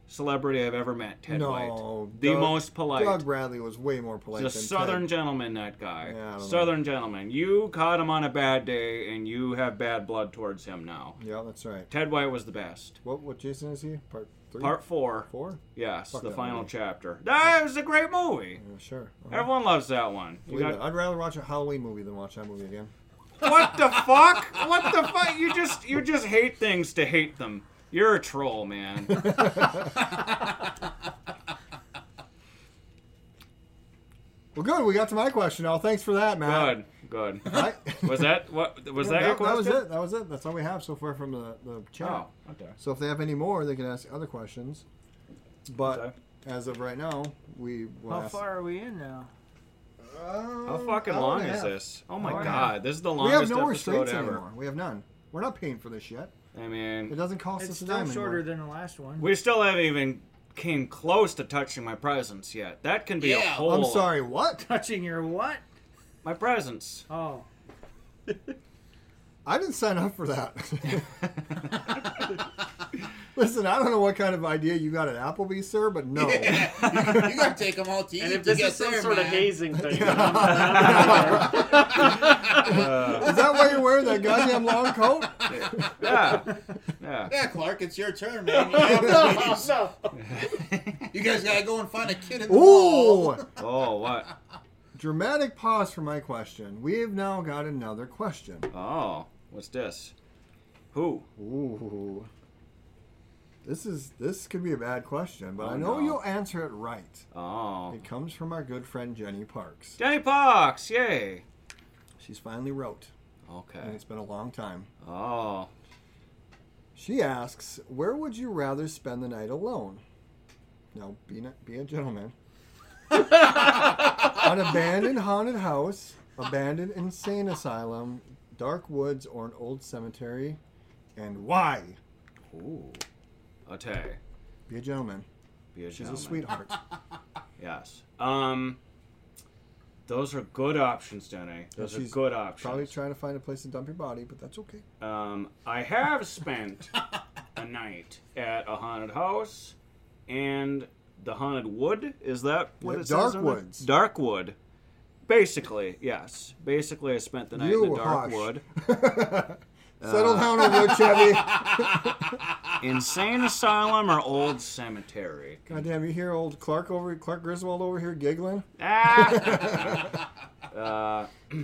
S7: celebrity I've ever met. Ted
S8: no,
S7: White, the
S8: Doug-
S7: most polite.
S8: Doug Bradley was way more polite.
S7: He's a
S8: than
S7: southern
S8: Ted.
S7: gentleman, that guy.
S8: Yeah, I don't know.
S7: southern gentleman. You caught him on a bad day, and you have bad blood towards him now.
S8: Yeah, that's right.
S7: Ted White was the best.
S8: What what Jason is he? Part three.
S7: Part four.
S8: four.
S7: Yes,
S8: Fuck
S7: the
S8: that
S7: final
S8: movie.
S7: chapter. That was a great movie.
S8: Yeah, sure. All right.
S7: Everyone loves that one. You
S8: Believe it.
S7: got,
S8: I'd rather watch a Halloween movie than watch that movie again.
S7: what the fuck? What the fuck? You just you just hate things to hate them. You're a troll, man.
S8: Well, good. We got to my question. Now, thanks for that, Matt.
S7: Good, good.
S8: I-
S7: Was that what? Was that your
S8: that,
S7: question?
S8: was it. That was it. That's all we have so far from the, the chat.
S7: Oh, okay.
S8: So if they have any more, they can ask other questions. But
S7: Okay.
S8: as of right now, we will
S9: How
S8: ask Oh,
S9: far are we in now?
S7: How fucking
S8: hour
S7: long
S8: and a
S7: is
S8: half.
S7: this? Oh my
S8: Hour and a
S7: god,
S8: half.
S7: this is the
S8: We have
S7: longest
S8: no more
S7: episode
S8: states
S7: ever.
S8: anymore. We have none. We're not paying for this yet.
S7: I mean,
S8: It doesn't cost
S9: It's
S8: us a
S9: still
S8: dime
S9: shorter
S8: anymore.
S9: than the last one.
S7: we still haven't even came close to touching my presence yet. That can be a
S9: Yeah.
S7: whole.
S8: I'm sorry. What?
S9: Touching your what?
S7: My presence.
S9: Oh.
S8: I didn't sign up for that. Listen, I don't know what kind of idea you got at Applebee's, sir, but no.
S10: you gotta take them out to eat
S12: And if
S10: to
S12: this
S10: get
S12: is some
S10: there,
S12: sort of
S10: man.
S12: hazing thing, then I'm-
S8: Is that why you're wearing that goddamn long coat?
S7: Yeah. Yeah.
S10: Yeah, Clark, it's your turn, man. You,
S9: Oh,
S10: have
S12: no.
S10: you guys gotta go and find a kid in the
S8: Ooh!
S10: mall.
S7: Oh, what?
S8: Dramatic pause for my question. We have now got another question.
S7: Oh, what's this? Who?
S8: Ooh. This is this could be a bad question, but
S7: Oh,
S8: I know
S7: no.
S8: you'll answer it right.
S7: Oh.
S8: It comes from our good friend Jenny Parks.
S7: Jenny Pox, yay.
S8: She's finally wrote, and
S7: Okay.
S8: it's been a long time.
S7: Oh.
S8: She asks, "Where would you rather spend the night alone?" Now, be not, be a gentleman. An abandoned haunted house, abandoned insane asylum, dark woods, or an old cemetery, and why?
S7: Ooh. Okay.
S8: Be a gentleman.
S7: Be a
S8: She's
S7: gentleman.
S8: a sweetheart.
S7: Yes. Um. Those are good options, Denny. Those are
S8: she's
S7: good options.
S8: Probably trying to find a place to dump your body, but that's okay.
S7: Um, I have spent a night at a haunted house and the haunted wood. Is that what
S8: Yeah,
S7: it
S8: dark
S7: says? on there?
S8: woods.
S7: Dark wood. Basically, yes. Basically, I spent the night in
S8: You
S7: the dark
S8: hush.
S7: wood.
S8: Settle
S7: Uh.
S8: down over there, Chevy.
S7: Insane asylum or old cemetery?
S8: Goddamn, you hear old Clark over Clark Griswold over here giggling?
S7: Ah! uh,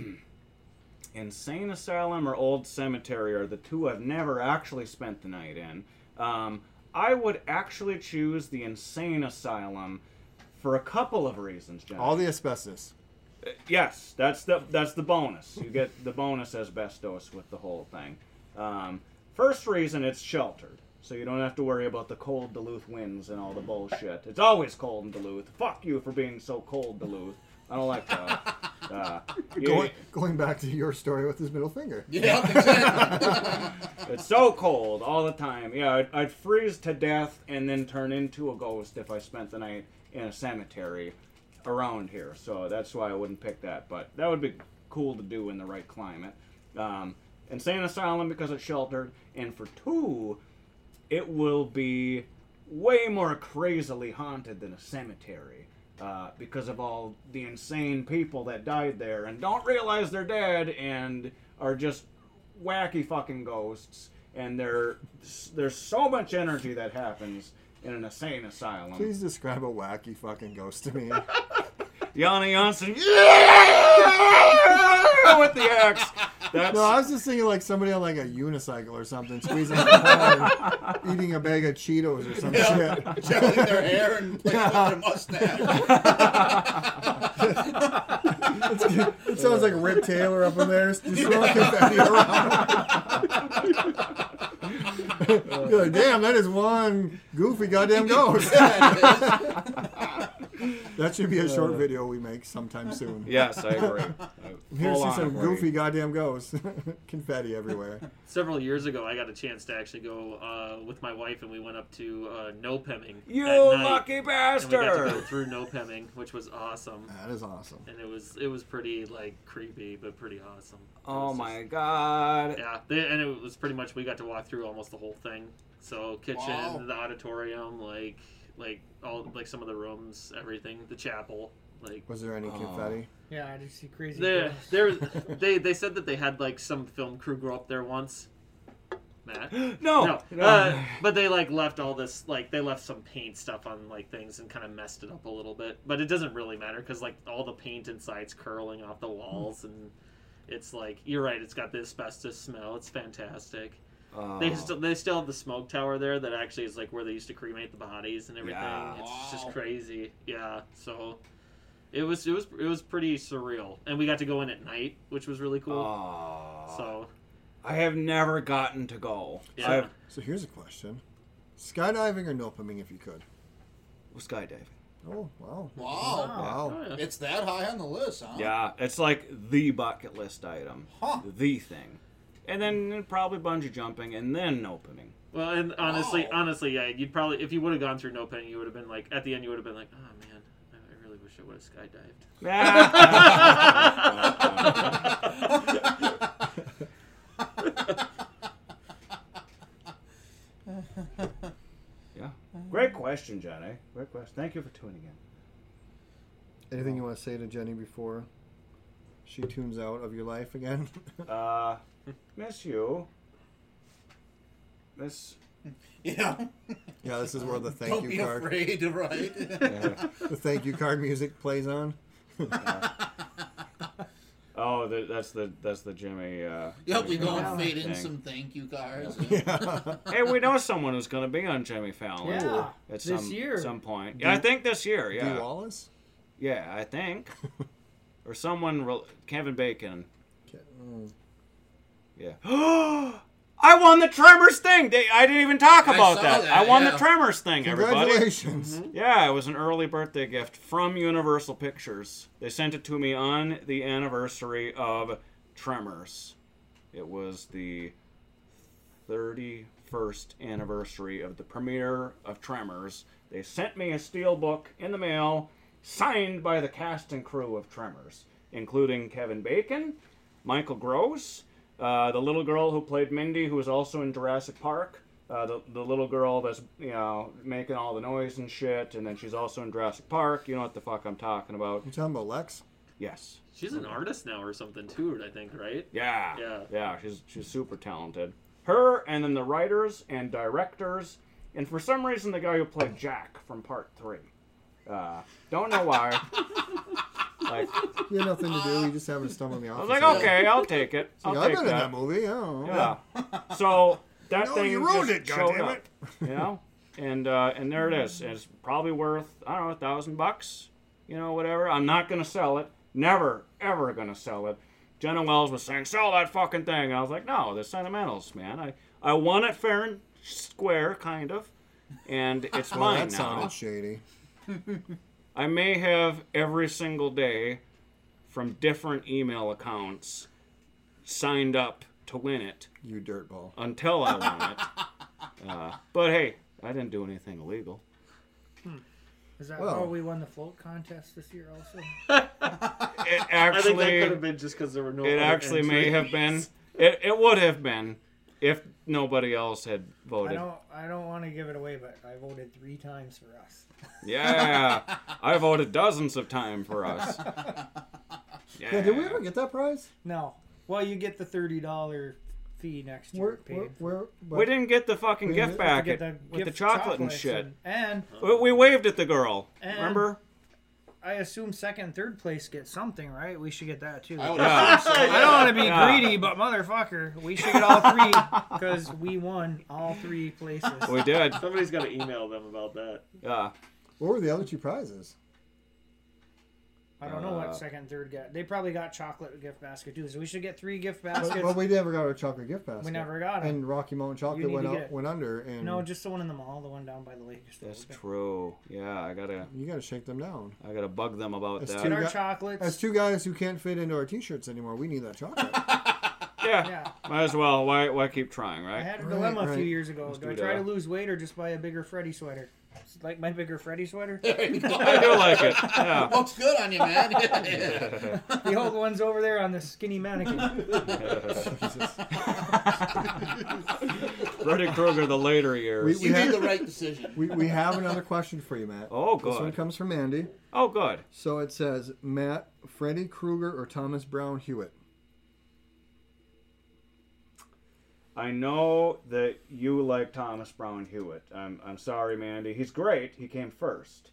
S7: insane asylum or old cemetery are the two I've never actually spent the night in. Um, I would actually choose the insane asylum for a couple of reasons, Jen.
S8: All the asbestos.
S7: yes, that's the that's the bonus. You get the bonus asbestos with the whole thing. Um, first reason, it's sheltered, so you don't have to worry about the cold Duluth winds and all the bullshit. It's always cold in Duluth. Fuck you for being so cold, Duluth. I don't like that. Uh, you-
S8: Going, going back to your story with his middle finger.
S10: Yeah, exactly.
S7: it's so cold all the time. Yeah, I'd, I'd freeze to death and then turn into a ghost if I spent the night in a cemetery around here. So that's why I wouldn't pick that. But that would be cool to do in the right climate. Um, insane asylum because it's sheltered, and for two, it will be way more crazily haunted than a cemetery uh, because of all the insane people that died there and don't realize they're dead and are just wacky fucking ghosts. And there, there's so much energy that happens in an insane asylum.
S8: Please describe a wacky fucking ghost to me.
S7: Yana Johnson, yeah, with the axe. That's
S8: No, I was just thinking like somebody on like a unicycle or something, squeezing a car and eating a bag of Cheetos or some
S10: yeah.
S8: shit.
S10: Jelly their hair and playing with their mustache.
S8: It sounds like Rip Taylor up in there, just throwing confetti around. You're like, damn, that is one goofy goddamn ghost.
S10: Yeah, it is.
S8: That should be a short video we make sometime soon.
S7: yes, I agree.
S8: Here's
S7: Full on
S8: some
S7: agree.
S8: goofy goddamn ghosts, confetti everywhere.
S12: Several years ago, I got a chance to actually go uh, with my wife, and we went up to uh, no pemming.
S7: You
S12: at night,
S7: lucky
S12: And we got to go
S7: bastard!
S12: through no pemming, which was awesome.
S8: That is awesome.
S12: And it was it was pretty like creepy, but pretty awesome. It
S7: Oh
S12: was
S7: my
S12: just-
S7: god.
S12: yeah, they, and it was pretty much we got to walk through almost the whole thing. So kitchen,
S10: Wow.
S12: the auditorium, like like all like some of the rooms, everything, the chapel, like
S8: Was there any
S7: Oh.
S8: confetti?
S9: Yeah, I just see crazy.
S12: There,
S9: girls.
S12: there, they they said that they had like some film crew go up there once. Matt.
S7: No.
S12: No. Uh, but they like left all this like they left some paint stuff on like things and kind of messed it up a little bit. But it doesn't really matter because like all the paint inside's curling off the walls and it's like you're right. It's got the asbestos smell. It's fantastic.
S7: Oh.
S12: They still they still have the smoke tower there that actually is like where they used to cremate the bodies and everything.
S7: Yeah.
S12: It's
S10: Wow.
S12: just crazy. Yeah. So it was it was it was pretty surreal. And we got to go in at night, which was really cool.
S7: Aw.
S12: So
S7: I have never gotten to go.
S12: Yeah.
S7: I've
S8: So here's a question: skydiving or no if you could?
S7: well, skydiving.
S8: Oh, wow.
S10: Wow.
S9: Oh.
S7: Wow.
S12: oh, Yeah.
S10: It's that high on the list, huh?
S7: Yeah, it's like the bucket list item,
S10: Huh.
S7: the thing, and then probably bungee jumping, and then opening.
S12: Well, and honestly, honestly, yeah, you'd probably if you would have gone through no penny, you would have been like at the end, you would have been like, oh man, I I really wish I would have skydived.
S7: Yeah, great question, Jenny. Great question. Thank you for tuning in.
S8: Anything you want to say to Jenny before she tunes out of your life again?
S7: Uh, miss you. Miss.
S10: Yeah.
S8: yeah, this is where the thank
S10: Don't
S8: you
S10: be
S8: card,
S10: afraid to write.
S7: Yeah.
S8: the thank you card music plays on.
S7: Oh, the, that's the that's the Jimmy. Uh,
S10: Yep, we
S7: Jimmy
S10: go
S7: Fallon
S10: and fade in
S7: thing.
S10: some thank you cards.
S7: hey, we know someone who's going to be on Jimmy Fallon.
S9: Yeah,
S7: at
S9: this
S7: some
S9: year.
S7: some point. Yeah, I think this year.
S8: Dee
S7: Yeah,
S8: Wallace?
S7: yeah, I think. or someone, rel- Kevin Bacon. Mm. Yeah. I won the Tremors thing. They, I didn't even talk
S10: I
S7: about
S10: saw
S7: that.
S10: that,
S7: I won
S10: yeah.
S7: the Tremors thing, everybody.
S8: Congratulations. Mm-hmm.
S7: Yeah, it was an early birthday gift from Universal Pictures. They sent it to me on the anniversary of Tremors. It was the 31st anniversary of the premiere of Tremors. They sent me a steel book in the mail signed by the cast and crew of Tremors, including Kevin Bacon, Michael Gross, uh, the little girl who played Mindy, who was also in Jurassic Park, uh, the, the little girl that's, you know, making all the noise and shit, and then she's also in Jurassic Park. You know what the fuck I'm talking about.
S8: You talking about Lex?
S7: Yes.
S12: She's an artist now or something too, I think, right?
S7: Yeah.
S12: Yeah.
S7: Yeah, she's she's super talented. Her and then the writers and directors, and for some reason the guy who played Jack from Part Three. Uh, don't know why. like I
S8: You had nothing to do. You just happened to stumble in the
S7: was
S8: office.
S7: like,
S8: Yeah.
S7: okay, I'll take it.
S8: Yeah,
S7: I'll
S8: I've
S7: take
S8: been in
S7: that.
S8: that movie. Oh,
S7: Yeah. So that
S8: No,
S7: thing
S8: you ruined
S7: just
S8: it,
S7: showed
S8: goddammit.
S7: up, you know, and uh, and there it is. And It's probably worth I don't know a thousand bucks, you know, whatever. I'm not gonna sell it. Never ever gonna sell it. Jenna Wells was saying sell that fucking thing. I was like, no, they're sentimentals, man. I I won it fair and square, kind of, and it's
S8: Well,
S7: mine
S8: that
S7: now.
S8: sounded shady.
S7: I may have every single day from different email accounts signed up to win it
S8: You dirtball.
S7: until I won it. Uh, but hey, I didn't do anything illegal.
S9: Is that
S8: Well.
S9: how we won the float contest this year? Also,
S7: It
S12: I think that
S7: actually,
S12: could have been just because there were no.
S7: it
S12: other
S7: actually may have been.
S12: entries.
S7: It, it would have been if nobody else had
S9: I
S7: voted.
S9: don't. I don't want to give it away, but I voted three times for us.
S7: Yeah, I voted dozens of times for us. Yeah.
S8: Yeah, did we ever get that prize?
S9: No. Well, you get the thirty dollar fee next year
S8: Where,
S9: paid.
S8: where, where, but
S7: We didn't get the fucking
S8: We
S7: gift
S8: didn't
S9: To
S7: packet
S9: get the
S7: with the
S9: gift
S7: chocolate and
S9: chocolates
S7: shit.
S9: And, and
S7: We, we waved at the girl.
S9: And-
S7: Remember?
S9: I assume second, and third place get something, right? We should get that too.
S10: I would
S7: Yeah.
S10: assume so.
S9: I don't want to be
S7: Yeah.
S9: greedy, but motherfucker, we should get all three because we won all three places.
S7: We did.
S12: Somebody's got to email them about that.
S7: Yeah.
S8: what were the other two prizes?
S9: I don't know
S7: Uh,
S9: what second, and third got. They probably got chocolate gift basket too. So we should get three gift
S8: But,
S9: baskets.
S8: but we never got our chocolate gift basket.
S9: we never got it.
S8: And Rocky Mountain
S9: You
S8: chocolate
S9: need
S8: went
S9: to
S8: out,
S9: get it.
S8: went under, and
S9: No, just the one in the mall, the one down by the lake. is the
S7: That's
S9: open.
S7: true. Yeah, I gotta,
S8: you got to shake them down.
S7: I gotta bug them about
S8: That's
S7: that.
S8: too
S9: But our
S8: got-
S9: chocolates.
S8: As two guys who can't fit into our t-shirts anymore, we need that chocolate.
S7: Yeah.
S9: Yeah.
S7: Might as well. Why, why keep trying,
S9: I
S7: right?
S9: had a
S8: Right,
S9: dilemma a few
S8: right.
S9: years ago.
S7: Let's
S9: Do I
S7: do
S9: try to
S7: that.
S9: lose weight or just buy a bigger Freddy sweater? It's like my bigger Freddy sweater.
S10: There you go.
S7: I do like it. Yeah.
S10: Looks good on you, man. Yeah.
S9: the old one's over there on the skinny mannequin.
S7: Freddy Krueger, the later years.
S8: We
S10: You made
S8: had-
S10: the right decision.
S8: we, we have another question for you, Matt.
S7: Oh,
S8: This one
S7: good.
S8: comes from Andy.
S7: oh, good.
S8: So it says, Matt, Freddy Krueger, or Thomas Brown Hewitt?
S7: I know that you like Thomas Brown Hewitt. I'm, I'm sorry, Mandy. He's great. He came first.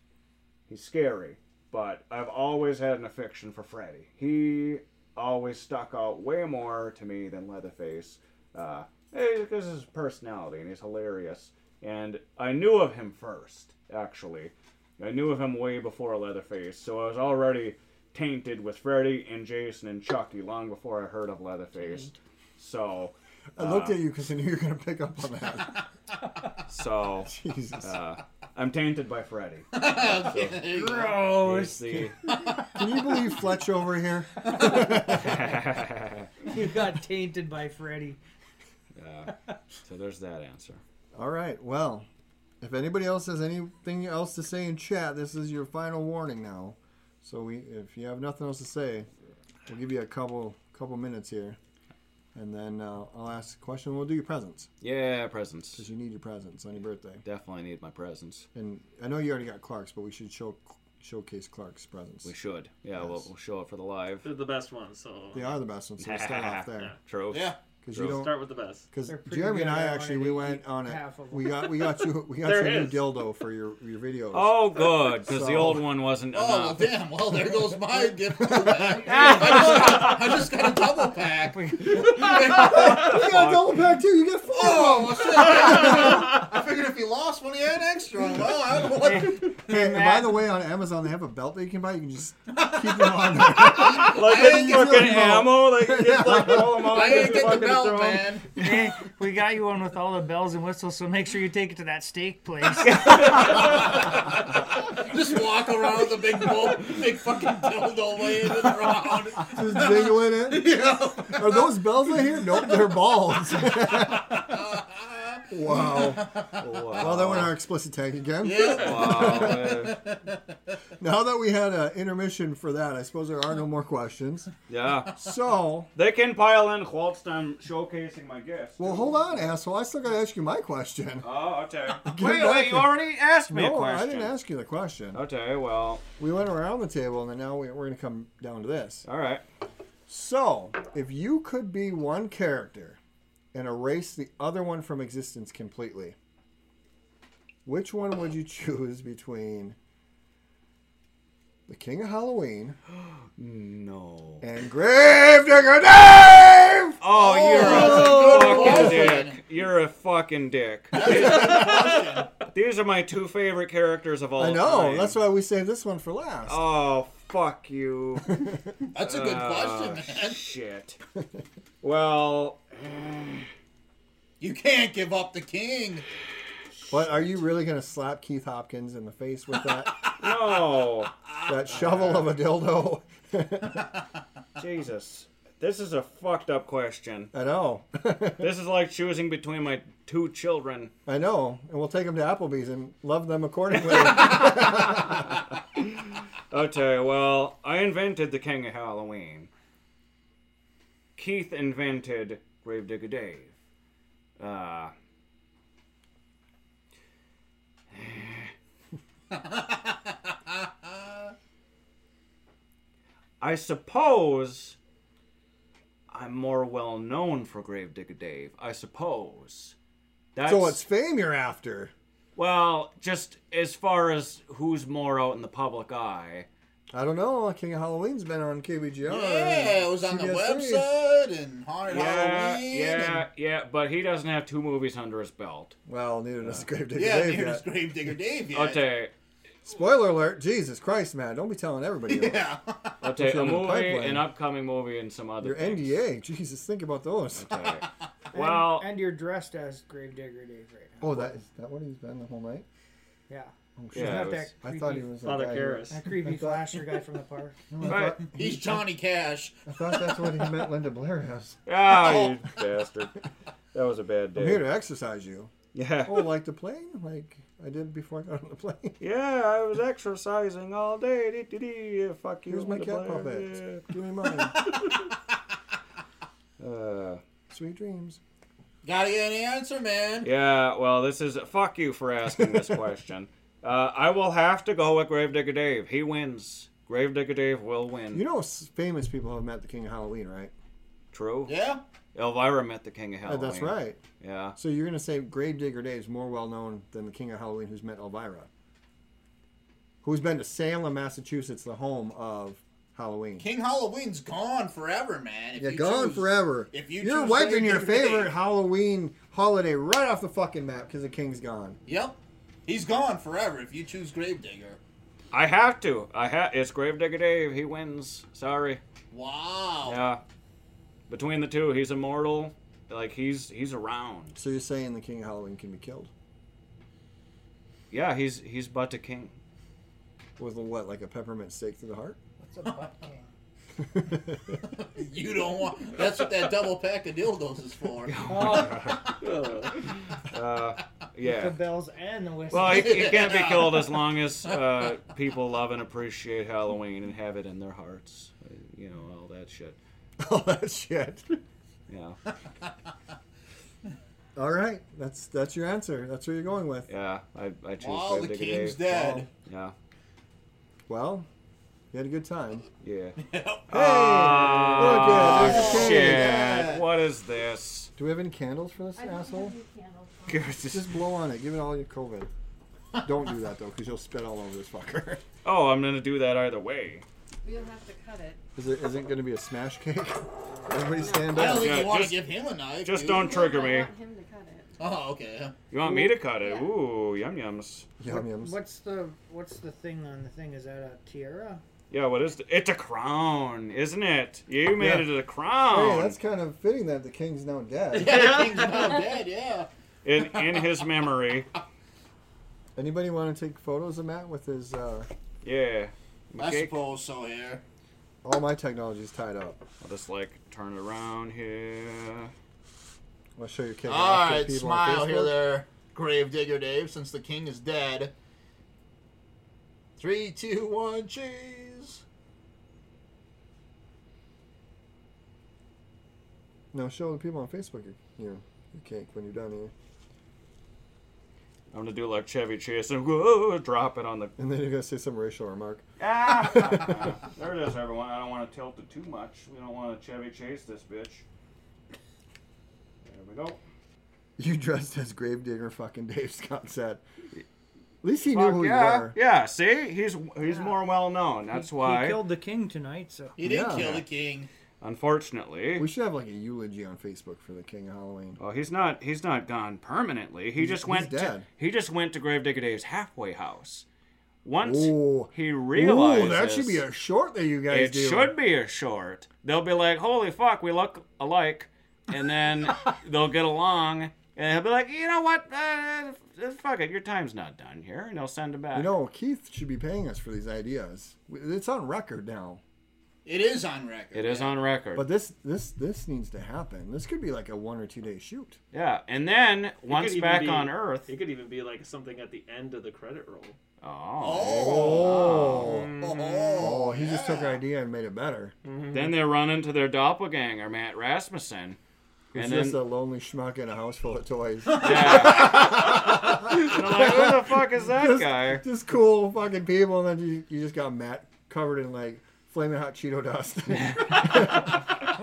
S7: He's scary. But I've always had an affection for Freddy. He always stuck out way more to me than Leatherface. Uh, eh, this is his personality, and he's hilarious. And I knew of him first, actually. I knew of him way before Leatherface, so I was already tainted with Freddy and Jason and Chucky long before I heard of Leatherface. So,
S8: I looked at you because I knew you were going to pick up on that.
S7: so.
S8: Jesus.
S7: Uh, I'm tainted by Freddy.
S10: Okay.
S7: So,
S9: Gross.
S7: he's
S8: Can you believe Fletch over here?
S7: the-
S9: you got tainted by Freddy.
S7: Yeah. So there's that answer.
S8: All right. Well, if anybody else has anything else to say in chat, this is your final warning now. So we, if you have nothing else to say, we'll give you a couple couple minutes here, and then uh, I'll ask a question. We'll do your presents
S7: Yeah, presents.
S8: because you need your presents on your birthday.
S7: Definitely need my presents.
S8: And I know you already got Clark's, but we should show showcase Clark's presents.
S7: We should. Yeah, we'll,
S8: Yes.
S7: we'll show it for the live.
S12: They're the best ones, so
S8: They are the best ones. So we start off there.
S7: True.
S10: Yeah.
S8: Because
S7: True.
S8: you don't.
S12: start with the best.
S8: Because
S9: They're pretty
S8: Jeremy
S9: good.
S8: and I
S9: I
S8: actually
S9: wanted
S8: we
S9: to
S8: went
S9: eat
S8: on it.
S9: half of them.
S8: We got we got you we got
S12: There
S8: you a new
S12: is.
S8: dildo for your your videos.
S7: Oh, good, because the
S8: So-
S7: old one wasn't
S10: Oh well,
S7: enough.
S10: damn. Well, there goes my gift. I, just got, I just got a double pack.
S8: you got a double pack too. You get four.
S10: Oh shit! I figured if he lost one, he had an extra. Well, I don't know what.
S8: Hey, and by the way, on Amazon they have a belt that you can buy. You can just keep them on there.
S7: like
S10: I didn't
S7: it's
S10: get
S7: fucking
S8: the belt.
S7: ammo. Like you just like throw 'em out
S10: I
S7: and
S10: ain't get
S7: just
S10: the
S7: fucking throw
S10: belt,
S7: 'em.
S10: man.
S9: Hey, we got you one with all the bells and whistles, so make sure you take it to that steak place.
S10: Just walk around with a big bull, big fucking dildo laying it around.
S8: Just jingling it.
S10: You know?
S8: Are those bells I hear? Nope, they're balls. wow. Well, that went our explicit tag again.
S10: Yeah.
S7: Wow. uh,
S8: Now that we had an intermission for that, I suppose there are no more questions.
S7: Yeah.
S8: So,
S7: They can pile in whilst I'm showcasing my gifts.
S8: well, hold on, asshole. I still got to ask you my question.
S7: Oh, okay.
S8: Get
S7: wait,
S8: back
S7: wait, you
S8: in.
S7: already asked me a
S8: No, I
S7: question.
S8: didn't ask you the question.
S7: Okay, well,
S8: We went around the table, and then now we- we're going to come down to this.
S7: all right.
S8: So, if you could be one character and erase the other one from existence completely, which one would you choose between the King of Halloween
S7: No.
S8: and Gravedigger Dave?
S7: Oh,
S10: Oh,
S7: you're a
S10: that's a good
S7: fucking dick. You're a fucking dick. These are my two favorite characters of all
S8: I
S7: time.
S8: know. That's why we saved this one for last.
S7: Oh, fuck you.
S10: That's a good
S7: Uh,
S10: question, man.
S7: Shit. Well,
S10: You can't give up the king.
S8: But are you really going to slap Keith Hopkins in the face with that
S7: no.
S8: that shovel of a dildo?
S7: Jesus. This is a fucked up question.
S8: I know.
S7: This is like choosing between my two children.
S8: I know. And we'll take them to Applebee's and love them accordingly.
S7: Okay, well, I invented the King of Halloween. Keith invented Gravedigger Dave. Uh. I suppose I'm more well known for Gravedigger Dave. I suppose. That's,
S8: so it's fame you're after.
S7: well, just as far as who's more out in the public eye.
S8: I don't know. King of Halloween's been on KBGR.
S10: Yeah, it was on the
S8: CBS3.
S10: website and Haunted
S7: Yeah,
S10: Halloween.
S7: yeah, yeah, but he doesn't have two movies under his belt.
S8: Well, neither does Gravedigger
S10: And, yeah,
S8: Dave
S10: neither is
S8: yet.
S10: Gravedigger Dave yet.
S7: I'll take,
S8: Spoiler alert. Jesus Christ, man. Don't be telling everybody. about it.
S10: Yeah.
S7: I'll take
S8: you
S7: a
S8: have in the
S7: movie,
S8: pipeline?
S7: an upcoming movie, and some other
S8: Your
S7: things.
S8: NDA. Jesus, think about those.
S7: Okay. Well,
S9: and, and you're dressed as Gravedigger Dave right now.
S8: Oh, that is that what he's been the whole night?
S9: Yeah.
S8: Oh,
S9: He's
S7: Yeah,
S9: not
S7: it was-
S9: that
S8: I
S9: creepy,
S8: thought he was that
S12: Father
S8: guy who-
S12: Karras.
S9: that creepy
S8: I thought-
S9: flasher guy from the park.
S8: No, I,
S7: Right.
S8: thought,
S10: He's Johnny Cash.
S8: I thought that's what he meant Linda Blair as.
S7: ah, you
S10: Oh.
S7: bastard. That was a bad
S8: I'm here
S7: day.
S8: to exercise you.
S7: Yeah.
S8: Oh, like the plane? Like I did before I got on the plane.
S7: Yeah, I was exercising all day. Dee, dee, dee. Yeah, Fuck you.
S8: Here's my
S7: the
S8: cat
S7: player.
S8: puppet. Give me mine.
S7: Yeah. Uh,
S8: Sweet dreams.
S10: Got any answer, man?
S7: yeah, well, this is. Fuck you for asking this question. Uh, I will have to go with Gravedigger Dave. He wins. Gravedigger Dave will win.
S8: You know, s- famous people have met the King of Halloween, right?
S7: True.
S10: Yeah.
S7: Elvira met the King of Halloween.
S8: Oh, That's right.
S7: Yeah.
S8: So you're gonna say Gravedigger Dave is more well known than the King of Halloween, who's met Elvira, who's been to Salem, Massachusetts, the home of Halloween.
S10: King Halloween's gone forever, man. If
S8: You're
S10: you
S8: gone
S10: choose-
S8: forever.
S10: if you
S8: are
S10: choose
S8: wiping your
S10: Gravedigger Dave.
S8: favorite Halloween holiday right off the fucking map because the King's gone.
S10: Yep. He's gone forever if you choose Gravedigger.
S7: I have to. I ha. It's Gravedigger Dave. He wins. Sorry.
S10: Wow.
S7: Yeah. Between the two, he's immortal. Like he's he's around.
S8: So you're saying the King of Halloween can be killed?
S7: Yeah, he's he's butt to king.
S8: With a what, like a peppermint steak through the heart?
S9: What's a butt king?
S10: You don't want. That's what that double pack of dildos is for.
S7: Uh,
S9: The
S7: yeah.
S9: bells and the whistles.
S7: Well, it, it can't be killed as long as uh, people love and appreciate Halloween and have it in their hearts. Uh, You know, all that shit.
S8: All that shit.
S7: Yeah.
S8: All right, that's that's your answer. That's where you're going with.
S7: Yeah. I, I choose eh?
S10: While
S7: Grave
S10: the
S7: Digger Dave.
S10: king's dead.
S7: Yeah.
S8: Well, you had a good time.
S7: Yeah.
S10: Oh,
S8: Hey, look at
S7: Oh,
S8: there's a
S7: shit. What is this?
S8: Do we have any candles for this asshole?
S7: Give it to-
S8: Just blow on it. Give it all your COVID. Don't do that though, because you'll spit all over this fucker.
S7: Oh, I'm gonna do that either way.
S11: We'll have to cut it.
S8: Is it isn't going to be a smash cake? Everybody stand
S10: I
S8: up.
S10: don't think
S7: Yeah,
S10: you want to
S7: just-
S10: give him a knife.
S7: Just
S10: dude.
S7: don't trigger
S11: I
S7: me.
S11: want him to cut it.
S10: Oh, okay.
S7: You want me to cut it? Ooh, yum yums.
S8: Yum yums.
S9: What's the what's the thing on the thing? Is that a tiara?
S7: Yeah, what is it? It's a crown, isn't it? You made
S8: Yeah.
S7: it a
S8: Hey,
S7: crown.
S8: that's kind of fitting that the king's now dead.
S10: Yeah, the king's now dead. Yeah.
S7: in, in his memory.
S8: Anybody want to take photos of Matt with his? Uh,
S7: Yeah. My
S10: I
S7: cake.
S10: suppose so. Here.
S8: all my technology's tied up.
S7: I'll just like turn it around here.
S8: I'm gonna show your cake.
S10: All
S8: to
S10: right,
S8: people on
S10: smile here,
S8: Facebook.
S10: there, Gravedigger Dave. Since the king is dead. Three, two, one, cheese.
S8: No, show the people on Facebook your, your, your cake when you're done here,
S7: I'm gonna do like Chevy Chase and whoa, drop it on the.
S8: and then you're gonna say some racial remark.
S7: Ah! there it is, everyone. I don't want to tilt it too much. We don't want to Chevy Chase this bitch. There we go.
S8: You dressed as Gravedigger, fucking Dave Scott said. At least he knew
S7: Fuck
S8: who
S7: yeah.
S8: you were.
S7: Yeah, see? He's he's more well known. That's
S9: He-
S7: why.
S9: he killed the king tonight. So
S10: He didn't
S8: Yeah.
S10: kill the king.
S7: Unfortunately.
S8: We should have like a eulogy on Facebook for the King of Halloween.
S7: well, he's not he's not gone permanently. He just
S8: he's
S7: went to,
S8: dead.
S7: he just went to Gravedigger Dave's halfway house. Once
S8: Ooh.
S7: he realizes
S8: Ooh, that should be a short that you guys
S7: it
S8: do.
S7: should be a short. They'll be like, "Holy fuck, we look alike," and then they'll get along, and he'll be like, "You know what? Uh, uh, fuck it, your time's not done here," and they'll send him back.
S8: You know, Keith should be paying us for these ideas. It's on record now.
S10: It is on record.
S7: it is on record.
S8: But this this this needs to happen. This could be like a one or two day shoot.
S7: yeah, and then
S12: It could
S7: once
S12: even
S7: back
S12: be-
S7: on Earth,
S12: It could even be like something at the end of the credit roll.
S7: oh,
S10: Oh. Oh.
S8: Oh, he just took our idea and made it better.
S9: Mm-hmm.
S7: then they run into their doppelganger, Matt Rasmussen.
S8: It's
S7: and
S8: just
S7: then,
S8: a lonely schmuck in a house full of toys.
S7: yeah. and I'm like, who the fuck is that
S8: just,
S7: guy?
S8: just cool fucking people, and then you, you just got Matt covered in like flaming hot Cheeto dust,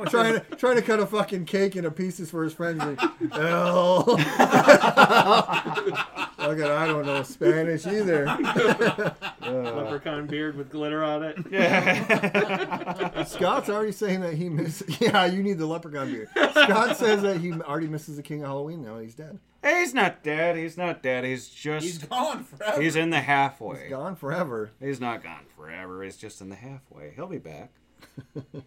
S8: trying to trying to cut a fucking cake into pieces for his friends. Like, hell, look at I don't know Spanish either.
S12: Leprechaun beard with glitter on it.
S8: Scott's already saying that he miss. Yeah, you need the leprechaun beer. Scott says that he already misses the King of Halloween now. He's dead.
S7: Hey, he's not dead. He's not dead. He's just
S10: He's
S7: he's,
S10: gone forever.
S7: in the halfway. He's,
S8: Gone forever.
S7: not gone forever. He's just in the halfway. He'll be back. yeah,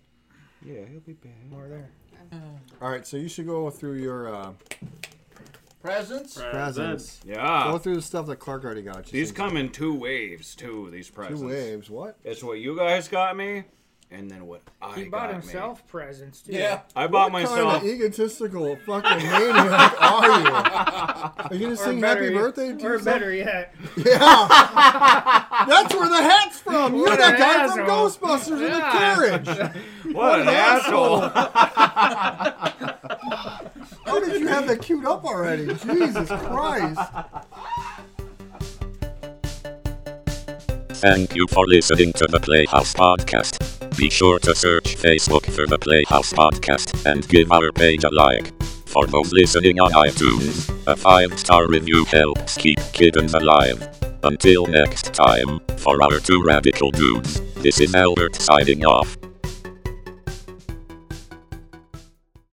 S7: he'll be back.
S9: more there.
S8: All right, so you should go through your uh,
S10: Presents.
S8: presents. Go
S7: Yeah.
S8: through the stuff that Clark already got you.
S7: Uh, These
S8: Since
S7: come in two waves too. These
S8: two
S7: presents.
S8: waves. What?
S7: It's what you guys got me, and then what I
S9: He bought
S7: got
S9: himself presents too.
S10: Yeah.
S7: Me. I bought
S8: What
S7: myself.
S8: kind of egotistical fucking maniac are you? Are you gonna sing
S9: better
S8: happy
S9: yet-
S8: birthday to
S9: Or
S8: yourself?
S9: better yet,
S8: Yeah. That's where the hat's from. You're
S9: What
S8: that
S9: an
S8: guy from
S9: asshole.
S8: Ghostbusters
S9: Yeah.
S8: in the carriage.
S7: what an asshole!
S8: How did you have that queued up already? Jesus Christ.
S6: Thank you for listening to the Playhouse Podcast. Be sure to search Facebook for the Playhouse Podcast and give our page a like. For those listening on iTunes, a five star review helps keep kittens alive. Until next time, for our two radical dudes, this is Albert signing off.